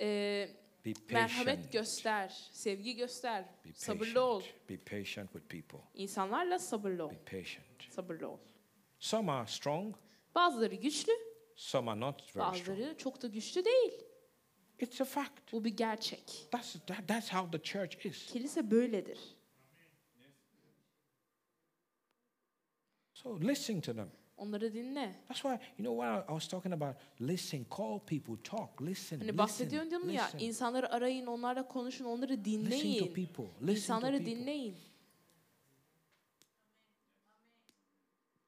B: Ee,
A: Be
B: merhamet
A: patient.
B: göster, sevgi göster,
A: Be patient.
B: sabırlı ol.
A: Be patient with people.
B: İnsanlarla sabırlı ol,
A: Be patient.
B: sabırlı ol.
A: Some are strong,
B: Bazıları güçlü,
A: some are not very strong.
B: bazıları çok da güçlü değil.
A: It's a fact.
B: Bu bir gerçek.
A: That's, that, that's how the church is.
B: Kilise böyledir.
A: So listen to them.
B: Onları dinle.
A: That's why, you know, what I- I was talking about listen, call people, talk, listen.
B: Hani
A: listen,
B: bahsediyorum diyorum ya,
A: listen.
B: insanları arayın, onlarla konuşun, onları
A: Listen to
B: dinleyin.
A: people. Listen to
B: İnsanları
A: people.
B: dinleyin.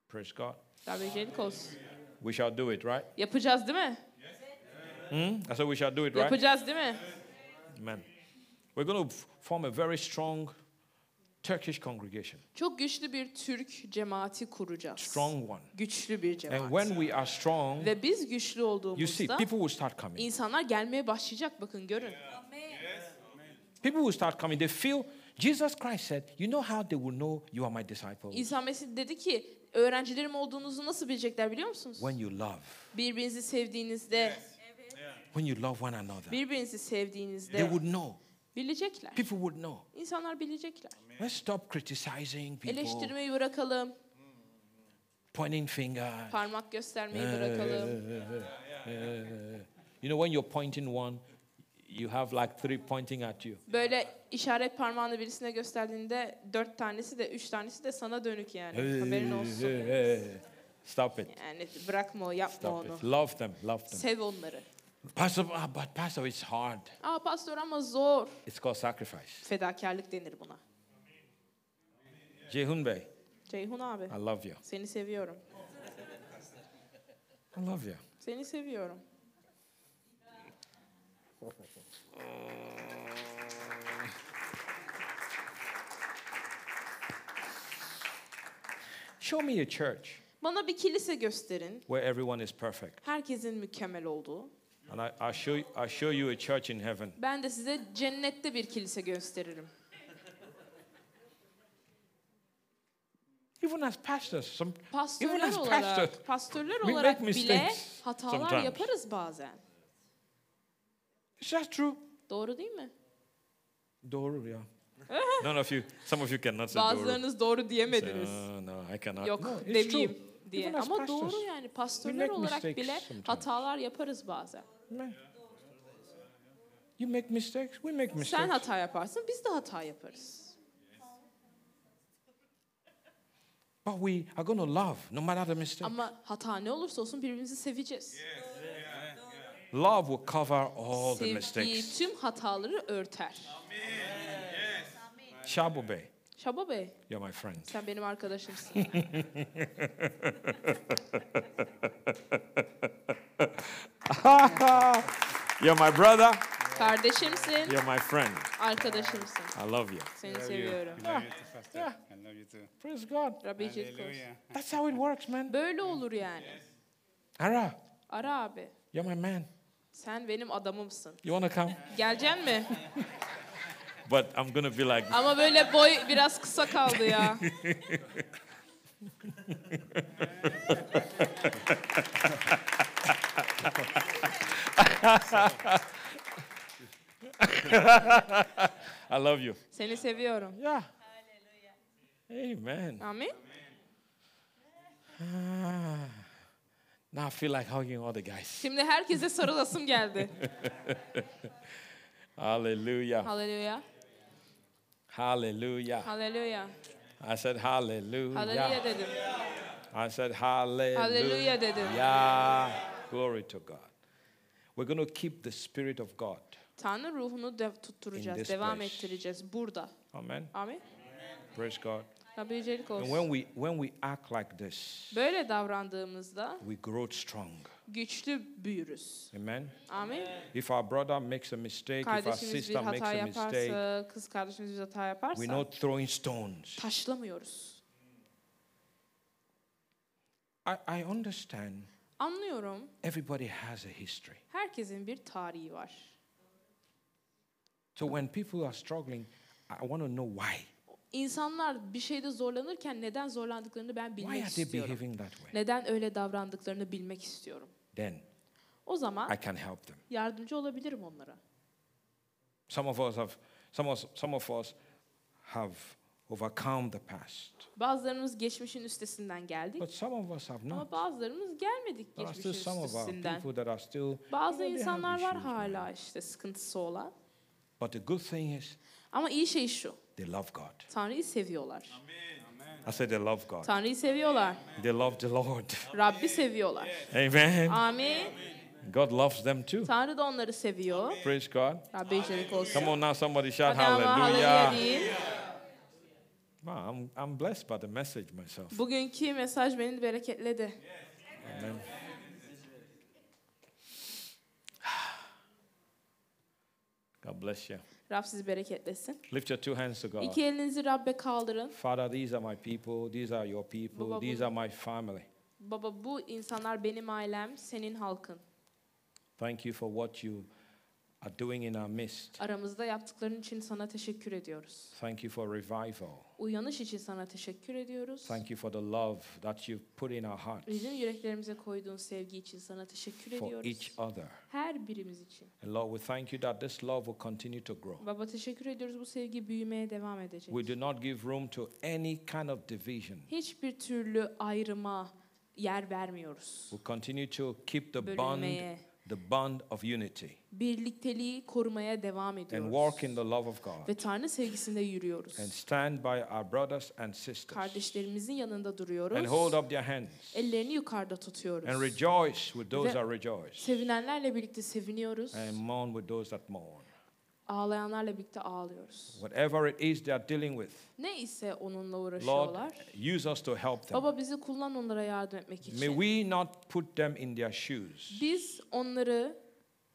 A: Praise God.
B: Rabbi olsun.
A: We shall do it, right?
B: Yapacağız değil mi?
A: Hmm? I said we shall do it, right?
B: Yapacağız değil mi?
A: Amen. We're going to form a very strong Turkish congregation,
B: Çok güçlü bir Türk cemaati kuracağız.
A: strong one.
B: Güçlü bir
A: And
B: cemaat.
A: when we are strong,
B: Ve biz güçlü
A: you see,
B: olduğumuzda
A: people will start coming.
B: insanlar gelmeye başlayacak bakın görün.
A: People will start coming. They feel Jesus Christ said, "You know how they will know you are my disciple
B: İsa Mesih dedi ki öğrencilerim olduğunuzu nasıl bilecekler biliyor musunuz?
A: when you love,
B: Birbirinizi sevdiğinizde,
A: when you love one another.
B: birbirinizi
A: They
B: sevdiğinizde
A: would know.
B: bilecekler.
A: People would know.
B: İnsanlar bilecekler.
A: Let's stop criticizing people,
B: Eleştirmeyi bırakalım,
A: pointing finger.
B: parmak göstermeyi bırakalım.
A: You know, when you're pointing one, you have like three pointing at you.
B: Böyle işaret parmağını birisine gösterdiğinde dört tanesi de üç tanesi de sana dönük yani. Haberin olsun.
A: Stop it.
B: Yani bırakma o, yapma
A: Stop
B: onu.
A: it. Love them. Love them.
B: Sev onları.
A: Pastor, ah, but Pastor, it's hard.
B: Aa pastor ama zor.
A: It's called sacrifice.
B: Fedakarlık denir buna.
A: Jehun Bey,
B: Ceyhun abi
A: I love you.
B: seni seviyorum.
A: I love you.
B: Seni seviyorum.
A: Show me a church
B: Bana bir kilise gösterin.
A: where everyone is perfect.
B: Herkesin mükemmel olduğu.
A: And I, I'll, show, I'll show you a church in heaven.
B: Ben de size cennette bir kilise gösteririm.
A: Even as pastors, some, even
B: Pastörler
A: as pastors,
B: olarak, pastörler
A: we
B: olarak
A: make
B: bile
A: mistakes
B: hatalar
A: sometimes.
B: yaparız bazen.
A: Is that true?
B: Doğru değil mi?
A: Doğru, yeah. None of you, some of you cannot say doğru.
B: Bazılarınız doğru
A: Say,
B: diyemediniz.
A: "Ah, no, I cannot.
B: Yok
A: no, it's
B: demeyeyim
A: true.
B: diye.
A: Even as
B: Ama
A: pastors,
B: doğru yani pastörler
A: make
B: olarak
A: mistakes
B: bile
A: sometimes.
B: hatalar yaparız bazen.
A: man. You make mistakes, we make
B: Sen
A: mistakes.
B: hata yaparsın, biz de hata yaparız.
A: But we are going to love no matter the mistake.
B: Ama hata ne olursa olsun birbirimizi seveceğiz.
A: Love will cover all the
B: Sevgi
A: mistakes.
B: tüm hataları örter.
A: Shabube,
B: Şaba Bey,
A: you're my friend.
B: sen benim arkadaşımsın.
A: You're my brother,
B: Kardeşimsin,
A: you're my friend.
B: arkadaşımsın.
A: I love you.
B: Seni seviyorum.
C: I love you too, Pastor. I love you too.
A: Praise God.
B: Rabbi Jitkos.
C: Hallelujah.
A: That's how it works, man.
B: Böyle olur yani.
A: Ara,
B: Ara abi.
A: you're my man.
B: Sen benim adamımsın.
A: You want to come?
B: Geleceksin mi?
A: But I'm going to be like,
B: Ama böyle boy biraz kısa kaldı ya.
A: I love you.
B: Seni seviyorum.
A: Yeah. Amen.
B: Amin.
A: Ah, now I feel like hugging all the guys.
B: Şimdi herkese sarılasım geldi.
A: Hallelujah.
B: Haleluya.
A: Hallelujah.
B: Haleluya.
A: I said hallelujah.
B: Haleluya dedim.
A: I said hallelujah.
B: Hallelujah dedim.
A: Yeah. Glory to God. We're going to keep the spirit of God.
B: Tanrı ruhunu dev
A: In
B: tutturacağız,
A: this
B: devam
A: place.
B: ettireceğiz burada.
A: Amen.
B: Amin.
A: Praise God.
B: Rabbi yücelik
A: And
B: olsun.
A: when we when we act like this,
B: Böyle davrandığımızda
A: we grow strong.
B: güçlü büyürüz.
A: Amen.
B: Amin.
A: If our brother makes a mistake, if our
B: Kardeşimiz bir
A: sister makes
B: hata
A: a mistake,
B: yaparsa, kız kardeşimiz bir hata
A: we're
B: yaparsa
A: şey, not throwing stones.
B: taşlamıyoruz.
A: I, I understand
B: Anlıyorum.
A: everybody has a history.
B: Herkesin bir tarihi var.
A: So when people are struggling, I want to know why.
B: İnsanlar bir şeyde zorlanırken neden zorlandıklarını ben
A: Why
B: bilmek
A: are they
B: istiyorum.
A: behaving that way?
B: Neden öyle davrandıklarını bilmek istiyorum.
A: Then
B: O zaman
A: I can help them.
B: yardımcı olabilirim onlara.
A: Some of us have some of, some of us have overcome the past.
B: Bazılarımız geçmişin üstesinden geldik
A: But some of us have not.
B: ama bazılarımız gelmedik
A: There are
B: geçmişin
A: still some of our
B: üstesinden.
A: people that are still
B: Bazı
A: you know, they have
B: insanlar var
A: issues, man.
B: hala işte sıkıntısı olan.
A: But the good thing is
B: Ama iyi şey şu.
A: they love God.
B: Tanrı'yı seviyorlar.
A: I said they love God.
B: Tanrı'yı seviyorlar.
A: They love the Lord.
B: Rabbi seviyorlar.
A: Amen.
B: Amin.
A: God loves them too.
B: Tanrı da onları seviyor.
A: Praise God.
B: Rabbi yücelik olsun.
A: Come on now, somebody shout
B: Hadi ama haleluya
A: hallelujah.
B: deyin.
A: Wow, I'm, I'm blessed by the message myself.
B: Bugünkü mesaj beni bereketledi.
A: Amen. God bless you.
B: Rab sizi bereketlesin.
A: Lift your two hands to God.
B: İki elinizi Rabbe kaldırın.
A: Father, these are my people, these are your people,
B: Baba,
A: these
B: bu-
A: are my family.
B: Baba bu insanlar benim ailem, senin halkın.
A: Thank you for what you are doing in our midst.
B: Aramızda yaptıkların için sana teşekkür ediyoruz.
A: Thank you for revival.
B: Uyanış için sana teşekkür ediyoruz.
A: Thank you for the love that you've put in our hearts
B: Bizim yüreklerimize koyduğun sevgi için sana teşekkür
A: for each
B: ediyoruz.
A: other.
B: Her birimiz için.
A: And Lord, we thank you that this love will continue to grow.
B: Baba teşekkür ediyoruz. Bu sevgi büyümeye devam edecek.
A: We do not give room to any kind of division.
B: Hiçbir türlü ayrıma yer vermiyoruz.
A: We continue to keep the bond,
B: Bölünmeye,
A: the bond of unity.
B: birlikteliği korumaya devam
A: and walk in
B: ediyoruz.
A: the love of God
B: Ve Tanrı sevgisinde yürüyoruz.
A: and stand by our brothers and sisters
B: Kardeşlerimizin yanında duruyoruz.
A: and hold up their hands
B: Ellerini yukarıda tutuyoruz.
A: and rejoice with those
B: Ve-
A: that rejoice
B: Sevinenlerle birlikte seviniyoruz.
A: and mourn with those that mourn.
B: Ağlayanlarla birlikte ağlıyoruz.
A: Whatever it is they are dealing with,
B: Ne ise onunla
A: Lord,
B: uğraşıyorlar.
A: use us to help them.
B: Baba bizi kullan onlara yardım etmek
A: May
B: için.
A: we not put them in their shoes.
B: Biz onları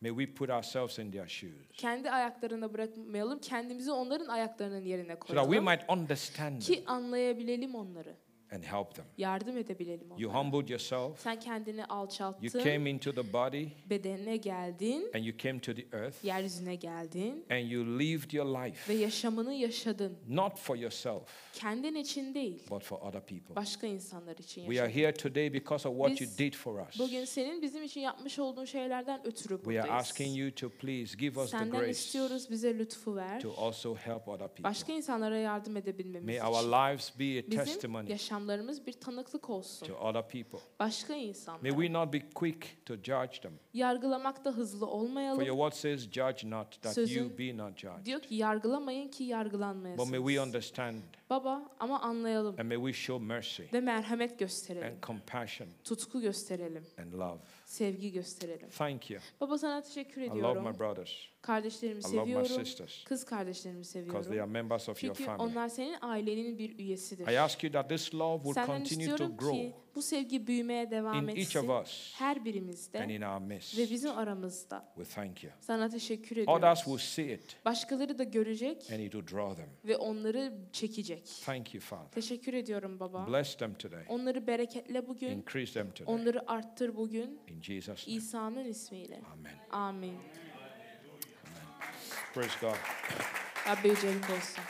A: May we put ourselves in their shoes
B: kendi ayaklarına bırakmayalım. Kendimizi onların ayaklarının yerine
A: so that we
B: koyalım.
A: might understand them
B: Ki anlayabilelim onları.
A: and help them.
B: Yardım edebilelim
A: You
B: onlara.
A: humbled yourself,
B: Sen kendini
A: you
B: alçalttın.
A: came into the body,
B: Bedenine geldin.
A: and you came to the earth,
B: Yeryüzüne geldin.
A: and you lived your life
B: Ve yaşamını yaşadın.
A: not for yourself,
B: Kendin için değil.
A: but for other people.
B: Başka insanlar için
A: We are
B: yaşadın.
A: here today because of what you
B: Biz
A: did for us.
B: Bugün senin bizim için yapmış olduğun şeylerden ötürü
A: We are
B: buradayız.
A: asking you to please give us the
B: Senden
A: grace to
B: istiyoruz bize lütfu ver.
A: also help other people.
B: Başka insanlara yardım edebilmemiz
A: May
B: için.
A: our lives be a
B: Bizim
A: testimony
B: yaşamlarımız bir tanıklık olsun.
A: to other people.
B: Başka
A: May
B: insanlara.
A: we not be quick to judge them.
B: Yargılamakta hızlı
A: For
B: olmayalım.
A: your word says, Judge not, that you
B: Sözün-
A: be not judged.
B: Diyor ki yargılamayın ki
A: But may we
B: yargılanmayasınız.
A: understand
B: Baba ama anlayalım
A: and may we show mercy
B: ve merhamet gösterelim.
A: and compassion
B: Tutku gösterelim.
A: and love.
B: Sevgi gösterelim.
A: Thank you.
B: Baba sana teşekkür
A: I love my
B: ediyorum.
A: brothers.
B: Kardeşlerimi
A: I love my
B: seviyorum.
A: sisters
B: Kız kardeşlerimi
A: because they
B: seviyorum.
A: are members of your
B: Çünkü
A: family.
B: onlar senin ailenin bir üyesidir.
A: I ask you that this love will
B: Senden
A: continue to
B: istiyorum
A: grow
B: ki bu sevgi büyümeye devam
A: in each of
B: etsin.
A: us
B: Her
A: and
B: birimizde
A: in our midst.
B: ve bizim aramızda.
A: We thank you.
B: Sana teşekkür
A: Others
B: ediyorum.
A: will see it
B: Başkaları da görecek
A: and it will draw them.
B: ve onları çekecek.
A: Thank you, Father.
B: Teşekkür ediyorum baba.
A: Bless them today.
B: Onları bereketle bugün,
A: Increase them today.
B: onları arttır bugün.
A: In Jesus' name.
B: İsa'nın ismiyle.
A: Amen.
B: Amin.
A: Praise God.
B: Rabbi yücelik olsun.